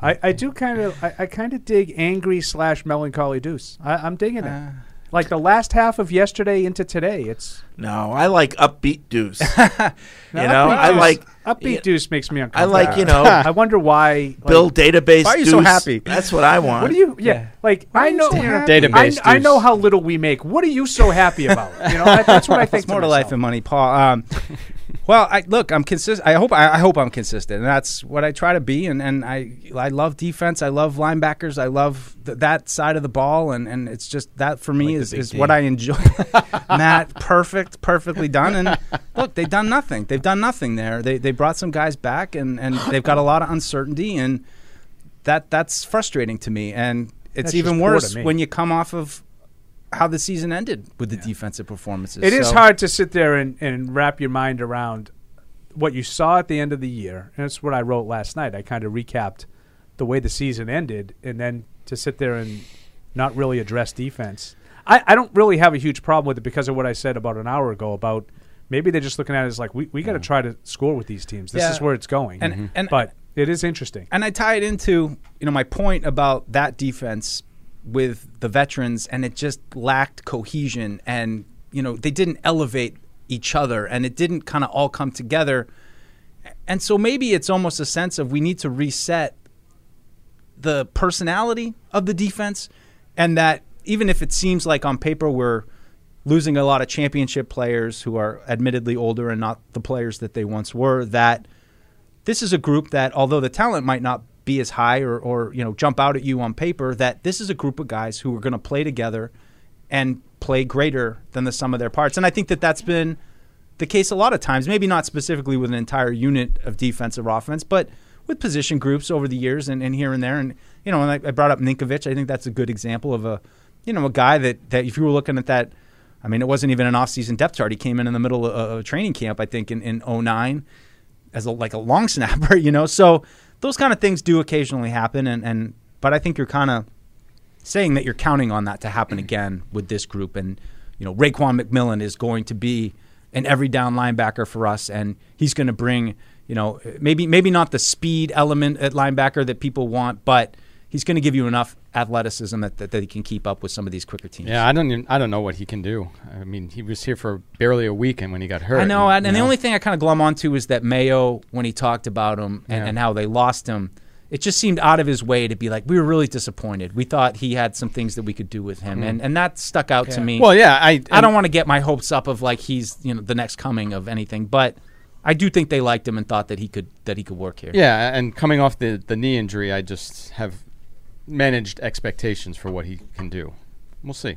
Speaker 3: I, I do kind of I, I kind of dig angry slash melancholy Deuce. I, I'm digging it. like the last half of yesterday into today, it's
Speaker 4: No, I like upbeat Deuce. you know,
Speaker 3: Now, upbeat
Speaker 4: I
Speaker 3: Deuce-
Speaker 4: like
Speaker 3: upbeat
Speaker 4: yeah.
Speaker 3: Deuce makes me
Speaker 4: I
Speaker 3: uncomfortable.
Speaker 4: like you know.
Speaker 3: I wonder why like-
Speaker 4: Bill database. Deuce. That's what I want.
Speaker 3: What do you? Yeah, like I know
Speaker 5: Database
Speaker 3: I, I
Speaker 5: Deuce.
Speaker 3: know how little we make. What are you so happy about? You know, that, that's what I think.
Speaker 5: It's more to life and money, Paul. Um, well, I look. I'm consistent. I hope. I, I hope I'm consistent, and that's what I try to be. And, and I I love defense. I love linebackers. I love th- that side of the ball. And, and it's just that for me is,
Speaker 9: big
Speaker 5: is
Speaker 9: D.
Speaker 5: what I enjoy. Matt, perfect, perfectly done. And look, they've done nothing. They've done nothing there. They they brought some guys back, and and they've got a lot of uncertainty. And that that's frustrating to me. And it's
Speaker 3: That's
Speaker 5: even
Speaker 3: just poor to
Speaker 5: worse
Speaker 3: me.
Speaker 5: when you come off of how the season ended with the defensive performances.
Speaker 3: It is
Speaker 5: So-
Speaker 3: hard to sit there and, and wrap your mind around what you saw at the end of the year. And that's what I wrote last night. I kind of recapped the way the season ended and then to sit there and not really address defense. I, I don't really have a huge problem with it because of what I said about an hour ago about maybe they're just looking at it as like, we, we got to try to score with these teams. This
Speaker 5: Yeah.
Speaker 3: is where it's going. Mm-hmm.
Speaker 5: And-
Speaker 4: Mm-hmm.
Speaker 5: Mhm. and-
Speaker 3: but it is interesting.
Speaker 5: And I tie it into you know my point about that defense with the veterans, and it just lacked cohesion, and you know they didn't elevate each other, and it didn't kind of all come together. And so maybe it's almost a sense of we need to reset the personality of the defense, and that even if it seems like on paper we're losing a lot of championship players who are admittedly older and not the players that they once were, that this is a group that although the talent might not be as high or, or you know jump out at you on paper that this is a group of guys who are going to play together and play greater than the sum of their parts and i think that that's been the case a lot of times maybe not specifically with an entire unit of defensive offense but with position groups over the years and, and here and there and you know and I, I brought up ninkovic i think that's a good example of a you know a guy that, that if you were looking at that i mean it wasn't even an offseason depth chart he came in in the middle of, of training camp i think in, in 09 as a, like a long snapper, you know. So those kind of things do occasionally happen, and, and but I think you're kind of saying that you're counting on that to happen again with this group, and you know Raquan McMillan is going to be an every down linebacker for us, and he's going to bring you know maybe maybe not the speed element at linebacker that people want, but he's going to give you enough athleticism that, that, that he can keep up with some of these quicker teams.
Speaker 6: Yeah, I don't. Even, I don't know what he can do. I mean, he was here for barely a week, and when he got hurt,
Speaker 5: I know, and,
Speaker 6: you
Speaker 5: and the only thing I kind of glum onto is that Mayo, when he talked about him and,
Speaker 6: Yeah.
Speaker 5: and how they lost him, it just seemed out of his way to be like, we were really disappointed. We thought he had some things that we could do with him,
Speaker 6: Mhm.
Speaker 5: and, and that stuck out to
Speaker 6: Yeah.
Speaker 5: me.
Speaker 6: Well, yeah, I-
Speaker 5: I
Speaker 6: and-
Speaker 5: don't want to get my hopes up of like he's you know the next coming of anything, but I do think they liked him and thought that he could that he could work here.
Speaker 6: Yeah, and coming off the, the knee injury, I just have managed expectations for what he can do. We'll see.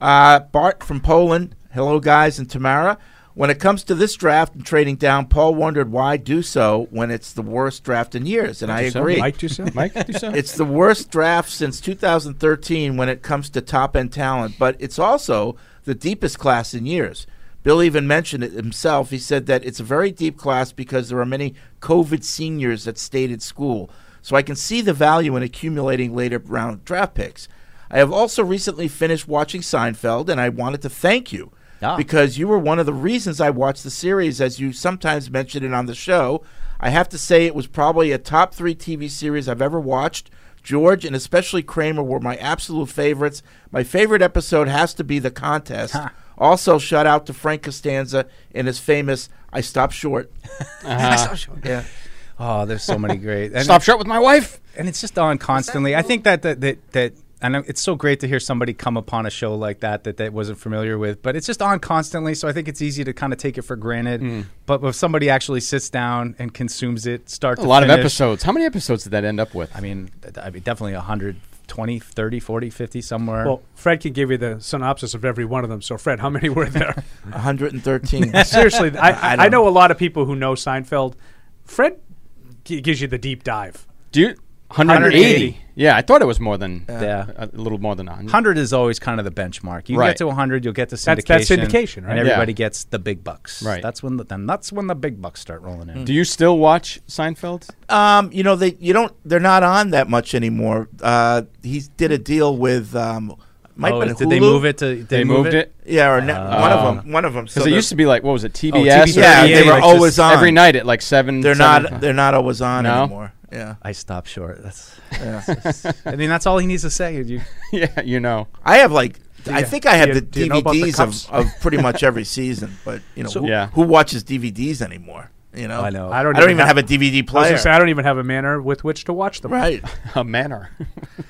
Speaker 4: Uh, Bart from Poland. Hello, guys, and Tamara. When it comes to this draft and trading down, Paul wondered why do so when it's the worst draft in years, and I
Speaker 6: Dusso?
Speaker 4: agree.
Speaker 6: Mike Dusso? Mike Dusso?
Speaker 4: it's the worst draft since 2013 when it comes to top end talent, but it's also the deepest class in years. Bill even mentioned it himself. He said that it's a very deep class because there are many COVID seniors that stayed at school. So I can see the value in accumulating later round draft picks. I have also recently finished watching Seinfeld, and I wanted to thank you because you were one of the reasons I watched the series, as you sometimes mentioned it on the show. I have to say it was probably a top three TV series I've ever watched. George and especially Kramer were my absolute favorites. My favorite episode has to be the contest. Also, shout out to Frank Costanza and his famous "I stopped short."
Speaker 5: Uh-huh.
Speaker 4: Yeah.
Speaker 5: Oh, there's so many great.
Speaker 4: Stop
Speaker 5: short with my wife. And it's just on constantly. I think that that that, that and it's so great to hear somebody come upon a show like that that that wasn't familiar with, but it's just on constantly. So I think it's easy to kind of take it for granted. But if somebody actually sits down and consumes it, start
Speaker 6: A
Speaker 5: to
Speaker 6: lot of
Speaker 5: finish-
Speaker 6: episodes. How many episodes did that end up with? I
Speaker 5: mean, I mean definitely 120, 30, 40, 50 somewhere.
Speaker 3: Well, Fred can give you the synopsis of every one of them. So, Fred, how many were there?
Speaker 4: 113.
Speaker 3: Seriously, I,
Speaker 4: I
Speaker 3: I,
Speaker 4: don't-
Speaker 3: know a lot of people who know Seinfeld. Fred g- gives you the deep dive.
Speaker 6: Dude, 180. Yeah, I thought it was more than uh,
Speaker 5: Yeah.
Speaker 6: a, a little more than 100.
Speaker 5: 100 is always kind of the benchmark. You
Speaker 6: Right.
Speaker 5: get to 100, you'll get to syndication.
Speaker 6: That's- that's syndication, right?
Speaker 5: And everybody
Speaker 6: Yeah.
Speaker 5: gets the big bucks.
Speaker 6: Right.
Speaker 5: That's when the, then that's when the big bucks start rolling in.
Speaker 6: Hmm. Do you still watch Seinfeld?
Speaker 4: Um, you know they you don't they're not on that much anymore. Uh, he did a deal with um, might
Speaker 5: Oh,
Speaker 4: have been
Speaker 5: did they
Speaker 4: Hulu.
Speaker 5: move it Ah. Oh, to- did they
Speaker 6: They moved it?
Speaker 4: Yeah, or ne- one of them. One of them.
Speaker 6: Because it used to be like, what
Speaker 4: Oh,
Speaker 6: was it, TBS? or
Speaker 4: yeah, they
Speaker 6: something
Speaker 4: were
Speaker 6: like
Speaker 4: always
Speaker 6: just
Speaker 4: on
Speaker 6: Every night at like 7.
Speaker 4: They're
Speaker 6: 7.
Speaker 4: not. They're not always on
Speaker 6: No?
Speaker 4: anymore. Yeah.
Speaker 5: I stopped short. That's.
Speaker 4: Yeah.
Speaker 5: I mean, that's all he needs to say. You,
Speaker 6: yeah, you know.
Speaker 4: I have like I
Speaker 5: Yeah.
Speaker 4: think I have
Speaker 5: Do you-
Speaker 4: the
Speaker 5: do you know about the
Speaker 4: DVDs
Speaker 5: cups?
Speaker 4: of, of pretty much every season, but you know
Speaker 5: So-
Speaker 4: who,
Speaker 5: Yeah.
Speaker 4: who watches DVDs anymore? You know,
Speaker 3: I don't.
Speaker 4: even have, a DVD
Speaker 3: I, was
Speaker 4: player.
Speaker 3: gonna say, I don't even have a manner with which to watch them.
Speaker 4: Right.
Speaker 6: a manner.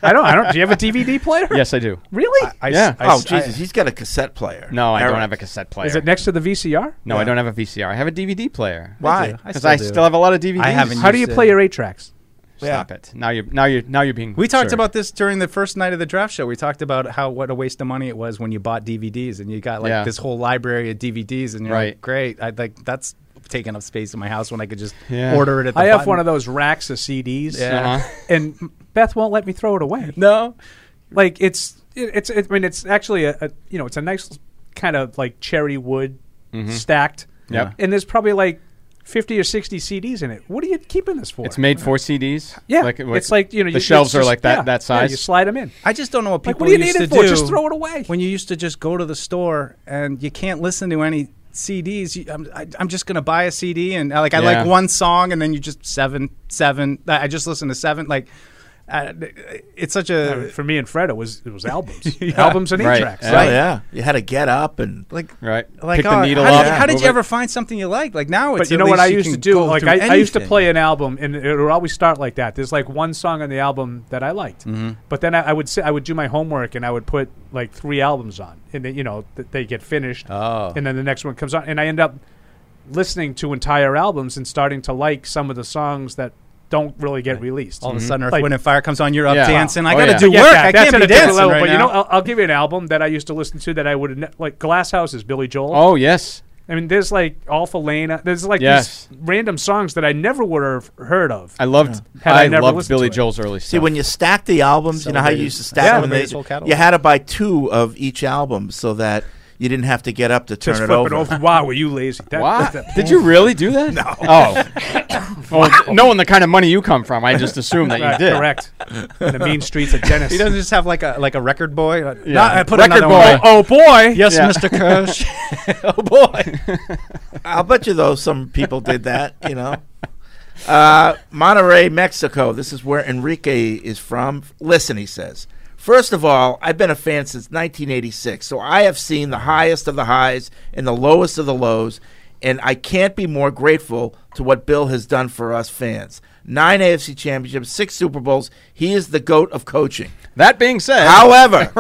Speaker 3: I don't. I don't. Do you have a DVD player?
Speaker 6: Yes, I do.
Speaker 3: Really?
Speaker 6: I- I s- Yeah. I
Speaker 4: oh
Speaker 6: s-
Speaker 4: Jesus,
Speaker 6: I-
Speaker 4: he's got a cassette player.
Speaker 6: No, I
Speaker 4: Eric.
Speaker 6: don't have a cassette player.
Speaker 3: Is it next to the VCR?
Speaker 6: No, I don't have a VCR. I have a DVD player.
Speaker 3: Why? I do. I
Speaker 6: Because
Speaker 3: still
Speaker 6: I,
Speaker 3: do.
Speaker 6: still have a lot of DVDs.
Speaker 3: I haven't How do used you it. play your eight tracks?
Speaker 6: Stop it! Now you're now you're now you're being.
Speaker 5: We talked
Speaker 6: absurd.
Speaker 5: about this during the first night of the draft show. We talked about how what a waste of money it was when you bought DVDs and you got like
Speaker 6: Yeah.
Speaker 5: this whole library of DVDs and you're
Speaker 6: Right.
Speaker 5: like, great. I like that's taking up space in my house when I could just
Speaker 6: Yeah. Uh-huh.
Speaker 5: order it at the
Speaker 3: I have
Speaker 5: button.
Speaker 3: one of those racks of CDs.
Speaker 5: Yeah.
Speaker 3: And Beth won't let me throw it away.
Speaker 5: No.
Speaker 3: Like it's it, it's it, I mean it's actually a, a you know it's a nice kind of like cherry wood
Speaker 6: Mhm.
Speaker 3: stacked.
Speaker 6: Yep.
Speaker 3: And there's probably like fifty or sixty CDs in it. What are you keeping this for?
Speaker 6: It's made for CDs.
Speaker 3: Yeah, it's like you know
Speaker 6: the
Speaker 3: you- it's
Speaker 6: shelves are
Speaker 3: just-
Speaker 6: like that
Speaker 3: yeah,
Speaker 6: that
Speaker 3: yeah,
Speaker 6: size.
Speaker 3: you slide them in.
Speaker 5: I just don't know what
Speaker 3: Like,
Speaker 5: people
Speaker 3: what do you
Speaker 5: used
Speaker 3: need it
Speaker 5: to
Speaker 3: for?
Speaker 5: do.
Speaker 3: Just throw it away.
Speaker 5: When you used to just go to the store and you can't listen to any CDs, you, I'm, I, I'm just going to buy a CD and uh, like I
Speaker 6: Yeah.
Speaker 5: like one song and then you just seven seven. I I just listen to seven like. Uh, it's such a
Speaker 3: for me and Fred it was it was albums
Speaker 4: Albums
Speaker 5: and
Speaker 4: and Right. eight-tracks. Yeah. Yeah. You had to get up and
Speaker 5: like
Speaker 6: right
Speaker 5: like
Speaker 4: Pick the
Speaker 5: oh,
Speaker 4: needle
Speaker 5: how,
Speaker 4: up,
Speaker 5: Did, how did
Speaker 4: move
Speaker 5: you
Speaker 4: it.
Speaker 5: ever find something you like like now it's
Speaker 3: but you
Speaker 5: at
Speaker 3: know what
Speaker 5: least
Speaker 3: I
Speaker 5: you
Speaker 3: used to
Speaker 5: can
Speaker 3: do?
Speaker 5: go
Speaker 3: Like
Speaker 5: through
Speaker 3: I, I used to
Speaker 5: anything.
Speaker 3: play an album, and it would always start like that. There's like one song on the album that I liked,
Speaker 5: Mhm.
Speaker 3: but then I, I would sit, I would do my homework, and I would put like three albums on, and then, you know th- they get finished,
Speaker 6: oh.
Speaker 3: and then the next one comes on, and I end up listening to entire albums and starting to like some of the songs that don't really get released.
Speaker 5: all of a sudden Earth
Speaker 3: Mhm. Like-
Speaker 5: Wind and Fire comes on you're up
Speaker 3: Yeah.
Speaker 5: dancing I
Speaker 3: Oh,
Speaker 5: got to
Speaker 3: yeah.
Speaker 5: do
Speaker 3: Forget
Speaker 5: work
Speaker 3: that.
Speaker 5: I
Speaker 3: That's
Speaker 5: can't
Speaker 3: at
Speaker 5: be
Speaker 3: a different
Speaker 5: dancing right
Speaker 3: but you
Speaker 5: now.
Speaker 3: know, I'll, I'll give you an album that I used to listen to that I would have ne- like Glass Houses, Billy Joel.
Speaker 6: Oh, yes.
Speaker 3: I mean, there's like Alpha Lane. uh, There's like
Speaker 6: Yes.
Speaker 3: these random songs that I never would have heard of.
Speaker 6: I loved
Speaker 3: Had
Speaker 6: I,
Speaker 3: never
Speaker 6: loved
Speaker 3: listened
Speaker 6: Billy
Speaker 3: to it.
Speaker 6: Joel's early stuff.
Speaker 4: See, when you stack the albums, you know how you
Speaker 6: Celebrated-
Speaker 4: used to stack
Speaker 6: Yeah.
Speaker 4: them.
Speaker 6: Celebrated
Speaker 4: They-
Speaker 6: whole catalog.
Speaker 4: you had to buy two of each album so that you didn't have to get up to turn
Speaker 3: Just
Speaker 4: it
Speaker 3: flip
Speaker 4: over.
Speaker 3: Wow, were you lazy? That,
Speaker 6: Wow.
Speaker 3: that- that-
Speaker 6: Did you really do that? No. Oh. Well, knowing the kind of money you come from, I just assumed that you
Speaker 3: Right,
Speaker 6: did.
Speaker 3: correct. In the mean streets of Dennis.
Speaker 5: he doesn't just have like a like a record boy Uh,
Speaker 6: Yeah.
Speaker 5: no, I put
Speaker 6: Record
Speaker 5: another
Speaker 6: boy.
Speaker 5: one.
Speaker 6: Oh, boy.
Speaker 5: yes
Speaker 6: Yeah.
Speaker 5: Mr. Kirsch
Speaker 4: oh boy! I'll bet you though some people did that. You know, uh, Monterey, Mexico. This is where Enrique is from. Listen, he says. First of all, I've been a fan since 1986, so I have seen the highest of the highs and the lowest of the lows, and I can't be more grateful to what Bill has done for us fans. Nine AFC championships, six Super Bowls. He is the goat of coaching.
Speaker 6: That being said,
Speaker 4: however,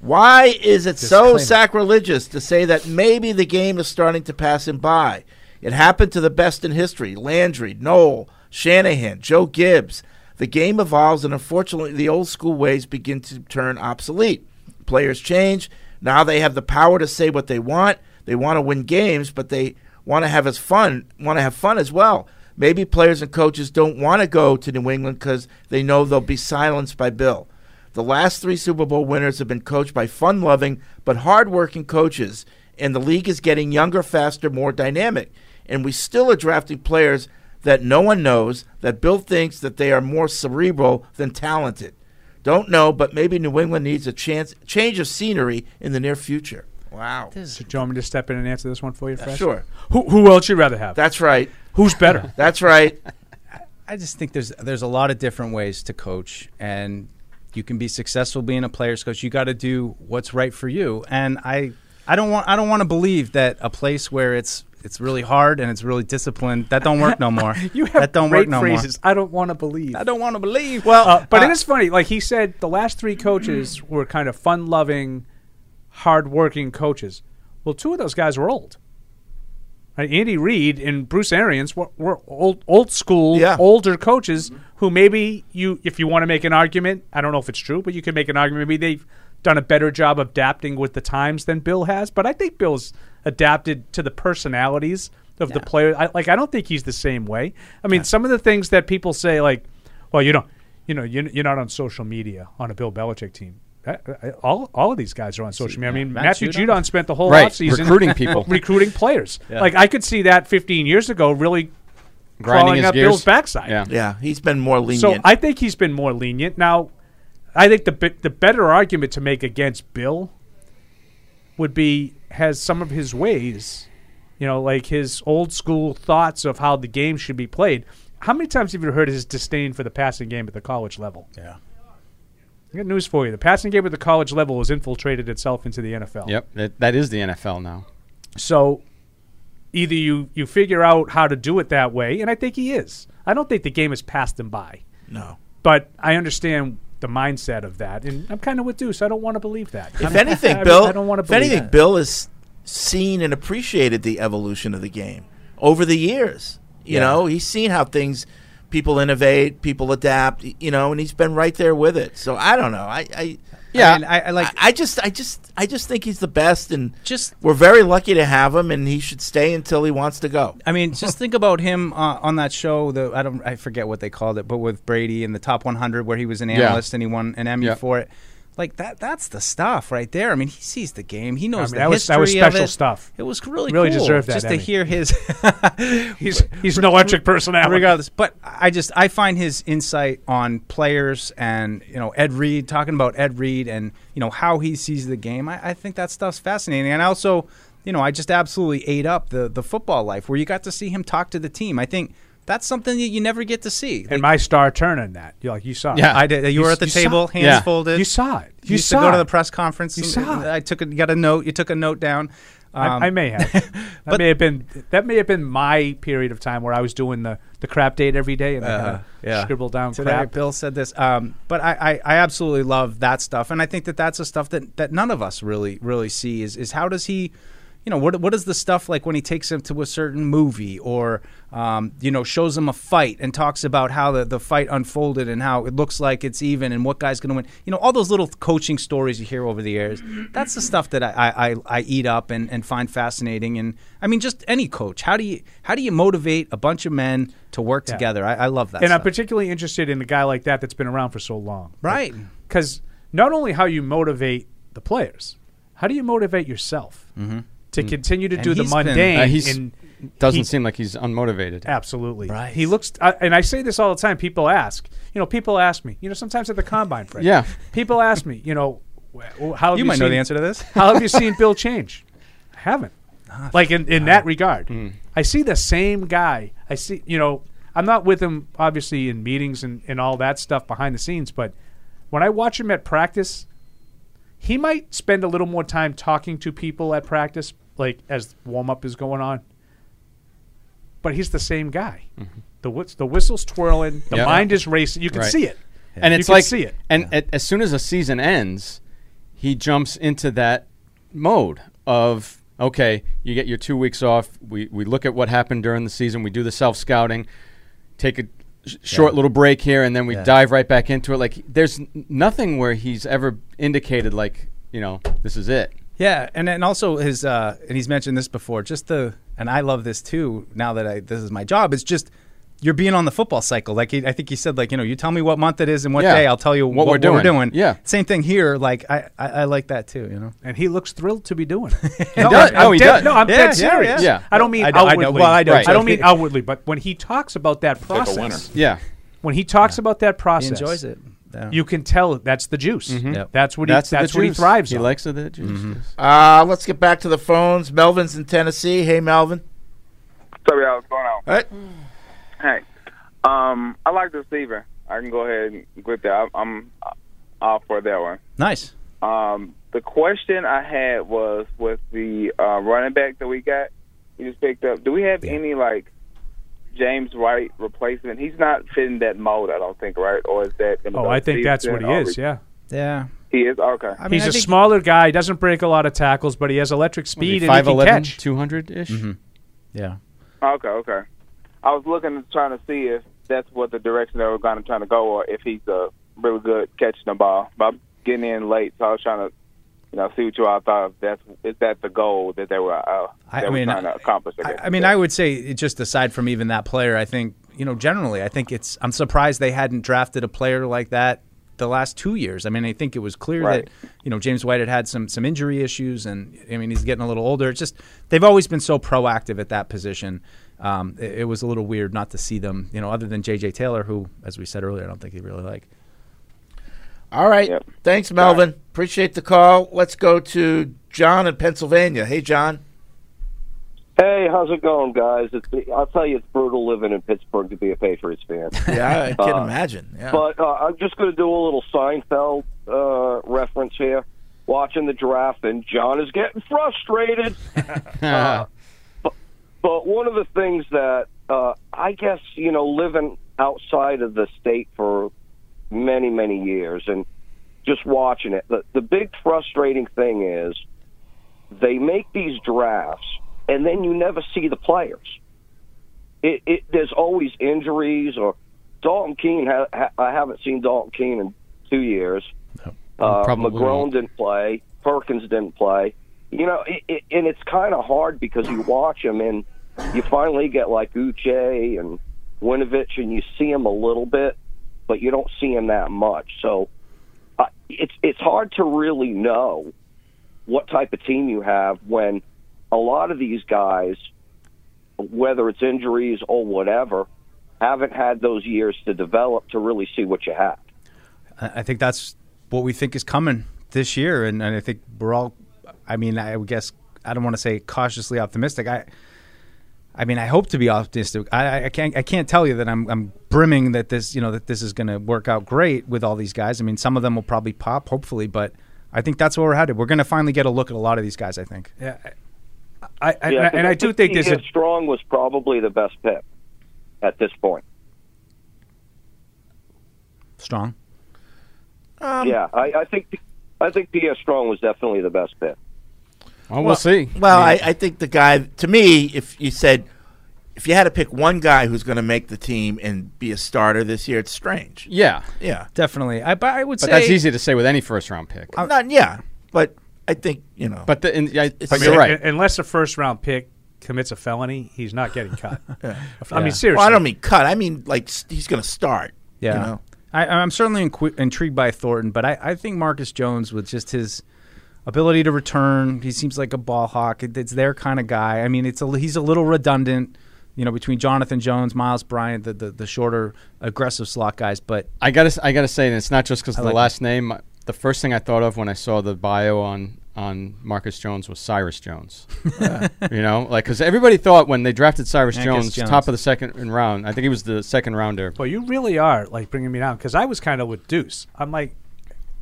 Speaker 4: why is it so sacrilegious to say that maybe the game is starting to pass him by? It happened to the best in history Landry, Noel, Shanahan, Joe Gibbs. The game evolves, and unfortunately, the old school ways begin to turn obsolete. Players change. Now they have the power to say what they want. They want to win games, but they want to have as fun, want to have fun as well. Maybe players and coaches don't want to go to New England because they know they'll be silenced by Bill. The last three Super Bowl winners have been coached by fun loving but hard working coaches, and the league is getting younger, faster, more dynamic. And we still are drafting players that no one knows, that Bill thinks that they are more cerebral than talented. Don't know, but maybe New England needs a chance change of scenery in the near future. Wow.
Speaker 3: So do you want me to step in and answer this one for you, Fred?
Speaker 4: Sure.
Speaker 3: Who, who else you rather have?
Speaker 4: That's right.
Speaker 3: Who's better?
Speaker 4: That's right.
Speaker 5: I just think there's there's a lot of different ways to coach, and you can be successful being a player's coach. You got to do what's right for you, and I I don't want I don't want to believe that a place where it's it's really hard and it's really disciplined that don't work no more.
Speaker 3: You have
Speaker 5: that don't
Speaker 3: great
Speaker 5: work no
Speaker 3: phrases. I don't want to believe. I
Speaker 5: don't want to believe.
Speaker 3: Well, but it
Speaker 5: uh,
Speaker 3: is funny. Like he said, the last three coaches were kind of fun-loving, hard-working coaches. Well, two of those guys were old. Right? Uh, Andy Reid and Bruce Arians were, were old, old school, older coaches who maybe you, if you want to make an argument, I don't know if it's true, but you can make an argument. Maybe they've done a better job adapting with the times than Bill has. But I think Bill's adapted to the personalities of the players. I, like I don't think he's the same way. I mean, some of the things that people say, like, well, you don't, you know, you're, you're not on social media on a Bill Belichick team. I- I- uh, all, all of these guys are on social media. I mean,
Speaker 5: Matt
Speaker 3: Matthew
Speaker 5: Judon?
Speaker 3: Judon spent the whole
Speaker 6: Right,
Speaker 3: offseason
Speaker 6: recruiting people.
Speaker 3: recruiting players.
Speaker 6: Yeah.
Speaker 3: Like I could see that 15 years ago, really
Speaker 6: Grinding
Speaker 3: crawling
Speaker 6: his
Speaker 3: up
Speaker 6: gears.
Speaker 3: Bill's backside.
Speaker 6: Yeah.
Speaker 4: Yeah, he's been more lenient.
Speaker 3: So I think he's been more lenient. Now, I think the bi- the better argument to make against Bill would be has some of his ways, you know, like his old school thoughts of how the game should be played. How many times have you heard his disdain for the passing game at the college level?
Speaker 5: Yeah.
Speaker 3: I got news for you. The passing game at the college level has infiltrated itself into the NFL.
Speaker 6: Yep, that, that is the NFL now.
Speaker 3: So either you, you figure out how to do it that way, and I think he is. I don't think the game has passed him by.
Speaker 4: No.
Speaker 3: But I understand the mindset of that, and I'm kind of with Deuce. I don't want to believe that.
Speaker 4: If
Speaker 3: I'm-
Speaker 4: anything,
Speaker 3: I-
Speaker 4: Bill,
Speaker 3: I don't want to
Speaker 4: if
Speaker 3: believe
Speaker 4: anything,
Speaker 3: that.
Speaker 4: Bill has seen and appreciated the evolution of the game over the years. You
Speaker 5: Yeah.
Speaker 4: know, he's seen how things, people innovate, people adapt. y- You know, and he's been right there with it. So I don't know. I, I Yeah, I, I, like. I just, I just, I just think he's the best, and just we're very lucky to have him, and he should stay until he wants to go.
Speaker 5: I mean, just think about him uh, on that show. The I don't, I forget what they called it, but with Brady and the top 100, where he was an
Speaker 6: Yeah.
Speaker 5: analyst and he won an Emmy
Speaker 6: Yeah.
Speaker 5: for it. Like that, that's the stuff right there. I mean, he sees the game. He knows
Speaker 3: I mean,
Speaker 5: the
Speaker 3: that was- that was
Speaker 5: history of
Speaker 3: special
Speaker 5: it.
Speaker 3: stuff.
Speaker 5: It was really
Speaker 3: Really
Speaker 5: cool
Speaker 3: deserved that
Speaker 5: Just
Speaker 3: Emmy.
Speaker 5: to hear his. he's
Speaker 3: he's an electric personality.
Speaker 5: Regardless, but I just I find his insight on players and you know Ed Reed talking about Ed Reed and you know how he sees the game. I, I think that stuff's fascinating, and I also you know I just absolutely ate up the the football life where you got to see him talk to the team. I think. That's something that you never get to see.
Speaker 3: and my star turning that. You like you saw. it.
Speaker 5: I did. You, were at the
Speaker 3: saw
Speaker 5: table,
Speaker 3: it.
Speaker 5: hands folded.
Speaker 3: You saw it. You
Speaker 5: used
Speaker 3: saw
Speaker 5: to go to
Speaker 3: it.
Speaker 5: the press conference.
Speaker 3: You
Speaker 5: and-
Speaker 3: saw
Speaker 5: I took a, got a note. You took a note down. Um,
Speaker 3: I, I may have. That
Speaker 5: but-
Speaker 3: may have been that may have been my period of time where I was doing the, the crap date every day and I had
Speaker 4: Uh,
Speaker 5: Uh-huh.
Speaker 3: to
Speaker 5: Yeah.
Speaker 3: scribble down
Speaker 5: Today,
Speaker 3: crap.
Speaker 5: Bill said this, um, but I, I, I absolutely love that stuff, and I think that that's the stuff that, that none of us really really see is is how does he, you know, what what is the stuff like when he takes him to a certain movie or um, you know shows him a fight and talks about how the, the fight unfolded and how it looks like it's even and what guy's going to win, you know, all those little coaching stories you hear over the years. That's the stuff that I I, I, I eat up and, and find fascinating, and I mean just any coach, how do you how do you motivate a bunch of men to work
Speaker 3: Yeah.
Speaker 5: together? I, I love that.
Speaker 3: and
Speaker 5: stuff.
Speaker 3: I'm particularly interested in a guy like that that's been around for so long.
Speaker 5: Right.
Speaker 3: Because not only how you motivate the players, how do you motivate yourself
Speaker 6: Mhm.
Speaker 3: to
Speaker 6: Mm.
Speaker 3: continue to do
Speaker 6: And
Speaker 3: the
Speaker 6: he's been-
Speaker 3: mundane?
Speaker 6: Uh, he's-
Speaker 3: and
Speaker 6: doesn't
Speaker 3: he-
Speaker 6: seem like he's unmotivated.
Speaker 3: Absolutely. Right. He looks, I and I say this all the time. People ask, you know, people ask me, you know, sometimes at the combine, Fred.
Speaker 6: Yeah.
Speaker 3: People ask me, you know, wh- how have
Speaker 5: You
Speaker 3: you
Speaker 5: might know
Speaker 3: seen-
Speaker 5: the answer to this. Ah,
Speaker 3: how have you seen Bill change? I haven't. like in, in that regard,
Speaker 5: Mm.
Speaker 3: I see the same guy. I see, you know, I'm not with him obviously in meetings and, and all that stuff behind the scenes, but when I watch him at practice, he might spend a little more time talking to people at practice, like as warm up is going on. But he's the same guy. The whis- the whistle's twirling, the
Speaker 6: Mm-hmm. Yeah.
Speaker 3: mind is racing. You can
Speaker 6: Right.
Speaker 3: see it,
Speaker 6: and
Speaker 3: You
Speaker 6: it's
Speaker 3: can
Speaker 6: like
Speaker 3: see it.
Speaker 6: And a- as soon as a season ends, he jumps into that mode of okay, you get your two weeks off. We we look at what happened during the season. We do the self scouting, take a sh- short little break here, and then we
Speaker 5: Yeah.
Speaker 6: dive right back into it. Like there's n- nothing where he's ever indicated like you know this is it.
Speaker 5: Yeah, and and also his uh, and he's mentioned this before. Just the and I love this too. Now that I this is my job, it's just you're being on the football cycle. Like he, I think he said, like you know, you tell me what month it is and what
Speaker 6: Yeah.
Speaker 5: day, I'll tell you
Speaker 6: What
Speaker 5: what,
Speaker 6: we're
Speaker 5: we're, doing.
Speaker 6: doing. Yeah.
Speaker 5: same thing here. Like I, I, I like that too. You know,
Speaker 3: and he looks thrilled to be doing. it.
Speaker 5: He
Speaker 3: no,
Speaker 5: does.
Speaker 3: I'm,
Speaker 5: Oh, he
Speaker 3: dead-
Speaker 5: does.
Speaker 3: No, I'm
Speaker 5: Yeah,
Speaker 3: dead
Speaker 5: yeah,
Speaker 3: serious.
Speaker 5: yeah.
Speaker 3: I don't mean
Speaker 5: I know- I know.
Speaker 3: outwardly.
Speaker 5: Well, I know,
Speaker 3: I don't
Speaker 5: too.
Speaker 3: mean outwardly, but when he talks about that process,
Speaker 5: winner.
Speaker 6: Yeah.
Speaker 3: When he talks about that process,
Speaker 5: enjoys it. Yeah.
Speaker 3: You can tell that's the juice.
Speaker 6: Mhm. Yep.
Speaker 3: That's what
Speaker 6: That's
Speaker 3: he,
Speaker 6: the
Speaker 3: that's what he
Speaker 6: juice.
Speaker 3: thrives
Speaker 6: He
Speaker 3: on.
Speaker 6: likes the juice.
Speaker 3: Mm-hmm.
Speaker 5: Mm-hmm.
Speaker 6: Mhm.
Speaker 4: Uh, let's get back to the phones. Melvin's in Tennessee. Hey, Melvin.
Speaker 8: So yeah, what's going on?
Speaker 4: All right.
Speaker 8: Hey, um, I like the receiver. I can go ahead and with that. I'm I'm all for that one.
Speaker 5: nice.
Speaker 8: Um, the question I had was with the uh, running back that we got, we just picked up. Do we have any like James White replacement? He's not fitting that mold, I don't think, right? Or is that? gonna
Speaker 3: Oh,
Speaker 8: go
Speaker 3: I think that's what
Speaker 8: Stevenson
Speaker 3: he
Speaker 8: or
Speaker 3: is.
Speaker 8: Re-
Speaker 3: Yeah,
Speaker 5: Yeah,
Speaker 8: he is. Okay,
Speaker 3: he's a smaller guy. Doesn't break a lot of tackles, but he has electric speed and he can catch.
Speaker 6: 200 ish.
Speaker 5: Yeah.
Speaker 8: Okay, okay. I was looking trying to see if that's what the direction they were going to trying to go, or if he's a really good catching the ball. But I'm getting in late, so I was trying to, you know, see what you all thought. If that's is that the goal that they were, uh,
Speaker 5: I-
Speaker 8: they
Speaker 5: I
Speaker 8: were
Speaker 5: mean,
Speaker 8: trying to accomplish? I, guess.
Speaker 5: I mean, I would say it just aside from even that player, I think you know generally, I think it's. I'm surprised they hadn't drafted a player like that the last two years. I mean, I think it was clear
Speaker 8: Right.
Speaker 5: that you know James White had had some some injury issues, and I mean he's getting a little older. It's just they've always been so proactive at that position. Um, it, it was a little weird not to see them, you know, other than J.J. Taylor, who, as we said earlier, I don't think he really liked.
Speaker 4: All right. Thanks, Melvin. Appreciate the call. Let's go to John in Pennsylvania. Hey, John.
Speaker 20: Hey, how's it going, guys? It's, I'll tell you, it's brutal living in Pittsburgh to be a Patriots fan.
Speaker 4: Yeah, I can
Speaker 20: Uh,
Speaker 4: imagine. Yeah.
Speaker 20: But uh, I'm just going to do a little Seinfeld uh, reference here. Watching the draft, and John is getting frustrated. Uh, but, but one of the things that uh, I guess you know, living outside of the state for many many years, and just watching it, the, the big frustrating thing is they make these drafts, and then you never see the players. It, it there's always injuries or Dalton Keene. Ha, ha, I haven't seen Dalton Keene in two years. Uh,
Speaker 6: Probably
Speaker 20: McGrone
Speaker 6: won't.
Speaker 20: didn't play. Perkins didn't play. You know, it, it, and it's kind of hard because you watch them and you finally get like Uche and Winovich, and you see them a little bit, but you don't see them that much. So uh, it's it's hard to really know what type of team you have when a lot of these guys, whether it's injuries or whatever, haven't had those years to develop to really see what you have.
Speaker 5: I I think that's what we think is coming this year, and, and I think we're all. I mean, I would guess I don't want to say cautiously optimistic. I, I mean, I hope to be optimistic. I, I- I can't. I can't tell you that I'm. I'm brimming that this. You know that this is going to work out great with all these guys. I mean, some of them will probably pop, hopefully, but I think that's where we're headed. We're going to finally get a look at a lot of these guys. I think.
Speaker 3: Yeah, I, I,
Speaker 20: Yeah,
Speaker 3: and, I, and I do think there's a
Speaker 20: Steve Strong was probably the best pick at this point.
Speaker 5: Strong.
Speaker 20: yeah, I, I think I think Pierre Strong was definitely the best pick.
Speaker 6: Well, we'll see.
Speaker 4: Well,
Speaker 20: I
Speaker 4: I,
Speaker 20: mean-
Speaker 4: I think the guy, to me, if you said, if you had to pick one guy who's going to make the team and be a starter this year, it's strange.
Speaker 6: Yeah.
Speaker 4: Yeah.
Speaker 5: Definitely. I, but I would
Speaker 6: But that's easy to say with any first round pick.
Speaker 4: Not, yeah. But I think, you know.
Speaker 6: But the, and, I,
Speaker 4: It's-
Speaker 6: but
Speaker 4: I mean,
Speaker 6: you're right.
Speaker 3: Un- Unless a first round pick commits a felony, he's not getting cut. I
Speaker 5: Yeah.
Speaker 3: mean, seriously.
Speaker 4: Well, I don't mean cut. I mean, like, s- he's going to start.
Speaker 5: Yeah.
Speaker 4: You know?
Speaker 5: I, I'm certainly inqu- intrigued by Thornton, but I, I think Marcus Jones with just his ability to return, he seems like a ball hawk. It- It's their kind of guy. I mean, it's a, he's a little redundant, you know, between Jonathan Jones, Miles Bryant, the, the, the shorter, aggressive slot guys. But
Speaker 6: I gotta, I gotta say, and it's not just because
Speaker 5: I
Speaker 6: the
Speaker 5: like
Speaker 6: last name. uh, The first thing I thought of when I saw the bio on on Marcus Jones was Cyrus Jones. you know, like because everybody thought when they drafted Cyrus
Speaker 3: Marcus
Speaker 6: Jones,
Speaker 3: Jones.
Speaker 6: top of the second round, I think he was the second rounder.
Speaker 3: Well, you really are like bringing me down because I was kind of with Deuce. I'm like,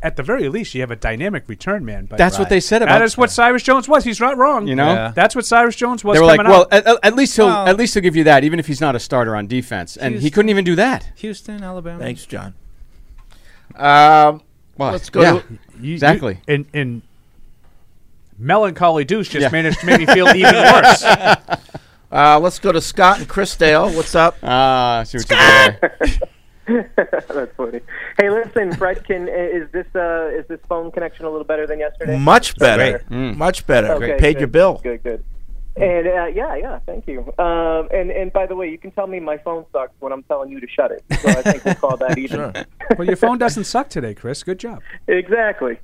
Speaker 3: at the very least, you have a dynamic return man. But
Speaker 6: That's what Right. they said about-
Speaker 3: That is what Cyrus Jones was. He's not wrong.
Speaker 6: You know? Yeah.
Speaker 3: that's what Cyrus Jones was.
Speaker 6: They were like,
Speaker 3: coming
Speaker 6: well,
Speaker 3: out.
Speaker 6: at, at- at least he'll
Speaker 3: Well-
Speaker 6: at least he'll give you that, even if he's not a starter on defense, and he couldn't even do that.
Speaker 5: Houston, Alabama.
Speaker 4: Thanks, John. Um,
Speaker 6: Well,
Speaker 4: let's go.
Speaker 6: yeah,
Speaker 4: to-
Speaker 6: exactly.
Speaker 3: and and melancholy Deuce just
Speaker 4: Yeah.
Speaker 3: managed to make me feel even worse.
Speaker 4: Uh, let's go to Scott and Chrisdale. What's up?
Speaker 6: Ah, uh,
Speaker 10: That's funny. Hey, listen, Fredkin, i- is this uh, is this phone connection a little better than yesterday?
Speaker 4: Much better.
Speaker 3: Mm.
Speaker 4: Much better.
Speaker 10: Okay,
Speaker 4: Paid
Speaker 10: good,
Speaker 4: your bill.
Speaker 10: Good, good. And uh, yeah, yeah, thank you. Um, and and by the way, you can tell me my phone sucks when I'm telling you to shut it. So I think we'll call that even.
Speaker 3: well, your phone doesn't suck today, Chris. Good job.
Speaker 10: Exactly.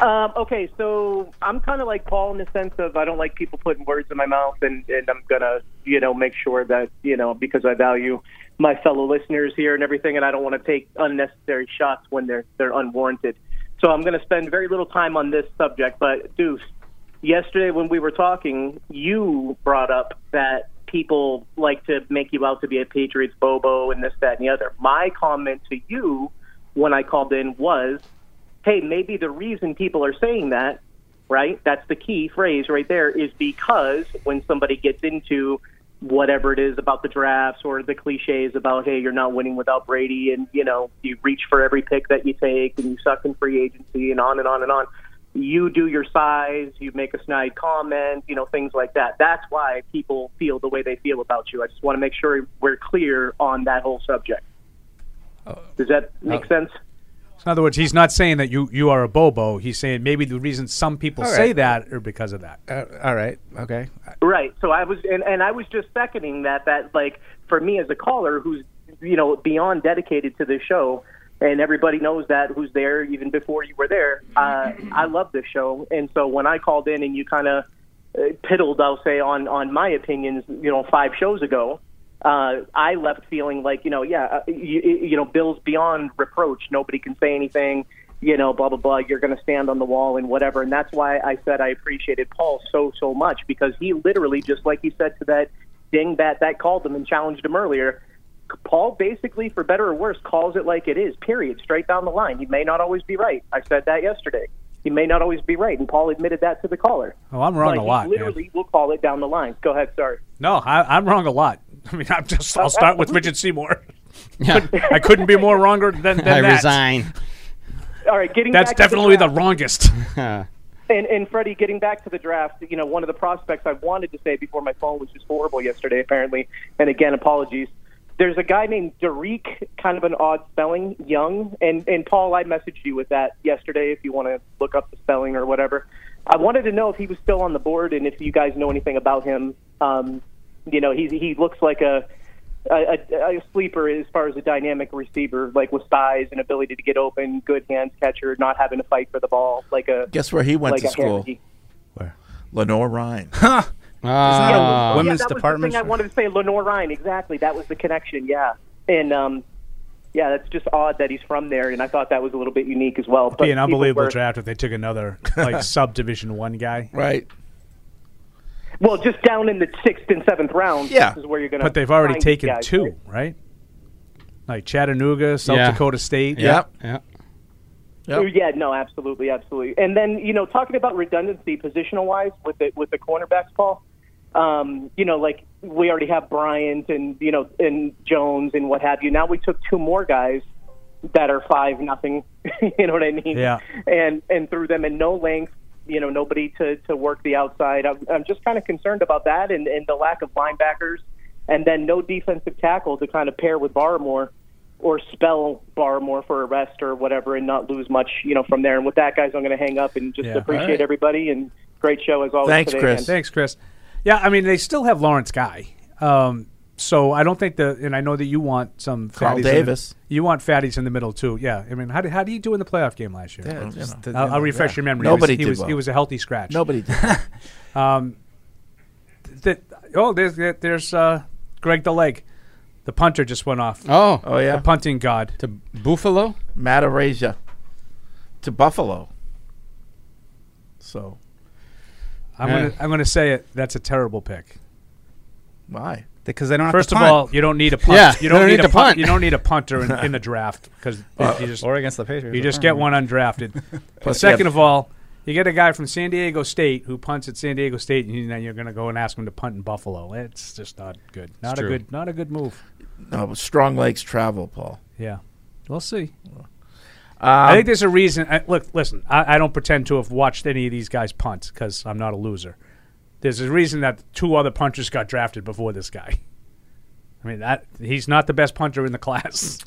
Speaker 10: Um, okay, so I'm kind of like Paul in the sense of I don't like people putting words in my mouth, and, and I'm gonna, you know, make sure that you know because I value my fellow listeners here and everything, and I don't want to take unnecessary shots when they're they're unwarranted. So I'm gonna spend very little time on this subject. But Deuce, yesterday when we were talking, you brought up that people like to make you out to be a Patriots bobo and this, that, and the other. My comment to you when I called in was hey, maybe the reason people are saying that, right? That's the key phrase right there, is because when somebody gets into whatever it is about the drafts or the cliches about, hey, you're not winning without Brady and, you know, you reach for every pick that you take and you suck in free agency and on and on and on. You do your size, you make a snide comment, you know, things like that. That's why people feel the way they feel about you. I just want to make sure we're clear on that whole subject. Does that make sense?
Speaker 3: In other words, he's not saying that you, you are a bobo. He's saying maybe the reason some people
Speaker 10: All right.
Speaker 3: say that are because of that.
Speaker 5: all right. Okay.
Speaker 10: Right. So I was, and, and I was just seconding that. That like for me as a caller, who's you know beyond dedicated to this show, and everybody knows that who's there even before you were there. Uh, I love this show, and so when I called in and you kind of piddled, I'll say on on my opinions, you know, five shows ago. Uh, I left feeling like you know, yeah, uh, you, you know, Bill's beyond reproach. Nobody can say anything, you know, blah blah blah. You're going to stand on the wall and whatever. And that's why I said I appreciated Paul so so much because he literally, just like he said to that dingbat that called him and challenged him earlier, Paul basically, for better or worse, calls it like it is, period, straight down the line. He may not always be right. I said that yesterday. He may not always be right. And Paul admitted that to the caller.
Speaker 3: Oh, I'm wrong
Speaker 10: Like,
Speaker 3: a lot.
Speaker 10: He
Speaker 3: man.
Speaker 10: literally, will call it down the line. Go ahead. Sorry.
Speaker 3: No, I, I'm wrong a lot. I mean, I'm just. I'll
Speaker 10: Oh,
Speaker 3: start with Richard Seymour. Couldn't- I couldn't be more wronger than, than
Speaker 6: I
Speaker 3: that.
Speaker 6: resign.
Speaker 10: All right, getting
Speaker 3: That's
Speaker 10: back to the
Speaker 3: definitely the
Speaker 10: draft.
Speaker 3: wrongest.
Speaker 10: And, and Freddie, getting back to the draft, you know, one of the prospects I wanted to say before my phone was just horrible yesterday, apparently, and again, apologies, There's a guy named Derek, kind of an odd spelling, Young. And, and Paul, I messaged you with that yesterday if you want to look up the spelling or whatever. I wanted to know if he was still on the board and if you guys know anything about him. Um, you know, he, he looks like a, a, a, a sleeper as far as a dynamic receiver, like with size and ability to get open, good hands catcher, not having to fight for the ball. like a
Speaker 4: Guess where he went
Speaker 10: like
Speaker 4: to
Speaker 10: a
Speaker 4: school?
Speaker 10: Hannity.
Speaker 4: Where? Lenore Ryan.
Speaker 10: Yeah,
Speaker 4: Ah.
Speaker 10: yeah,
Speaker 4: Women's
Speaker 10: that Was
Speaker 4: department.
Speaker 10: the thing I wanted to say Lenore Ryan. Exactly, that was the connection. Yeah, and um, yeah, that's just odd that he's from there, and I thought that was a little bit unique as well.
Speaker 3: It'd be an
Speaker 10: people
Speaker 3: unbelievable
Speaker 10: were-
Speaker 3: draft if they took another like subdivision one guy.
Speaker 4: Right.
Speaker 10: Well, just down in the sixth and seventh round.
Speaker 3: Yeah.
Speaker 10: is where you're going.
Speaker 3: But they've already taken two, right? Like Chattanooga, South
Speaker 6: Yeah.
Speaker 3: Dakota State.
Speaker 6: Yep. Yep.
Speaker 10: Oh, Yeah, no, absolutely, absolutely. And then you know, talking about redundancy, positional wise, with the with the cornerbacks, Paul. Um, you know, like we already have Bryant and you know and Jones and what have you. Now we took two more guys that are five nothing. you know what I mean?
Speaker 11: Yeah.
Speaker 10: And and threw them in no length. You know, nobody to to work the outside. I'm, I'm just kind of concerned about that and and the lack of linebackers, and then no defensive tackle to kind of pair with Barmore or spell Barmore for a rest or whatever and not lose much, you know, from there. And with that, guys, I'm going to hang up and just
Speaker 3: Yeah.
Speaker 10: appreciate
Speaker 3: All right.
Speaker 10: everybody and great show as always. today, man.
Speaker 3: Thanks, Chris. Yeah, I mean they still have Lawrence Guy. Um, so I don't think the and I know that you want some
Speaker 4: Carl
Speaker 3: fatties in the-
Speaker 4: Davis.
Speaker 3: you want fatties in the middle too. Yeah, I mean how did how do you do in the playoff game last year?
Speaker 4: Yeah,
Speaker 3: I'll-
Speaker 4: just the-
Speaker 3: I'll, I'll
Speaker 4: yeah.
Speaker 3: refresh your memory.
Speaker 4: Nobody
Speaker 3: he was, he
Speaker 4: did
Speaker 3: was, he
Speaker 4: well.
Speaker 3: was a healthy scratch.
Speaker 4: Nobody did.
Speaker 3: um, th- that oh there's there's uh, Greg the leg. The punter just went off.
Speaker 6: Oh,
Speaker 4: Oh, yeah.
Speaker 3: the punting god to
Speaker 6: Buffalo,
Speaker 4: Matt Arasia to Buffalo. So
Speaker 3: I'm
Speaker 4: Yeah.
Speaker 3: gonna I'm gonna say it. That's a terrible pick.
Speaker 4: Why?
Speaker 5: Because they don't have
Speaker 3: First
Speaker 5: to
Speaker 3: of
Speaker 5: punt.
Speaker 3: all, you don't need a punt.
Speaker 5: Yeah,
Speaker 3: you don't,
Speaker 5: they
Speaker 3: need, a punt. You don't need a punter in, in the draft because
Speaker 5: Or-
Speaker 3: you just
Speaker 5: or against the Patriots,
Speaker 3: You
Speaker 5: or
Speaker 3: just
Speaker 5: something.
Speaker 3: get one undrafted.
Speaker 5: Plus,
Speaker 3: second
Speaker 5: yeah.
Speaker 3: of all, you get a guy from San Diego State who punts at San Diego State, and then you're going to go and ask him to punt in Buffalo. It's just not good. Not a
Speaker 4: true.
Speaker 3: good. Not a good move.
Speaker 4: no, strong legs travel, Paul.
Speaker 3: Yeah, we'll see. I
Speaker 4: Um,
Speaker 3: think there's a reason. I, look, listen, I, I don't pretend to have watched any of these guys punt because I'm not a loser. There's a reason that two other punchers got drafted before this guy. I mean, that he's not the best punter in the class.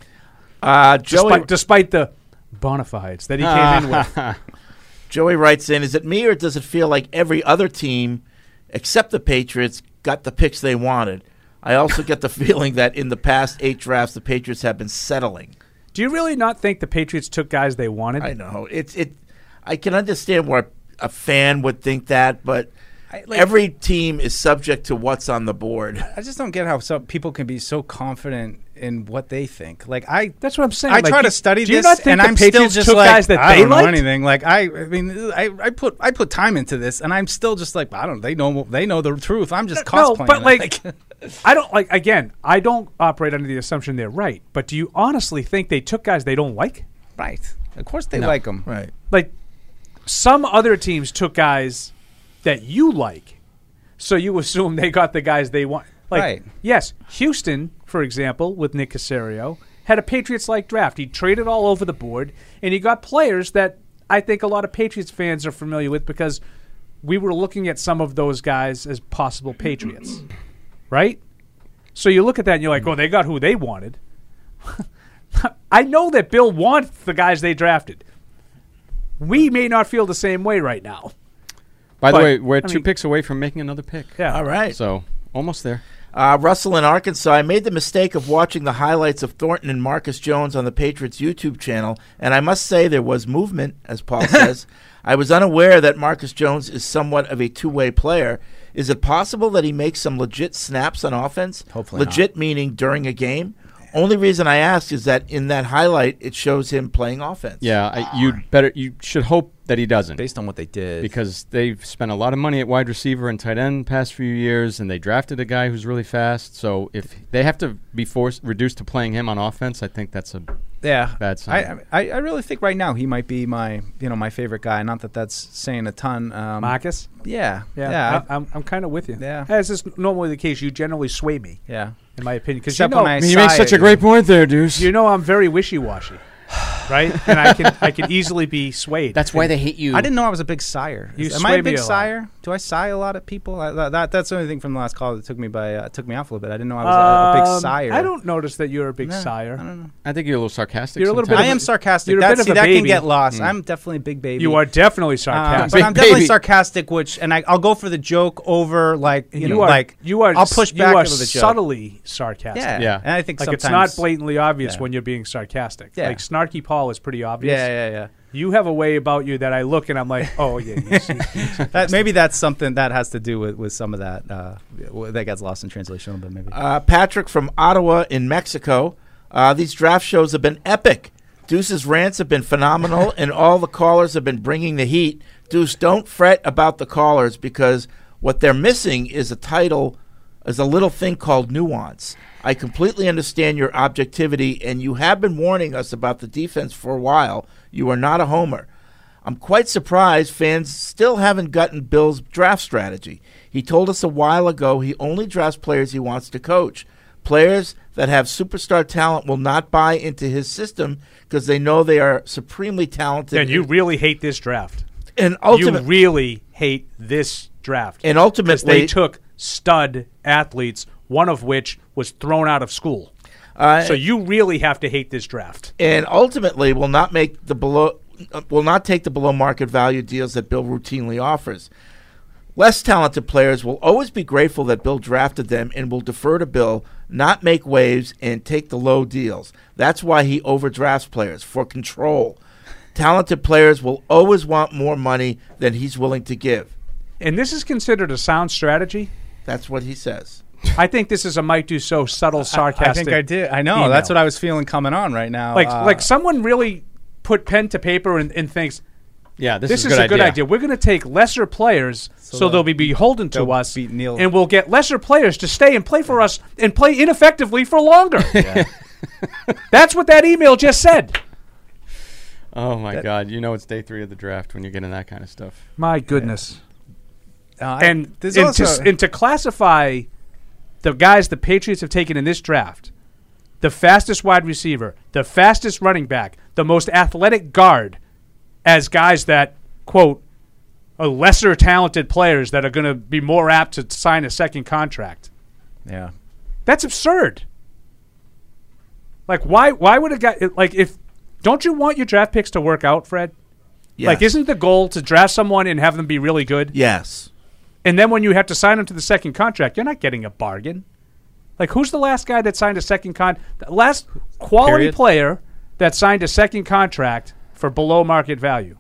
Speaker 4: Uh, Joey-
Speaker 3: despite, despite the bona fides that he came in with.
Speaker 4: Joey writes in, is it me or does it feel like every other team except the Patriots got the picks they wanted? I also get the feeling that in the past eight drafts the Patriots have been settling.
Speaker 3: Do you really not think the Patriots took guys they wanted?
Speaker 4: I know. It's it I can understand where a fan would think that, but
Speaker 5: like-
Speaker 4: every team is subject to what's on the board.
Speaker 5: I just don't get how some people can be so confident in what they think. Like I,
Speaker 3: that's what I'm saying.
Speaker 5: I
Speaker 3: Like,
Speaker 5: try
Speaker 3: do-
Speaker 5: to study
Speaker 3: do you
Speaker 5: this,
Speaker 3: not think
Speaker 5: and
Speaker 3: the
Speaker 5: I'm still
Speaker 3: Patriots
Speaker 5: just
Speaker 3: took
Speaker 5: like
Speaker 3: guys that
Speaker 5: I
Speaker 3: they
Speaker 5: don't know
Speaker 3: liked?
Speaker 5: anything. Like I, I mean, I, I put I put time into this, and I'm still just like I don't. They know they know the truth. I'm just
Speaker 3: No,
Speaker 5: cosplaying.
Speaker 3: but
Speaker 5: it.
Speaker 3: like, I don't like. Again, I don't operate under the assumption they're right. But do you honestly think they took guys they don't like?
Speaker 5: Right. Of course they like 'em.
Speaker 4: Right.
Speaker 3: Like some other teams took guys that you like, so you assume they got the guys they want. Like
Speaker 5: Right.
Speaker 3: yes, Houston, for example, with Nick Casario, had a Patriots-like draft. He traded all over the board, and he got players that I think a lot of Patriots fans are familiar with because we were looking at some of those guys as possible Patriots, right? So you look at that and you're like, well, they got who they wanted. I know that Bill wants the guys they drafted. We may not feel the same way right now.
Speaker 6: By the
Speaker 3: But,
Speaker 6: way, we're
Speaker 3: I
Speaker 6: two
Speaker 3: mean-
Speaker 6: picks away from making another pick.
Speaker 3: Yeah.
Speaker 4: All right.
Speaker 6: So almost there.
Speaker 4: Uh, Russell in Arkansas. I made the mistake of watching the highlights of Thornton and Marcus Jones on the Patriots YouTube channel, and I must say there was movement, as Paul says. I was unaware that Marcus Jones is somewhat of a two way player. Is it possible that he makes some legit snaps on offense?
Speaker 5: Hopefully not.
Speaker 4: Legit meaning during a game? Only reason I ask is that in that highlight, it shows him playing offense.
Speaker 6: Yeah, I, you better you should hope that he doesn't.
Speaker 5: Based on what they did,
Speaker 6: because they've spent a lot of money at wide receiver and tight end past few years, and they drafted a guy who's really fast. So if they have to be forced reduced to playing him on offense, I think that's a
Speaker 5: Yeah,
Speaker 6: bad sign.
Speaker 5: I, I I really think right now he might be my you know my favorite guy. Not that that's saying a ton. Um,
Speaker 3: Marcus?
Speaker 5: Yeah.
Speaker 3: Yeah.
Speaker 5: Yeah.
Speaker 3: I, I'm, I'm kind of with you.
Speaker 5: Yeah.
Speaker 3: As is normally the case, you generally sway me.
Speaker 5: Yeah.
Speaker 3: In my opinion. Because you
Speaker 5: Except
Speaker 3: know,
Speaker 5: when I
Speaker 6: He makes such a great point there, Deuce.
Speaker 3: You know, I'm very wishy washy. right? And I can I can easily be swayed.
Speaker 5: I didn't know I was a big sire.
Speaker 3: You
Speaker 5: Am I
Speaker 3: sway
Speaker 5: a
Speaker 3: me
Speaker 5: big
Speaker 3: a lot.
Speaker 5: sire? do I sigh a lot at people? I, that, that- that's the only thing from the last call that took me by uh, took me off a little bit. I didn't know I was a- a, big
Speaker 3: Um,
Speaker 5: sire.
Speaker 3: I don't notice that you're a big
Speaker 5: Nah,
Speaker 3: sire.
Speaker 5: I don't know.
Speaker 6: I think you're a little sarcastic.
Speaker 5: You're a little bit. I
Speaker 6: sometimes.
Speaker 5: am sarcastic.
Speaker 3: You're a
Speaker 5: That-
Speaker 3: bit of
Speaker 5: see,
Speaker 3: a
Speaker 5: that can
Speaker 3: baby.
Speaker 5: get lost.
Speaker 6: Mm.
Speaker 5: I'm definitely a big baby.
Speaker 3: You are definitely
Speaker 5: Uh,
Speaker 3: sarcastic.
Speaker 5: but I'm definitely
Speaker 3: Baby.
Speaker 5: sarcastic, which and I, I'll go for the joke over like you,
Speaker 3: You,
Speaker 5: know,
Speaker 3: are
Speaker 5: like
Speaker 3: you are.
Speaker 5: I'll push
Speaker 3: s-
Speaker 5: back
Speaker 3: You are
Speaker 5: over the joke.
Speaker 3: subtly sarcastic.
Speaker 5: Yeah, yeah. And I think
Speaker 3: like it's
Speaker 5: sometimes-
Speaker 3: not blatantly obvious
Speaker 5: Yeah.
Speaker 3: when you're being sarcastic.
Speaker 5: Yeah.
Speaker 3: Like snarky Paul is pretty obvious.
Speaker 5: Yeah, yeah, yeah.
Speaker 3: You have a way about you that I look and I'm like, oh yeah. you see-
Speaker 5: that maybe that's something that has to do with, with some of that uh, w- that gets lost in translation a little bit maybe.
Speaker 4: Uh, Patrick from Ottawa in Mexico. Uh, these draft shows have been epic. Deuce's rants have been phenomenal, and all the callers have been bringing the heat. Deuce, don't fret about the callers because what they're missing is a title, is a little thing called nuance. I completely understand your objectivity, and you have been warning us about the defense for a while. You are not a homer. I'm quite surprised fans still haven't gotten Bill's draft strategy. He told us a while ago he only drafts players he wants to coach. Players that have superstar talent will not buy into his system because they know they are supremely talented.
Speaker 3: and you really hate this draft.
Speaker 4: And
Speaker 3: you
Speaker 4: ultimate-
Speaker 3: really hate this draft.
Speaker 4: And
Speaker 3: 'Cause
Speaker 4: ultimately-
Speaker 3: they took stud athletes, one of which was thrown out of school.
Speaker 4: Uh,
Speaker 3: so you really have to hate this draft.
Speaker 4: and ultimately will not make the below uh, will not take the below market value deals that Bill routinely offers. Less talented players will always be grateful that Bill drafted them and will defer to Bill, not make waves and take the low deals. That's why he overdrafts players for control. Talented players will always want more money than he's willing to give.
Speaker 3: And this is considered a sound strategy.
Speaker 4: That's what he says.
Speaker 3: I think this is a Mike Dussault subtle sarcastic.
Speaker 5: I think I did. I know
Speaker 3: email.
Speaker 5: that's what I was feeling coming on right now.
Speaker 3: like
Speaker 5: uh,
Speaker 3: like someone really put pen to paper and, and thinks
Speaker 6: Yeah,
Speaker 5: this is
Speaker 3: is,
Speaker 5: a good
Speaker 3: a good
Speaker 5: idea.
Speaker 3: idea. We're going to take lesser players so,
Speaker 5: they'll
Speaker 3: they'll be beholden to
Speaker 5: they'll
Speaker 3: us,
Speaker 5: beat Neil.
Speaker 3: and we'll get lesser players to stay and play for us and play ineffectively for longer. That's what that email just said.
Speaker 6: Oh my God! You know it's day three of the draft when you're getting that kind of stuff.
Speaker 3: My goodness.
Speaker 5: Uh, I-
Speaker 3: and
Speaker 5: there's
Speaker 3: and,
Speaker 5: also-
Speaker 3: to, and to classify the guys the Patriots have taken in this draft, the fastest wide receiver, the fastest running back, the most athletic guard, as guys that quote are lesser talented players that are going to be more apt to sign a second contract.
Speaker 5: yeah.
Speaker 3: That's absurd. Like why why would a guy like if don't you want your draft picks to work out, Fred? Like
Speaker 4: Yes.
Speaker 3: isn't the goal to draft someone and have them be really good?
Speaker 4: Yes.
Speaker 3: And then when you have to sign them to the second contract, you're not getting a bargain. Like who's the last guy that signed a second con the last quality
Speaker 5: Period.
Speaker 3: player that signed a second contract for below market value?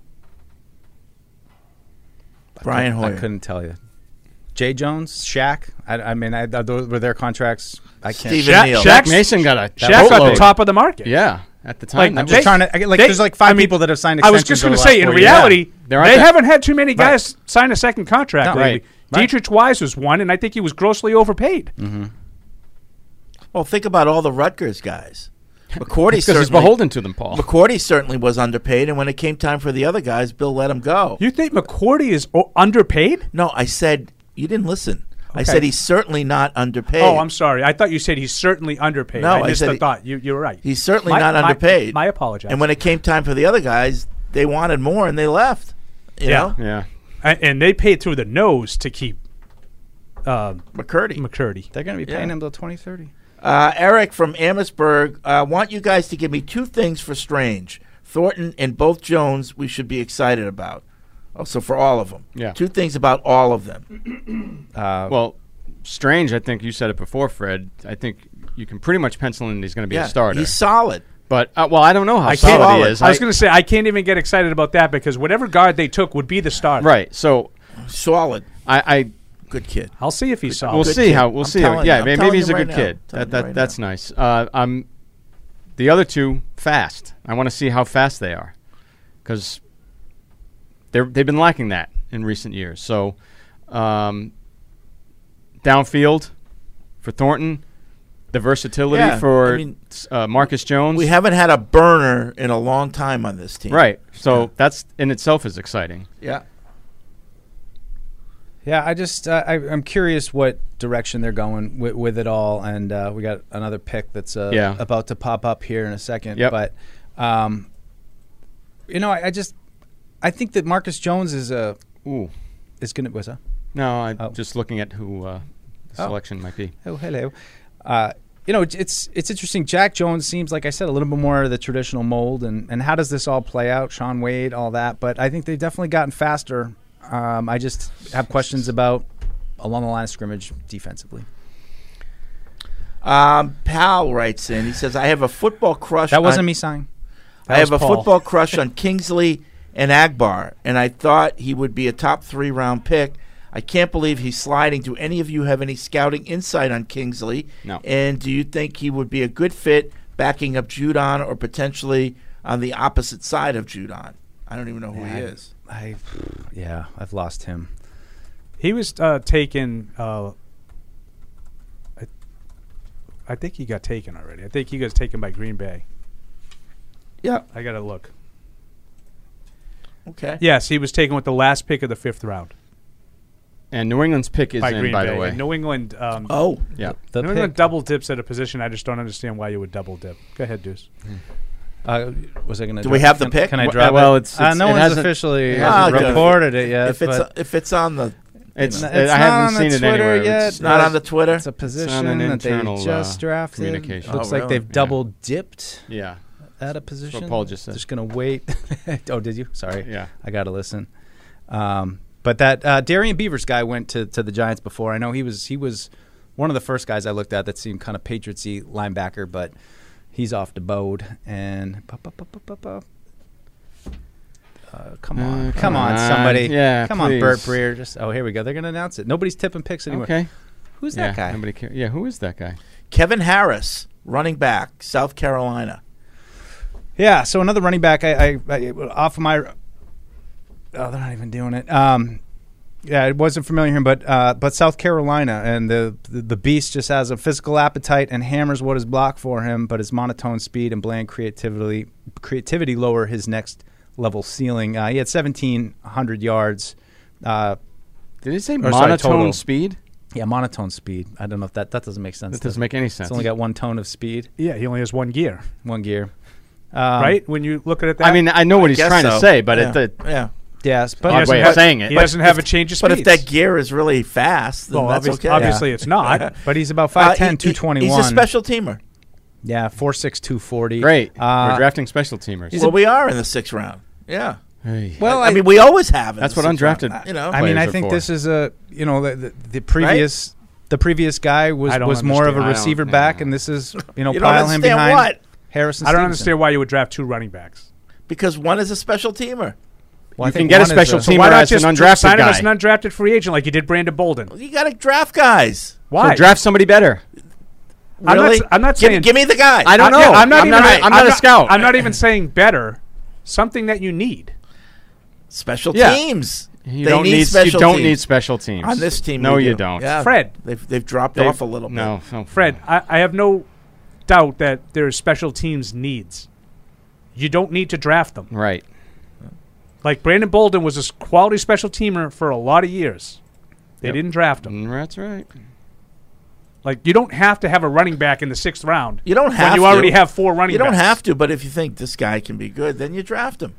Speaker 4: Brian
Speaker 5: I
Speaker 4: Hoyer.
Speaker 5: couldn't tell you. Jay Jones, Shaq. I, I mean, I, those were their contracts. I can't.
Speaker 6: Stephen Shaq- Neal. Shaq Mason got a
Speaker 3: Shaq got the
Speaker 6: boatload.
Speaker 3: top of the market.
Speaker 6: Yeah, at the time.
Speaker 3: Like,
Speaker 6: that
Speaker 3: they-
Speaker 6: was-
Speaker 3: they-
Speaker 5: five
Speaker 3: I mean,
Speaker 5: people that have signed
Speaker 3: I was just
Speaker 5: extensions over
Speaker 3: going to say,
Speaker 5: the
Speaker 3: in
Speaker 5: last four years.
Speaker 3: reality,
Speaker 5: Yeah.
Speaker 3: they
Speaker 5: There aren't that-
Speaker 3: haven't had too many
Speaker 5: Right.
Speaker 3: guys sign a second contract.
Speaker 5: No,
Speaker 3: lately.
Speaker 5: right.
Speaker 3: Dietrich Wise was one, and I think he was grossly overpaid.
Speaker 5: Mm-hmm.
Speaker 4: Well, think about all the Rutgers guys. McCourty
Speaker 6: It's 'cause he's
Speaker 4: certainly-
Speaker 6: beholden to them, Paul.
Speaker 4: McCourty certainly was underpaid, and when it came time for the other guys, Bill let him go.
Speaker 3: You think McCourty is o- underpaid?
Speaker 4: No, I said you didn't listen. I
Speaker 3: Okay.
Speaker 4: said he's certainly not underpaid.
Speaker 3: Oh, I'm sorry. I thought you said he's certainly underpaid.
Speaker 4: No, I
Speaker 3: I missed
Speaker 4: said
Speaker 3: the
Speaker 4: he-
Speaker 3: thought. You, you're right.
Speaker 4: He's certainly
Speaker 3: My-
Speaker 4: not
Speaker 3: my-
Speaker 4: underpaid.
Speaker 3: My apologies.
Speaker 4: And when it came time for the other guys, they wanted more and they left. You
Speaker 3: yeah,
Speaker 4: know?
Speaker 6: yeah,
Speaker 3: and, and they paid through the nose to keep um,
Speaker 4: McCurdy.
Speaker 3: McCurdy.
Speaker 5: They're going to be
Speaker 4: Yeah.
Speaker 5: paying him till 2030.
Speaker 4: Uh, Eric from Amherstburg, I want you guys to give me two things for Strange. Thornton and both Jones, we should be excited about. Oh, so for all of them.
Speaker 6: Yeah.
Speaker 4: Two things about all of them.
Speaker 5: Uh,
Speaker 6: well, strange. I think you said it before, Fred. I think you can pretty much pencil in that he's going to be
Speaker 4: Yeah,
Speaker 6: a starter.
Speaker 4: he's solid.
Speaker 6: But uh, well, I don't know how
Speaker 3: Oh, I can't.
Speaker 6: solid he is.
Speaker 3: I was going to say I can't even get excited about that because whatever guard they took would be the starter.
Speaker 6: Right. So
Speaker 4: solid.
Speaker 6: I, I
Speaker 4: good kid.
Speaker 3: I'll see if he's solid.
Speaker 6: We'll see how we'll
Speaker 4: I'm
Speaker 6: see.
Speaker 4: telling
Speaker 6: How,
Speaker 4: you,
Speaker 6: yeah,
Speaker 4: I'm
Speaker 6: may-
Speaker 4: telling
Speaker 6: maybe he's a
Speaker 4: you
Speaker 6: good
Speaker 4: right now.
Speaker 6: kid.
Speaker 4: I'm telling
Speaker 6: That,
Speaker 4: you
Speaker 6: that,
Speaker 4: right
Speaker 6: that's nice. Uh, I'm the other two fast. I want to see how fast they are because they're they've been lacking that in recent years. So um, downfield for Thornton, the versatility
Speaker 4: Yeah,
Speaker 6: for
Speaker 4: I mean,
Speaker 6: s- uh, Marcus Jones.
Speaker 4: We haven't had a burner in a long time on this team.
Speaker 6: right. So that's in itself is exciting.
Speaker 4: Yeah.
Speaker 5: Yeah, I just uh, I, I'm curious what direction they're going with, with it all, and uh, we got another pick that's uh,
Speaker 6: Yeah.
Speaker 5: about to pop up here in a second.
Speaker 6: Yep.
Speaker 5: But um, you know, I, I just I think that Marcus Jones is a
Speaker 6: ooh
Speaker 5: is gonna what's that?
Speaker 6: No, I'm
Speaker 3: Oh.
Speaker 6: just looking at who uh, the
Speaker 5: Oh.
Speaker 6: selection might be.
Speaker 5: Oh, hello. Uh, you know, it's- it's it's interesting. Jack Jones seems like I said a little bit more of the traditional mold, and and how does this all play out? Sean Wade, all that, but I think they've definitely gotten faster. Um, I just have questions about along the line of scrimmage defensively.
Speaker 4: Um, Pal writes in. He says, "I have a football crush."
Speaker 5: That wasn't
Speaker 4: on-
Speaker 5: me sighing. That
Speaker 4: I have
Speaker 5: was
Speaker 4: a
Speaker 5: Paul.
Speaker 4: football crush on Kingsley and Agbar, and I thought he would be a top three round pick. I can't believe he's sliding. Do any of you have any scouting insight on Kingsley?
Speaker 6: No.
Speaker 4: And do you think he would be a good fit backing up Judon or potentially on the opposite side of Judon? I don't even know who he
Speaker 5: Yeah, I-
Speaker 4: is.
Speaker 5: I, yeah, I've lost him.
Speaker 3: He was uh, taken. Uh, I, I think he got taken already. I think he got taken by Green Bay.
Speaker 4: Yeah.
Speaker 3: I gotta look.
Speaker 4: Okay.
Speaker 3: Yes, he was taken with the last pick of the fifth round.
Speaker 6: And New England's pick is
Speaker 3: by
Speaker 6: in,
Speaker 3: Green
Speaker 6: by
Speaker 3: Bay.
Speaker 6: the way.
Speaker 3: And New England. Um,
Speaker 4: Oh.
Speaker 6: Yeah.
Speaker 5: The
Speaker 3: New England double dips at a position I just don't understand why you would double dip. Go ahead, Deuce.
Speaker 6: Hmm.
Speaker 5: Uh, was I going to?
Speaker 4: Do we have the pick?
Speaker 5: Can I
Speaker 4: Well,
Speaker 5: drop
Speaker 6: well,
Speaker 5: it?
Speaker 6: it's-
Speaker 5: uh,
Speaker 6: it's-
Speaker 5: no
Speaker 6: it
Speaker 5: one's
Speaker 6: hasn't-
Speaker 5: officially
Speaker 6: it hasn't
Speaker 4: Okay.
Speaker 5: reported it yet.
Speaker 4: Ah, If it's
Speaker 5: but
Speaker 4: if it's on the,
Speaker 6: It's-
Speaker 4: you know.
Speaker 6: it- I
Speaker 5: not
Speaker 6: haven't
Speaker 5: on the
Speaker 6: seen it
Speaker 5: Twitter
Speaker 6: anywhere.
Speaker 5: yet.
Speaker 6: It's
Speaker 4: not on the Twitter?
Speaker 5: It's a
Speaker 4: It's
Speaker 5: position
Speaker 4: on an
Speaker 5: that
Speaker 6: internal,
Speaker 5: they just
Speaker 6: uh,
Speaker 5: drafted.
Speaker 6: communication.
Speaker 5: Looks
Speaker 4: Oh,
Speaker 5: like
Speaker 4: really?
Speaker 5: they've double dipped.
Speaker 6: Yeah.
Speaker 5: At
Speaker 6: That's
Speaker 5: a
Speaker 6: what
Speaker 5: position.
Speaker 6: Paul just said.
Speaker 5: Just gonna wait. oh, did you? Sorry.
Speaker 6: Yeah.
Speaker 5: I gotta listen. Um, but that uh, Darian Beavers guy went to, to the Giants before. I know he was he was one of the first guys I looked at that seemed kind of Patriotsy linebacker, but he's off to Bode and. pa- pa- pa- pa- pa- pa. Uh, come on,
Speaker 6: Uh,
Speaker 5: come,
Speaker 6: come
Speaker 5: on,
Speaker 6: on.
Speaker 5: somebody!
Speaker 6: Yeah,
Speaker 5: come on, Bert
Speaker 6: please.
Speaker 5: Breer. Just oh, here we go. They're gonna announce it. Nobody's tipping picks anymore.
Speaker 6: Okay.
Speaker 5: who's
Speaker 6: yeah,
Speaker 5: that guy?
Speaker 6: Nobody cares. Yeah, who is that guy?
Speaker 4: Kevin Harris, running back, South Carolina.
Speaker 5: Yeah, so another running back. I, I, I off of my. Oh, they're not even doing it. Um, yeah, it wasn't familiar here, but uh, but South Carolina and the, the the beast just has a physical appetite and hammers what is blocked for him, but his monotone speed and bland creativity creativity lower his next level ceiling. Uh, he had seventeen hundred yards. Uh,
Speaker 6: Did he say
Speaker 5: or sorry,
Speaker 6: monotone
Speaker 5: total.
Speaker 6: speed?
Speaker 5: Yeah, monotone speed. I don't know if that that doesn't make sense.
Speaker 6: That doesn't
Speaker 5: does it?
Speaker 6: make any sense.
Speaker 5: It's only got one tone of speed.
Speaker 3: Yeah, he only has one gear.
Speaker 5: One gear. Um,
Speaker 3: right? When you look at it, that
Speaker 6: I mean, I know what he's trying to say, but it, it,
Speaker 4: yeah.
Speaker 5: Yes, but
Speaker 6: Odd way of saying it.
Speaker 3: He doesn't have a change of
Speaker 4: But if
Speaker 3: speeds.
Speaker 4: that gear is really fast, then
Speaker 3: Well,
Speaker 4: that's
Speaker 3: obvious-
Speaker 4: okay.
Speaker 3: obviously it's not.
Speaker 5: But he's about
Speaker 4: Uh,
Speaker 5: 5'10",
Speaker 4: he- he-
Speaker 5: 221.
Speaker 4: He's a special teamer.
Speaker 5: Yeah, four six two forty. Uh,
Speaker 6: Great. We're drafting special teamers.
Speaker 4: Well, we are in the sixth round. Yeah.
Speaker 6: Hey.
Speaker 5: Well,
Speaker 4: I, I
Speaker 5: I-
Speaker 4: mean, we always have. in
Speaker 6: That's
Speaker 4: the
Speaker 6: what
Speaker 4: sixth round.
Speaker 6: undrafted
Speaker 4: Uh, You know,
Speaker 5: I mean,
Speaker 6: players
Speaker 5: I
Speaker 6: are
Speaker 5: think
Speaker 6: for.
Speaker 5: this is a you know the the, the previous the previous guy was
Speaker 3: I don't
Speaker 5: was more of a
Speaker 3: understand. I don't-
Speaker 5: receiver
Speaker 6: yeah.
Speaker 5: back, and this is you know
Speaker 4: You don't
Speaker 5: pile him
Speaker 4: understand
Speaker 5: behind
Speaker 4: what?
Speaker 5: Harrison.
Speaker 3: I don't
Speaker 5: Stevenson.
Speaker 3: understand why you would draft two running backs.
Speaker 4: because one is a special teamer.
Speaker 5: Well, I
Speaker 6: You
Speaker 5: think
Speaker 6: can get a
Speaker 5: one is
Speaker 6: special
Speaker 5: So
Speaker 6: team
Speaker 3: Why
Speaker 6: or
Speaker 3: not
Speaker 6: as an
Speaker 3: just
Speaker 6: undrafted
Speaker 3: sign him as
Speaker 6: guy.
Speaker 3: an undrafted free agent like you did Brandon Bolden?
Speaker 4: You got to draft guys.
Speaker 3: Why?
Speaker 6: So draft somebody better.
Speaker 3: I'm not
Speaker 4: Really?
Speaker 3: s- I'm not
Speaker 4: Give-
Speaker 3: saying-
Speaker 4: Give, me the guy.
Speaker 6: I don't know.
Speaker 3: yeah, I'm not
Speaker 6: I'm
Speaker 3: even.
Speaker 6: not a- I'm not a scout.
Speaker 3: I'm not even saying better. Something that you need.
Speaker 4: special
Speaker 6: Yeah.
Speaker 4: teams.
Speaker 6: You
Speaker 4: they
Speaker 6: don't
Speaker 4: need,
Speaker 6: need,
Speaker 4: special
Speaker 6: you don't
Speaker 4: teams.
Speaker 6: need special teams
Speaker 4: on this team.
Speaker 6: No,
Speaker 4: we
Speaker 6: you
Speaker 4: do.
Speaker 6: don't.
Speaker 4: Yeah.
Speaker 3: Fred.
Speaker 4: they've they've dropped
Speaker 6: They-
Speaker 4: off a little.
Speaker 6: No, no,
Speaker 3: Fred, I, I have no doubt that there's special teams needs. You don't need to draft them.
Speaker 6: Right.
Speaker 3: Like Brandon Bolden was a s- quality special teamer for a lot of years. They didn't draft him.
Speaker 6: Mm, That's right.
Speaker 3: Like you don't have to have a running back in the sixth round.
Speaker 4: You don't have.
Speaker 3: when you
Speaker 4: to.
Speaker 3: already have four running.
Speaker 4: You don't
Speaker 3: backs.
Speaker 4: have to, but if you think this guy can be good, then you draft him.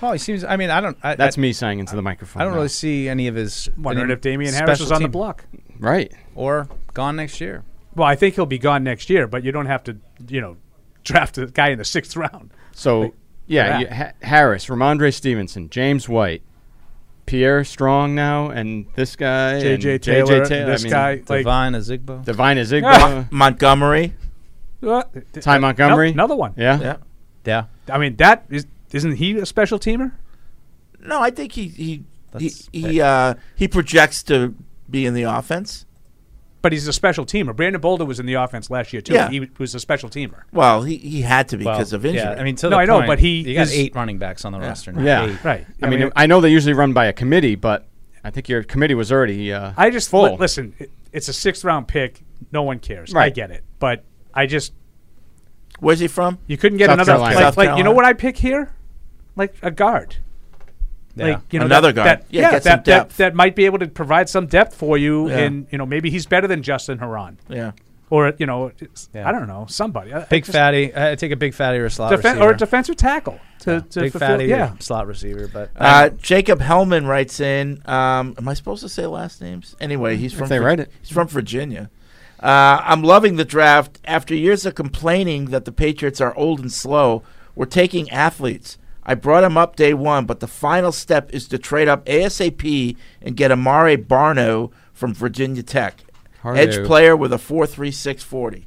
Speaker 5: Well, he seems. I mean, I don't. I,
Speaker 6: That's
Speaker 5: I,
Speaker 6: me saying into the microphone.
Speaker 5: I don't
Speaker 6: now.
Speaker 5: really see any of his.
Speaker 3: Wondering
Speaker 5: any
Speaker 3: if Damian Harris
Speaker 5: special
Speaker 3: was on the
Speaker 5: team
Speaker 3: block.
Speaker 6: Right.
Speaker 5: or gone next year.
Speaker 3: Well, I think he'll be gone next year, but you don't have to, you know, draft a guy in the sixth round.
Speaker 6: So yeah, you, ha- Harris, Ramondre Stevenson, James White, Pierre Strong now, and this guy, and
Speaker 3: J.J. Taylor,
Speaker 6: J.J. Taylor.
Speaker 3: this
Speaker 6: I mean,
Speaker 3: guy, like
Speaker 5: Divine Azigbo.
Speaker 6: Divine Azigbo,
Speaker 3: Ah.
Speaker 4: Montgomery.
Speaker 3: uh,
Speaker 6: Ty Montgomery,
Speaker 3: another one.
Speaker 6: Yeah.
Speaker 4: Yeah.
Speaker 5: yeah,
Speaker 3: I mean, that is isn't he a special teamer?
Speaker 4: No, I think he he he
Speaker 5: That's-
Speaker 4: he, uh, he projects to be in the offense.
Speaker 3: But he's a special teamer. Brandon Boulder was in the offense last year too.
Speaker 4: Yeah.
Speaker 3: He was a special teamer.
Speaker 4: Well, he, he had to be because
Speaker 5: Well,
Speaker 4: of injury.
Speaker 5: Yeah, I mean, to
Speaker 3: No,
Speaker 5: the
Speaker 3: I know,
Speaker 5: point,
Speaker 3: but he
Speaker 5: you got
Speaker 3: is-
Speaker 5: eight running backs on the roster now.
Speaker 6: Yeah.
Speaker 5: Eight.
Speaker 3: Right.
Speaker 6: I mean, I know they usually run by a committee, but I think your committee was already. Uh,
Speaker 3: I just
Speaker 6: full.
Speaker 3: li- listen. It, it's a sixth round pick. No one cares. I
Speaker 6: Right.
Speaker 3: get it, but I just
Speaker 4: where's he from?
Speaker 3: you couldn't get
Speaker 6: South
Speaker 3: another
Speaker 6: Carolina.
Speaker 3: like,
Speaker 4: South
Speaker 3: like you know
Speaker 4: Carolina.
Speaker 3: what I pick here, like a guard.
Speaker 5: Yeah.
Speaker 3: Like you know
Speaker 4: Another
Speaker 3: that,
Speaker 4: guard.
Speaker 3: that-
Speaker 4: Yeah,
Speaker 3: yeah,
Speaker 4: get
Speaker 3: that,
Speaker 4: some
Speaker 3: that,
Speaker 4: depth.
Speaker 3: that might be able to provide some depth for you,
Speaker 4: Yeah.
Speaker 3: and you know maybe he's better than Justin Haran.
Speaker 4: Yeah,
Speaker 3: or you know, it's- I don't know, somebody. I- I
Speaker 5: Big
Speaker 3: just-
Speaker 5: fatty. I take a big fatty or a slot
Speaker 3: Defen-
Speaker 5: receiver.
Speaker 3: or a defensive tackle to,
Speaker 5: Yeah.
Speaker 3: to
Speaker 5: big
Speaker 3: fulfill.
Speaker 5: fatty
Speaker 3: yeah,
Speaker 5: slot receiver. But
Speaker 4: Uh,
Speaker 6: um,
Speaker 4: Jacob Hellman writes in. Um, am I supposed to say last names? Anyway, he's
Speaker 6: If
Speaker 4: from.
Speaker 6: they
Speaker 4: Vir-
Speaker 6: write it.
Speaker 4: He's from Virginia. Uh, I'm loving the draft. After years of complaining that the Patriots are old and slow, we're taking athletes. I brought him up day one, but the final step is to trade up ASAP and get Amare Barno from Virginia Tech, edge
Speaker 6: Hardo.
Speaker 4: player with a four three six forty.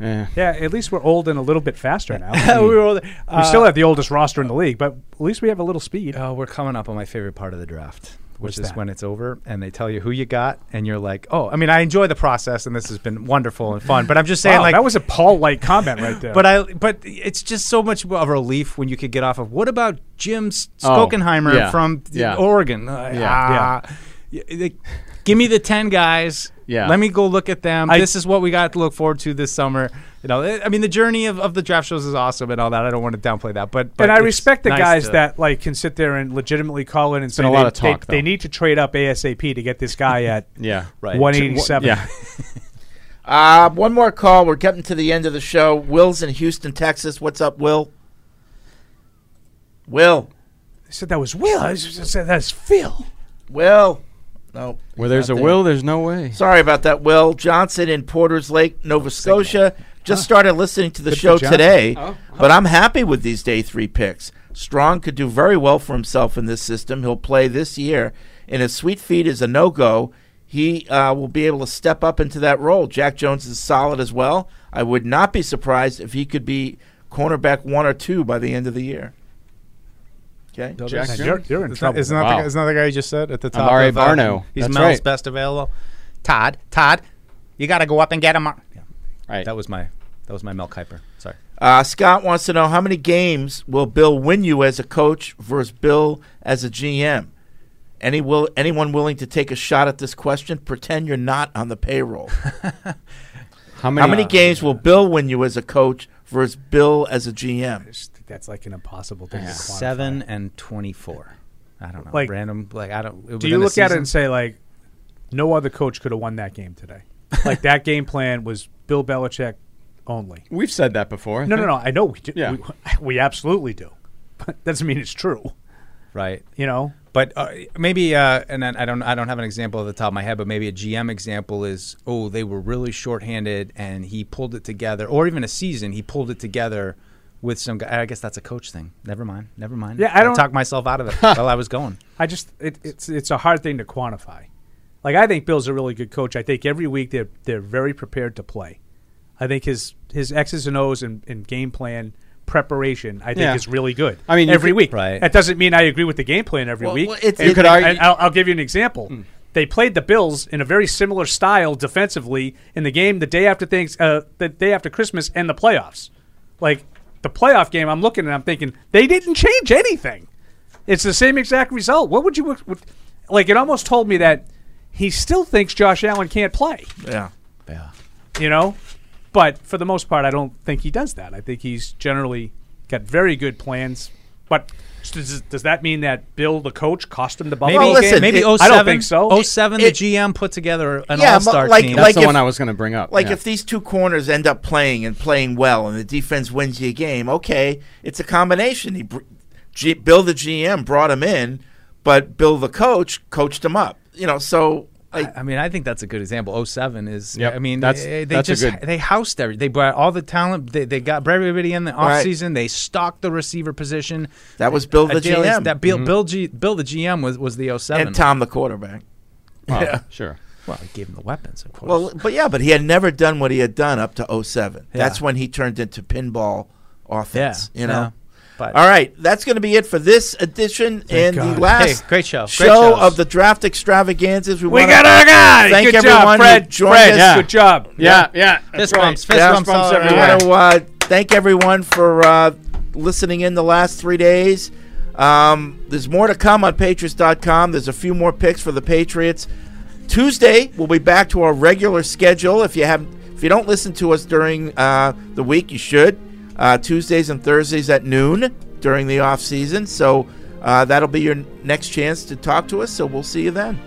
Speaker 6: Yeah.
Speaker 3: at least we're old and a little bit faster now.
Speaker 5: We were old-
Speaker 3: We
Speaker 5: uh,
Speaker 3: still have the oldest roster in the league, but at least we have a little speed.
Speaker 5: Oh, we're coming up on my favorite part of the draft,
Speaker 3: What's
Speaker 5: which is
Speaker 3: that?
Speaker 5: when it's over and they tell you who you got, and you're like, oh, I mean, I enjoy the process, and this has been wonderful and fun. But I'm just saying,
Speaker 3: Wow,
Speaker 5: like,
Speaker 3: that was a Paul-like comment right there.
Speaker 5: But I, but it's just so much of a relief when you could get off of. What about Jim S-
Speaker 3: Oh,
Speaker 5: Skokenheimer
Speaker 3: yeah,
Speaker 5: from
Speaker 3: yeah.
Speaker 5: Oregon? Uh,
Speaker 3: Yeah.
Speaker 5: ah, y- they- give me the ten guys.
Speaker 6: Yeah.
Speaker 5: Let me go look at them.
Speaker 6: I-
Speaker 5: this is what we got to look forward to this summer. You know, I- I mean, the journey of, of the draft shows is awesome and all that. I don't want to downplay that, but, but
Speaker 3: and I
Speaker 5: it's
Speaker 3: respect the
Speaker 5: nice
Speaker 3: guys
Speaker 5: to-
Speaker 3: that like can sit there and legitimately call in and say
Speaker 5: been a
Speaker 3: they,
Speaker 5: lot of
Speaker 3: they-
Speaker 5: talk,
Speaker 3: they
Speaker 5: though.
Speaker 3: need to trade up ASAP to get this guy at
Speaker 6: Yeah. Right.
Speaker 3: one eighty seven.
Speaker 6: Yeah.
Speaker 4: Uh, one more call. We're getting to the end of the show. Will's in Houston, Texas. What's up, Will? Will.
Speaker 3: I said that was Will. I was- I said that's Phil.
Speaker 4: Will. No.
Speaker 6: Where there's
Speaker 4: not
Speaker 6: a will, there's no way.
Speaker 4: Sorry about that, Will. Johnson in Porters Lake, Nova Scotia. Just started listening to the
Speaker 6: Good for
Speaker 4: show
Speaker 6: Johnson.
Speaker 4: today,
Speaker 6: Oh.
Speaker 4: but I'm happy with these day three picks. Strong could do very well for himself in this system. He'll play this year, and if Sweet Feet is a no go, he uh, will be able to step up into that role. Jack Jones is solid as well. I would not be surprised if he could be cornerback one or two by the end of the year. Okay,
Speaker 5: Jack
Speaker 3: You're- Jones? you're in
Speaker 5: Isn't that-
Speaker 3: trouble.
Speaker 5: Isn't that, the,
Speaker 3: Wow.
Speaker 5: guy- isn't that the guy you just said at the top?
Speaker 6: Amari
Speaker 5: of, uh,
Speaker 6: Barno.
Speaker 5: He's
Speaker 6: That's
Speaker 5: Mel's
Speaker 6: right.
Speaker 5: best available. Todd, Todd, you got to go up and get him.
Speaker 6: Right.
Speaker 5: That was my that was my Mel Kiper. Sorry.
Speaker 4: Uh, Scott wants to know how many games will Bill win you as a coach versus Bill as a GM. Any will anyone willing to take a shot at this question? Pretend you're not on the payroll.
Speaker 6: how
Speaker 4: many, games will Bill win you as a coach versus Bill as a GM?
Speaker 3: That's like an impossible thing. to quantify.
Speaker 5: Seven and twenty-four. I don't know.
Speaker 3: Like-
Speaker 5: random. Like I don't.
Speaker 3: Do you look at it and say like, no other coach could have won that game today? like that game plan was Bill Belichick only.
Speaker 6: We've said that before. I
Speaker 3: No, no,
Speaker 6: think.
Speaker 3: no. I know we do.
Speaker 6: Yeah.
Speaker 3: We, we absolutely do, but doesn't mean it's true.
Speaker 5: right?
Speaker 3: You know.
Speaker 5: But uh, maybe, uh, and then I don't, I don't have an example at the top of my head, but maybe a GM example is, oh, they were really shorthanded, and he pulled it together, or even a season, he pulled it together with some guy. I guess that's a coach thing. Never mind, never mind.
Speaker 3: Yeah, I don't-
Speaker 5: talk myself out of it while I was going.
Speaker 3: I just it, it's it's a hard thing to quantify. Like I think Bill's a really good coach. I think every week they're they're very prepared to play. I think his his X's and O's and, and game plan preparation I think
Speaker 6: Yeah.
Speaker 3: is really good.
Speaker 6: I mean, you
Speaker 3: every
Speaker 6: could-
Speaker 3: week.
Speaker 6: Right.
Speaker 3: That doesn't mean I agree with the game plan every
Speaker 6: Well,
Speaker 3: week.
Speaker 6: well, it's-
Speaker 3: And-
Speaker 6: You could
Speaker 3: and
Speaker 6: argue- Hmm.
Speaker 3: I'll, I'll give you an example. They played the Bills in a very similar style defensively in the game the day after things uh, the day after Christmas and the playoffs. Like the playoff game, I'm looking and I'm thinking they didn't change anything. It's the same exact result. What would you would, like? It almost told me that he still thinks Josh Allen can't play.
Speaker 4: Yeah.
Speaker 5: Yeah.
Speaker 3: You know, but for the most part, I don't think he does that. I think he's generally got very good plans. But s- does, does that mean that Bill, the coach, cost him the Buffalo
Speaker 5: Maybe,
Speaker 3: game? oh
Speaker 5: maybe
Speaker 3: I
Speaker 5: 07,
Speaker 3: don't think so.
Speaker 5: 07, the GM put together an
Speaker 4: but
Speaker 5: all-star team.
Speaker 4: if-
Speaker 6: to bring up,
Speaker 4: Like
Speaker 6: yeah.
Speaker 4: if these two corners end up playing and playing well, and the defense wins you a game, okay, it's a combination. He, br- G- Bill the GM brought him in, but Bill the coach coached him up. You know, so like,
Speaker 5: I mean, I think that's a good example. 07 is.
Speaker 6: Yep.
Speaker 5: I mean,
Speaker 6: That's-
Speaker 5: they, they
Speaker 6: that's a
Speaker 5: just
Speaker 6: good-
Speaker 5: they housed every. They brought all the talent. They, they got everybody in the
Speaker 4: Right.
Speaker 5: offseason. They stocked the receiver position.
Speaker 4: That was Bill the
Speaker 5: Adele-
Speaker 4: GM.
Speaker 5: That Bill
Speaker 6: Mm-hmm.
Speaker 4: Mhm.
Speaker 5: Bill, G, Bill the GM was was the 07.
Speaker 4: and Tom the quarterback.
Speaker 6: Well,
Speaker 4: Yeah.
Speaker 6: sure.
Speaker 5: Well, he gave him the weapons, of course.
Speaker 4: Well, but yeah, but he had never done what he had done up to 07.
Speaker 5: Yeah.
Speaker 4: That's when he turned into pinball offense.
Speaker 5: Yeah,
Speaker 4: you know.
Speaker 5: yeah, but-
Speaker 4: All right, that's going to be it for this edition and
Speaker 5: God.
Speaker 4: the last
Speaker 5: Hey, great show, great
Speaker 4: show
Speaker 5: shows.
Speaker 4: of the draft extravaganzas. We,
Speaker 5: We
Speaker 4: wanna
Speaker 5: got our guy!
Speaker 4: Thank
Speaker 5: Good job,
Speaker 4: everyone who
Speaker 5: Fred.
Speaker 4: joined
Speaker 5: Fred,
Speaker 4: us.
Speaker 5: yeah. Good job. Yeah, yeah, that's
Speaker 4: Fist
Speaker 5: right.
Speaker 4: bumps, fist
Speaker 5: Yeah.
Speaker 4: bumps,
Speaker 5: Fist bumps
Speaker 4: all around.
Speaker 5: everywhere.
Speaker 4: We want to uh, thank everyone for uh, listening in the last three days. Um, there's more to come on Patriots.com. There's a few more picks for the Patriots. Tuesday, we'll be back to our regular schedule. If you have, if you don't listen to us during uh, the week, you should. Uh, Tuesdays and Thursdays at noon during the off season. So uh, that'll be your next chance to talk to us. So we'll see you then.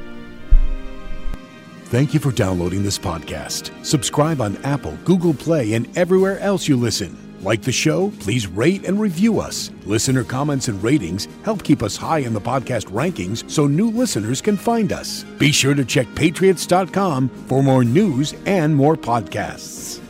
Speaker 21: Thank you for downloading this podcast. Subscribe on Apple, Google Play, and everywhere else you listen. Like the show, please rate and review us. Listener comments and ratings help keep us high in the podcast rankings so new listeners can find us. Be sure to check patriots.com for more news and more podcasts.